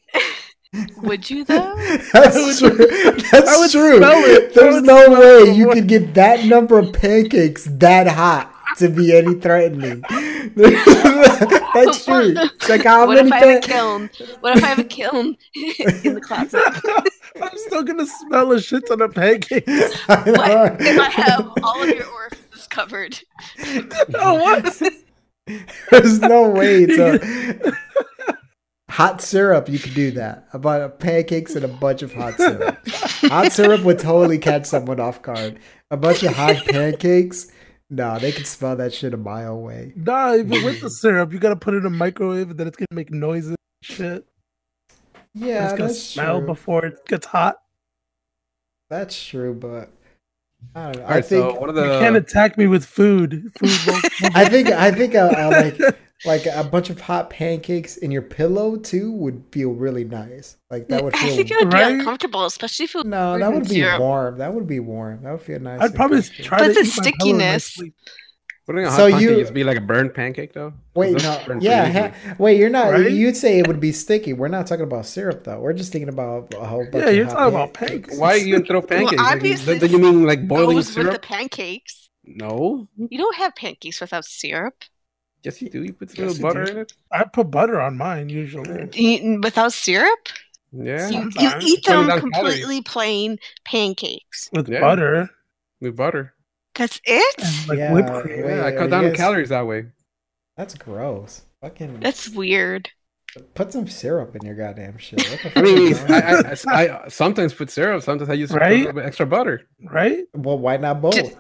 Speaker 3: Would you though?
Speaker 1: That's
Speaker 4: I would-
Speaker 1: true. That's
Speaker 4: I would
Speaker 1: true.
Speaker 4: smell it. I
Speaker 1: There's
Speaker 4: would
Speaker 1: no
Speaker 4: smell it
Speaker 1: way
Speaker 4: from
Speaker 1: you
Speaker 4: what-
Speaker 1: could get that number of pancakes that hot to be any threatening. That's true. It's like how
Speaker 3: what
Speaker 1: many
Speaker 3: if I have
Speaker 1: pan-
Speaker 3: a kiln? What if I have a kiln in the closet?
Speaker 4: I'm still gonna smell a shit ton of pancakes.
Speaker 1: I know,
Speaker 3: What if I
Speaker 1: right?
Speaker 3: have all of your orifices covered?
Speaker 4: Oh, what?
Speaker 1: There's no way. It's a... Hot syrup, you could do that. About pancakes and a bunch of hot syrup. hot syrup would totally catch someone off guard. A bunch of hot pancakes, no, they could smell that shit a mile away.
Speaker 4: Nah, even with the syrup, you gotta put it in a microwave, and then it's gonna make noises and shit. And
Speaker 1: Yeah,
Speaker 4: it's gonna
Speaker 1: that's
Speaker 4: smell
Speaker 1: true.
Speaker 4: before it gets hot.
Speaker 1: That's true, but I don't know.
Speaker 2: All right,
Speaker 1: I think
Speaker 2: so one of
Speaker 4: You can't
Speaker 2: the
Speaker 4: attack me with food. Food won't.
Speaker 1: I think I think a, a, like like a bunch of hot pancakes in your pillow too would feel really nice. Like that would
Speaker 3: I
Speaker 1: feel
Speaker 3: think it would
Speaker 4: Right?
Speaker 3: be uncomfortable, especially if it
Speaker 1: no, that would be
Speaker 3: Syrup.
Speaker 1: warm. That would be warm. That would feel nice.
Speaker 4: I'd
Speaker 1: and
Speaker 4: probably
Speaker 1: crispy.
Speaker 4: try
Speaker 3: But
Speaker 4: to
Speaker 3: the
Speaker 4: eat my pillow in my
Speaker 3: stickiness.
Speaker 4: sleep.
Speaker 2: putting a hot
Speaker 1: So
Speaker 2: pancake
Speaker 1: you-
Speaker 2: just be like a burned pancake though. 'Cause
Speaker 1: Wait,
Speaker 2: those
Speaker 1: no,
Speaker 2: burn
Speaker 1: yeah,
Speaker 2: pretty easily.
Speaker 1: ha- wait. You're not.
Speaker 4: Right?
Speaker 1: You'd say it would be sticky. We're not talking about syrup though. We're just thinking about a whole bunch.
Speaker 4: Yeah, you're
Speaker 1: of hot
Speaker 4: talking about
Speaker 1: pancakes.
Speaker 4: pancakes.
Speaker 2: Why you even throw pancakes? Like,
Speaker 3: obviously
Speaker 2: do you mean like boiling
Speaker 3: goes with the
Speaker 2: syrup?
Speaker 3: pancakes.
Speaker 2: no.
Speaker 3: You don't have pancakes without syrup.
Speaker 2: Yes, you do. You put a
Speaker 4: Yes,
Speaker 2: little
Speaker 4: you
Speaker 2: butter
Speaker 4: do.
Speaker 2: in it.
Speaker 4: I put butter on mine usually.
Speaker 3: You- Without syrup,
Speaker 2: Yeah,
Speaker 3: you, you
Speaker 4: Sometimes.
Speaker 3: eat
Speaker 2: Well,
Speaker 3: them
Speaker 2: without
Speaker 3: completely plain pancakes.
Speaker 4: With
Speaker 2: Yeah.
Speaker 4: butter
Speaker 2: with butter.
Speaker 3: That's it.
Speaker 4: and like
Speaker 1: Yeah,
Speaker 4: whipped cream.
Speaker 1: Wait, uh,
Speaker 2: yeah, I
Speaker 1: are
Speaker 2: cut down
Speaker 1: you
Speaker 2: on
Speaker 1: guys-
Speaker 2: calories that way.
Speaker 1: That's gross. Fucking
Speaker 3: That's weird.
Speaker 1: put some syrup in your goddamn shit. What the
Speaker 2: I mean,
Speaker 1: fuck?
Speaker 2: I, I- I- I sometimes put syrup. Sometimes I just put a
Speaker 4: Right?
Speaker 2: little bit extra butter
Speaker 4: Right?
Speaker 1: well, why not both?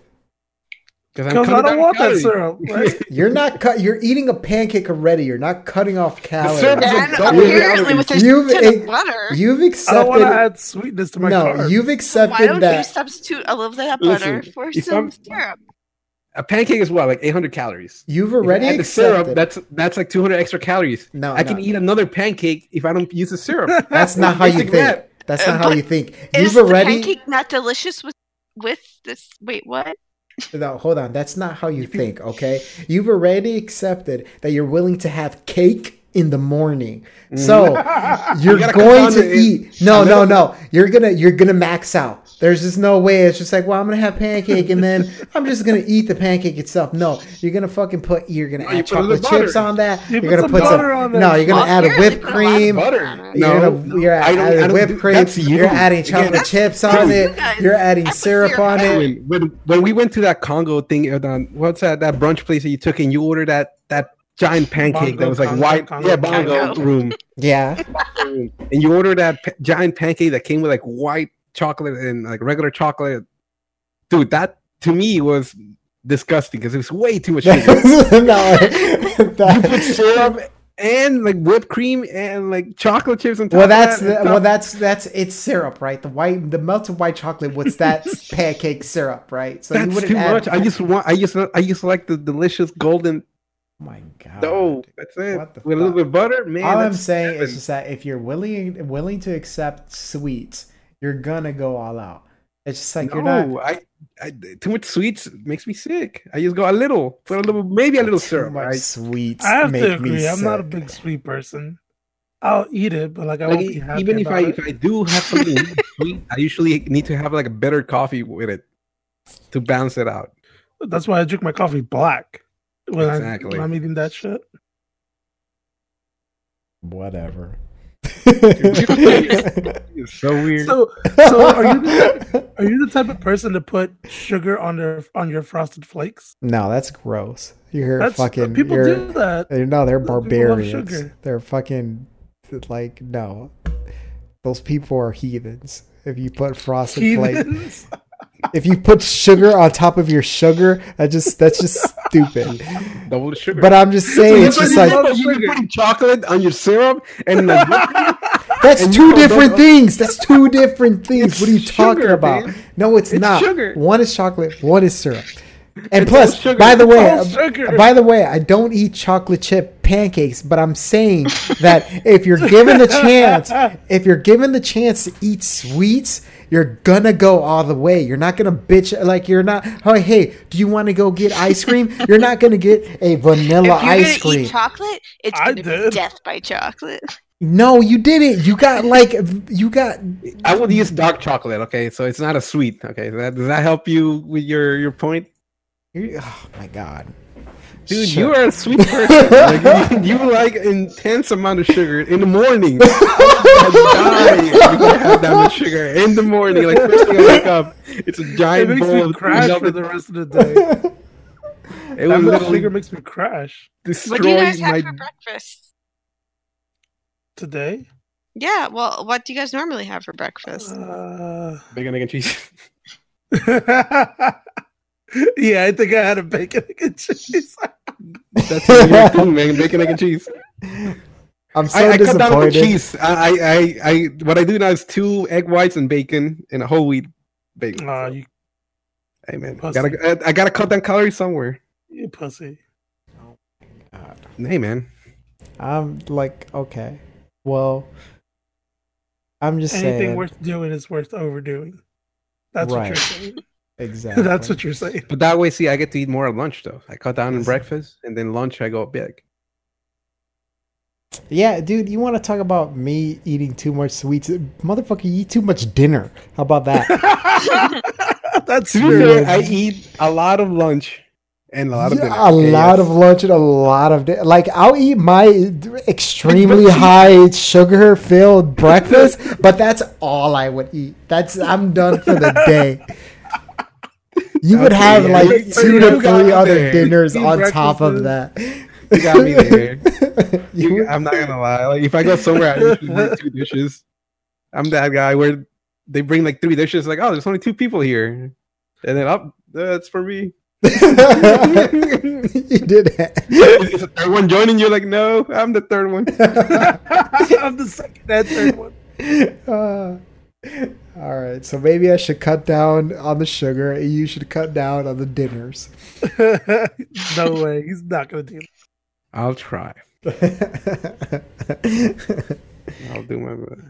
Speaker 2: because
Speaker 4: Because I don't want that syrup. Right?
Speaker 1: You're not cut. You're eating a pancake already. You're not cutting off calories.
Speaker 2: syrup is a
Speaker 3: And
Speaker 2: double
Speaker 3: apparently,
Speaker 2: calories.
Speaker 3: with a
Speaker 1: You've
Speaker 3: ton
Speaker 1: ate-
Speaker 3: of butter,
Speaker 1: You've
Speaker 4: I don't want
Speaker 1: accepted.
Speaker 4: to add sweetness to my
Speaker 1: No,
Speaker 4: carbs.
Speaker 1: you've
Speaker 3: why
Speaker 1: accepted
Speaker 3: don't you
Speaker 1: that.
Speaker 3: substitute a little bit of butter
Speaker 2: Listen,
Speaker 3: for
Speaker 2: if
Speaker 3: some
Speaker 2: I'm-
Speaker 3: syrup?
Speaker 2: A pancake is what, like 800 calories.
Speaker 1: You've
Speaker 2: If you
Speaker 1: already
Speaker 2: add the
Speaker 1: accepted.
Speaker 2: syrup. That's that's like 200 extra calories.
Speaker 1: no,
Speaker 2: I can
Speaker 1: no.
Speaker 2: eat another pancake if I don't use the syrup.
Speaker 1: That's not how you
Speaker 2: Basic
Speaker 1: think.
Speaker 2: math.
Speaker 1: That's not
Speaker 3: Uh,
Speaker 1: how
Speaker 3: but
Speaker 1: you think.
Speaker 3: Is
Speaker 1: You've
Speaker 3: the
Speaker 1: already.
Speaker 3: pancake not delicious with with this? Wait, what?
Speaker 1: No, hold on. That's not how you think, okay? You've already accepted that you're willing to have cake in the morning. So you're
Speaker 2: Mm-hmm. You gotta
Speaker 1: going
Speaker 2: cut down
Speaker 1: to
Speaker 2: the-
Speaker 1: eat. No,
Speaker 2: a
Speaker 1: no,
Speaker 2: little-
Speaker 1: no. You're gonna you're gonna max out. There's just no way. It's just like, well, I'm gonna have pancake and then I'm just gonna eat the pancake itself. No, you're gonna fucking put you're gonna
Speaker 2: No,
Speaker 1: add
Speaker 2: you put a
Speaker 1: chocolate
Speaker 2: little
Speaker 1: chips
Speaker 2: butter.
Speaker 1: on that.
Speaker 4: You
Speaker 1: are
Speaker 4: put
Speaker 1: gonna
Speaker 4: some
Speaker 1: put
Speaker 4: butter on
Speaker 1: some.
Speaker 4: there.
Speaker 1: No, you're gonna
Speaker 3: Well,
Speaker 1: add a
Speaker 3: apparently
Speaker 1: whipped
Speaker 3: put a lot of
Speaker 1: cream.
Speaker 2: butter.
Speaker 3: on it.
Speaker 1: You're
Speaker 2: No,
Speaker 1: gonna, you're
Speaker 2: I don't- I
Speaker 1: adding
Speaker 2: don't
Speaker 1: whipped
Speaker 2: do-
Speaker 1: cream.
Speaker 2: that's you.
Speaker 1: You're adding
Speaker 2: Again,
Speaker 1: chocolate
Speaker 2: that's
Speaker 1: chips on
Speaker 2: you.
Speaker 1: it.
Speaker 3: guys.
Speaker 1: You're
Speaker 3: I
Speaker 1: adding
Speaker 3: put
Speaker 1: syrup
Speaker 3: syrup
Speaker 1: on
Speaker 3: on
Speaker 1: it.
Speaker 2: when, when when we went to that Congo thing, uh, the- what's that that brunch place that you took and you ordered that that giant pancake
Speaker 4: Bongo,
Speaker 2: that was like
Speaker 4: Congo,
Speaker 2: white,
Speaker 4: Congo,
Speaker 2: yeah, bongo
Speaker 3: Congo.
Speaker 2: room,
Speaker 1: Yeah.
Speaker 2: room, and you ordered that pa- giant pancake that came with like white chocolate and like regular chocolate. Dude, that to me was disgusting because it was way too much
Speaker 1: no,
Speaker 2: sugar. you put
Speaker 1: that-
Speaker 2: syrup and like whipped cream and like chocolate chips on top.
Speaker 1: well,
Speaker 2: of
Speaker 1: that's
Speaker 2: that,
Speaker 1: the,
Speaker 2: and
Speaker 1: well,
Speaker 2: top-
Speaker 1: that's that's it's syrup, right? The white, the melted white chocolate. What's that pancake syrup, right? So
Speaker 2: that's too much. I just want, I just, I just like the delicious golden
Speaker 1: oh my god.
Speaker 2: dough. That's it.
Speaker 1: What the
Speaker 2: With a little
Speaker 1: fuck?
Speaker 2: bit of butter, man.
Speaker 1: All I'm
Speaker 2: that's
Speaker 1: saying
Speaker 2: heaven.
Speaker 1: is just that if you're willing willing to accept sweets, you're gonna go all out. It's just like
Speaker 2: no,
Speaker 1: you're not.
Speaker 2: I, I too much sweets makes me sick. I just go a little, put a little, maybe a little
Speaker 1: Too
Speaker 2: syrup.
Speaker 1: much
Speaker 2: right?
Speaker 1: sweets
Speaker 4: I have
Speaker 1: make
Speaker 4: to
Speaker 1: me
Speaker 4: agree. I'm not a
Speaker 1: sick.
Speaker 4: big sweet person. I'll eat it, but like I
Speaker 2: Like,
Speaker 4: won't be happy
Speaker 2: even if
Speaker 4: about
Speaker 2: I
Speaker 4: it.
Speaker 2: if I do have something really sweet, I usually need to have like a better coffee with it to balance it out.
Speaker 4: That's why I drink my coffee black when, I,
Speaker 2: Exactly.
Speaker 4: when I'm eating that shit.
Speaker 1: Whatever.
Speaker 2: It's so weird.
Speaker 4: So, so are you the, are you the type of person to put sugar on their on your frosted flakes?
Speaker 1: no, that's gross. You're
Speaker 4: That's
Speaker 1: fucking.
Speaker 4: people
Speaker 1: you're,
Speaker 4: do that.
Speaker 1: They're, no, they're
Speaker 4: Those people love
Speaker 1: barbarians.
Speaker 4: sugar.
Speaker 1: They're fucking like no. Those people are heathens. If you put frosted flakes,
Speaker 4: Heathens.
Speaker 1: if you put sugar on top of your sugar, that just that's just stupid.
Speaker 2: Double the sugar.
Speaker 1: But I'm just saying, it's just like
Speaker 2: you're putting chocolate on your syrup and
Speaker 1: that's
Speaker 2: and
Speaker 1: two
Speaker 2: you don't-
Speaker 1: different
Speaker 2: don't-
Speaker 1: things. That's two different things.
Speaker 2: It's
Speaker 1: What are you talking
Speaker 2: sugar,
Speaker 1: about?
Speaker 2: man.
Speaker 1: No, it's,
Speaker 2: It's
Speaker 1: not.
Speaker 2: sugar.
Speaker 1: One is chocolate. One is syrup. And
Speaker 2: It's all
Speaker 1: plus,
Speaker 2: sugar.
Speaker 1: by the
Speaker 2: It's
Speaker 1: way,
Speaker 2: all
Speaker 1: uh,
Speaker 2: sugar.
Speaker 1: by the way, I don't eat chocolate chip pancakes. But I'm saying that if you're given the chance, if you're given the chance to eat sweets, you're gonna go all the way. You're not gonna bitch like you're not. Oh, hey, do you want to go get ice cream? You're not gonna get a vanilla
Speaker 3: if you're
Speaker 1: ice
Speaker 3: gonna
Speaker 1: cream.
Speaker 3: eat chocolate, it's
Speaker 4: I
Speaker 3: gonna be
Speaker 4: did.
Speaker 3: death by chocolate.
Speaker 1: no, you didn't. You got like you got
Speaker 2: I would use dark chocolate. Okay, so it's not a sweet. Okay, so that, does that help you with your your point,
Speaker 1: You- Oh my god,
Speaker 2: dude?
Speaker 1: Sure.
Speaker 2: You are a sweet person. like, you, you like intense amount of sugar in the morning. I die if I have that much sugar in the morning. Like first thing I wake up, it's a
Speaker 4: It
Speaker 2: giant
Speaker 4: makes
Speaker 2: bowl.
Speaker 4: me
Speaker 2: of
Speaker 4: crash for the rest of the day.
Speaker 2: It
Speaker 4: That
Speaker 2: would
Speaker 4: much
Speaker 2: literally
Speaker 4: sugar makes me crash.
Speaker 3: What do you
Speaker 2: destroy
Speaker 3: guys have
Speaker 2: my.
Speaker 3: for breakfast?
Speaker 4: Today?
Speaker 3: Yeah, well, what do you guys normally have for breakfast?
Speaker 4: Uh,
Speaker 2: Bacon, egg, and cheese.
Speaker 4: yeah, I think I had a bacon egg and cheese.
Speaker 2: That's a weird thing, man. Bacon, egg, and cheese.
Speaker 1: I'm so
Speaker 2: I, I cut down on the
Speaker 1: disappointed.
Speaker 2: cheese. I, I, I, I, what I do now is two egg whites and bacon and a whole wheat bacon.
Speaker 4: Aw, you,
Speaker 2: hey man,
Speaker 4: pussy.
Speaker 2: gotta, I, I gotta cut down calories somewhere.
Speaker 4: you pussy.
Speaker 2: Hey man,
Speaker 1: I'm like, okay, well, I'm just
Speaker 4: Anything
Speaker 1: saying,
Speaker 4: worth doing is worth overdoing. That's what you're
Speaker 1: Right.
Speaker 4: saying.
Speaker 1: exactly.
Speaker 4: That's what you're saying.
Speaker 2: but that way, see, I get to eat more at lunch though. I cut down on
Speaker 1: Yes.
Speaker 2: breakfast and then lunch I go big.
Speaker 1: yeah, dude. You want to talk about me eating too much sweets, motherfucker? You eat too much dinner. How about that?
Speaker 4: That's
Speaker 2: To be
Speaker 4: true.
Speaker 2: fair, I eat a lot of lunch and a lot of
Speaker 1: Yeah,
Speaker 2: dinner.
Speaker 1: a lot of
Speaker 2: Yes.
Speaker 1: lunch and a lot of di- like I'll eat my extremely high sugar filled breakfast, but that's all I would eat. That's I'm done for the day. You would
Speaker 2: Okay,
Speaker 1: have
Speaker 2: yeah,
Speaker 1: like
Speaker 2: you-
Speaker 1: two
Speaker 2: you
Speaker 1: to
Speaker 2: got
Speaker 1: three
Speaker 2: me
Speaker 1: other
Speaker 2: there.
Speaker 1: dinners
Speaker 4: Two
Speaker 1: on top of that.
Speaker 2: You got me there.
Speaker 1: You
Speaker 2: You-
Speaker 1: would-
Speaker 2: I'm not gonna lie. Like, if I go somewhere, I usually bring two dishes. I'm that guy where they bring like three dishes. Like, oh, there's only two people here, and then up, that's for me.
Speaker 1: you did it.
Speaker 2: Is the third one joining you? Like, no, I'm the third one.
Speaker 4: I'm the second and third one.
Speaker 1: Uh, all right, so maybe I should cut down on the sugar, and you should cut down on the dinners.
Speaker 4: no way. He's not going to do that.
Speaker 2: I'll try.
Speaker 1: yeah,
Speaker 2: I'll do my best.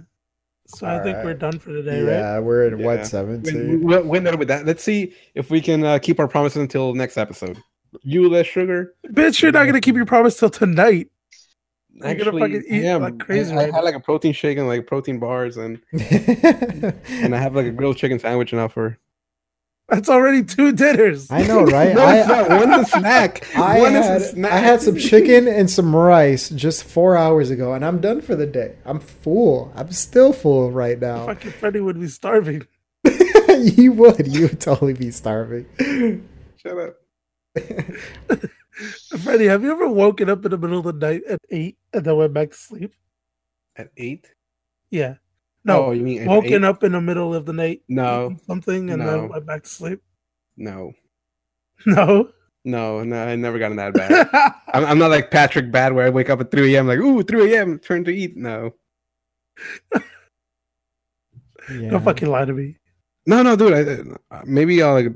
Speaker 4: So I think
Speaker 1: Alright.
Speaker 4: we're done for today, right?
Speaker 1: we're at
Speaker 2: Yeah.
Speaker 1: what seventy?
Speaker 2: Win, win, win there with that. Let's see if we can uh, keep our promises until next episode. You less sugar.
Speaker 4: Bitch, you're not going to keep your promise till tonight. You're gonna
Speaker 2: Actually,
Speaker 4: fucking eat
Speaker 2: yeah,
Speaker 4: like crazy
Speaker 2: I, I
Speaker 4: right
Speaker 2: had like a protein shake and like protein bars, and and I have like a grilled chicken sandwich now for.
Speaker 4: That's already two dinners.
Speaker 1: I know, right?
Speaker 2: No,
Speaker 1: I,
Speaker 2: it's not. One's a snack.
Speaker 1: I
Speaker 2: One is a
Speaker 1: had,
Speaker 2: snack.
Speaker 1: I had some chicken and some rice just four hours ago, and I'm done for the day. I'm full. I'm still full right now.
Speaker 4: Fucking Freddy would be starving.
Speaker 1: you would. You would totally be starving.
Speaker 2: Shut up.
Speaker 4: Freddy, have you ever woken up in the middle of the night at eight and then went back to sleep?
Speaker 2: At eight?
Speaker 4: Yeah. No,
Speaker 2: oh, you mean at eight?
Speaker 4: woken up in the middle of the night,
Speaker 2: No,
Speaker 4: something, and
Speaker 2: No.
Speaker 4: then went back to sleep.
Speaker 2: no,
Speaker 4: No.
Speaker 2: no, no. I never gotten that bad. I'm, I'm not like Patrick Bad where I wake up at 3 a.m. like, ooh, 3 a.m. Turn to eat. No,
Speaker 1: Yeah.
Speaker 4: Don't fucking lie to me.
Speaker 2: no, no, dude. I, uh, maybe I'll like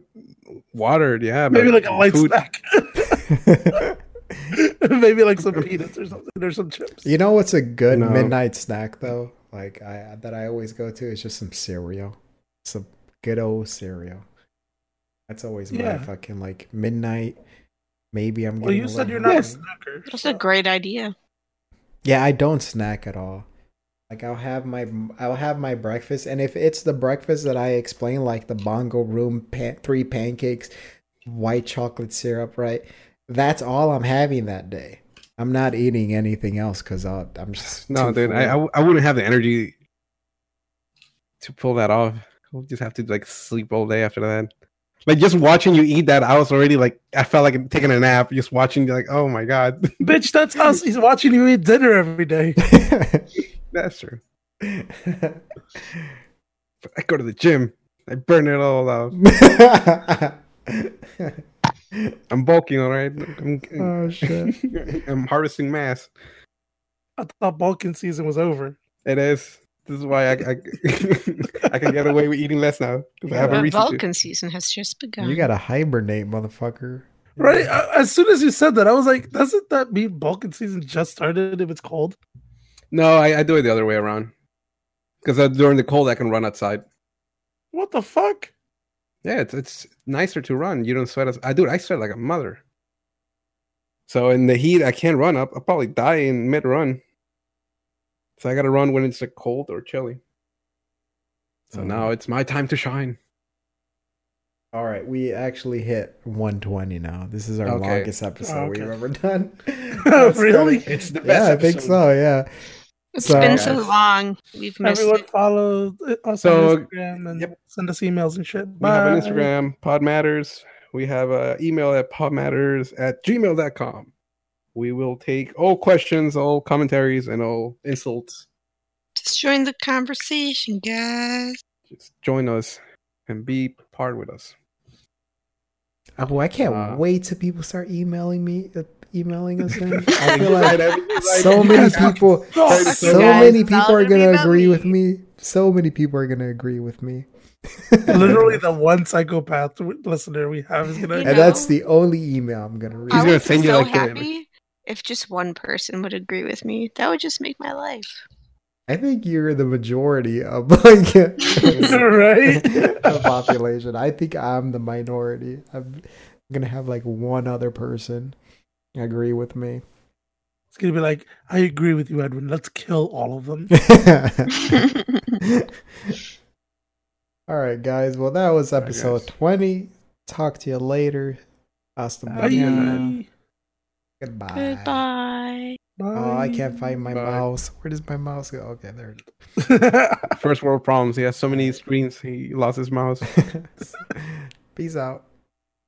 Speaker 2: water. Yeah,
Speaker 4: Maybe
Speaker 2: but
Speaker 4: like a light
Speaker 2: food-
Speaker 4: snack. Maybe like some peanuts or something or some chips.
Speaker 1: You know what's a good
Speaker 2: No.
Speaker 1: midnight snack though? Like I that I always go to is just some cereal, some good old cereal. That's always my
Speaker 4: Yeah.
Speaker 1: fucking like midnight. Maybe I'm.
Speaker 4: Well,
Speaker 1: getting
Speaker 4: you
Speaker 1: a
Speaker 4: said
Speaker 1: little
Speaker 4: you're not
Speaker 1: hungry.
Speaker 4: a snacker.
Speaker 3: That's a great idea.
Speaker 1: Yeah, I don't snack at all. Like I'll have my I'll have my breakfast, and if it's the breakfast that I explained, like the bongo room, pan, three pancakes, white chocolate syrup, right? That's all I'm having that day. I'm not eating anything else because I'm just
Speaker 2: No,
Speaker 1: too
Speaker 2: dude. I, I,
Speaker 1: full.
Speaker 2: w- I wouldn't have the energy to pull that off. We'll just have to like sleep all day after that. Like just watching you eat that, I was already like, I felt like taking a nap. Just watching, like, oh my god,
Speaker 4: Bitch, that's us. He's watching you eat dinner every day.
Speaker 2: that's true. I go to the gym. I burn it all out. I'm bulking, all right. I'm,
Speaker 8: oh shit!
Speaker 2: I'm harvesting mass.
Speaker 4: I thought Balkan season was over.
Speaker 2: It is. This is why I I, I can get away with eating less now because I have a
Speaker 3: The
Speaker 2: reason to.
Speaker 3: Vulcan season has just begun.
Speaker 1: You gotta hibernate, motherfucker.
Speaker 4: Right? I- As soon as you said that, I was like, doesn't that mean Balkan season just started if it's cold?
Speaker 2: No, I, I do it the other way around. Because during the cold, I can run outside.
Speaker 4: What the fuck?
Speaker 2: Yeah, it's it's nicer to run. You don't sweat as I do. I sweat like a mother. So in the heat, I can't run up. I'll probably die in mid run. So I gotta run when it's like cold or chilly. So
Speaker 1: Oh.
Speaker 2: now it's my time to shine.
Speaker 1: All right, we actually hit 120 now. This is our
Speaker 2: Okay.
Speaker 1: longest episode
Speaker 4: Oh,
Speaker 1: we've
Speaker 4: okay.
Speaker 1: ever done.
Speaker 4: Really?
Speaker 2: It's the
Speaker 1: yeah, I think so. Yeah.
Speaker 3: It's
Speaker 1: So-
Speaker 3: been so long. We've missed
Speaker 4: Everyone
Speaker 3: it.
Speaker 4: follow us
Speaker 2: So,
Speaker 4: on Instagram and
Speaker 2: yep.
Speaker 4: send us emails and shit.
Speaker 2: We have
Speaker 4: Bye.
Speaker 2: an Instagram, Pod Matters. We have an email at podmatters at gmail.com. We will take all questions, all commentaries, and all insults.
Speaker 3: Just join the conversation, guys.
Speaker 2: Just join us and be part with us.
Speaker 1: Oh, I can't
Speaker 2: Uh,
Speaker 1: wait till people start emailing me, uh, emailing us. In. I feel like
Speaker 2: Right, every-
Speaker 1: so
Speaker 2: right.
Speaker 1: many people,
Speaker 4: Fuck
Speaker 2: It's
Speaker 1: so
Speaker 2: you guys,
Speaker 1: many
Speaker 3: it's
Speaker 1: people
Speaker 3: all
Speaker 1: are
Speaker 3: gonna be
Speaker 1: gonna
Speaker 3: about
Speaker 1: agree
Speaker 3: me.
Speaker 1: with me. So many people are gonna agree with me,
Speaker 4: Literally, the one psychopath w- listener we have is
Speaker 3: You
Speaker 4: gonna.
Speaker 1: and that's
Speaker 3: know?
Speaker 1: the only email I'm gonna
Speaker 2: He's
Speaker 3: I
Speaker 1: read.
Speaker 2: gonna
Speaker 3: would
Speaker 2: send
Speaker 3: be
Speaker 2: you,
Speaker 3: so
Speaker 2: like, the-
Speaker 3: happy if just one person would agree with me. That would just make my life.
Speaker 1: I think you're the majority of like
Speaker 4: right?
Speaker 1: the population. I think I'm the minority. I'm gonna have like one other person agree with me.
Speaker 4: It's gonna be like, I agree with you, Edwin. Let's kill all of them.
Speaker 1: All right, guys. Well, that was
Speaker 2: right,
Speaker 1: episode
Speaker 2: guys.
Speaker 1: 20. Talk to you later. Hasta mañana.
Speaker 4: Bye.
Speaker 1: Goodbye.
Speaker 3: Goodbye.
Speaker 1: Oh, I can't find my
Speaker 2: Bye.
Speaker 1: mouse. Where does my mouse go? Okay, there it
Speaker 4: my.
Speaker 2: First world problems. He has so many screens. He lost his mouse.
Speaker 1: is. Peace out.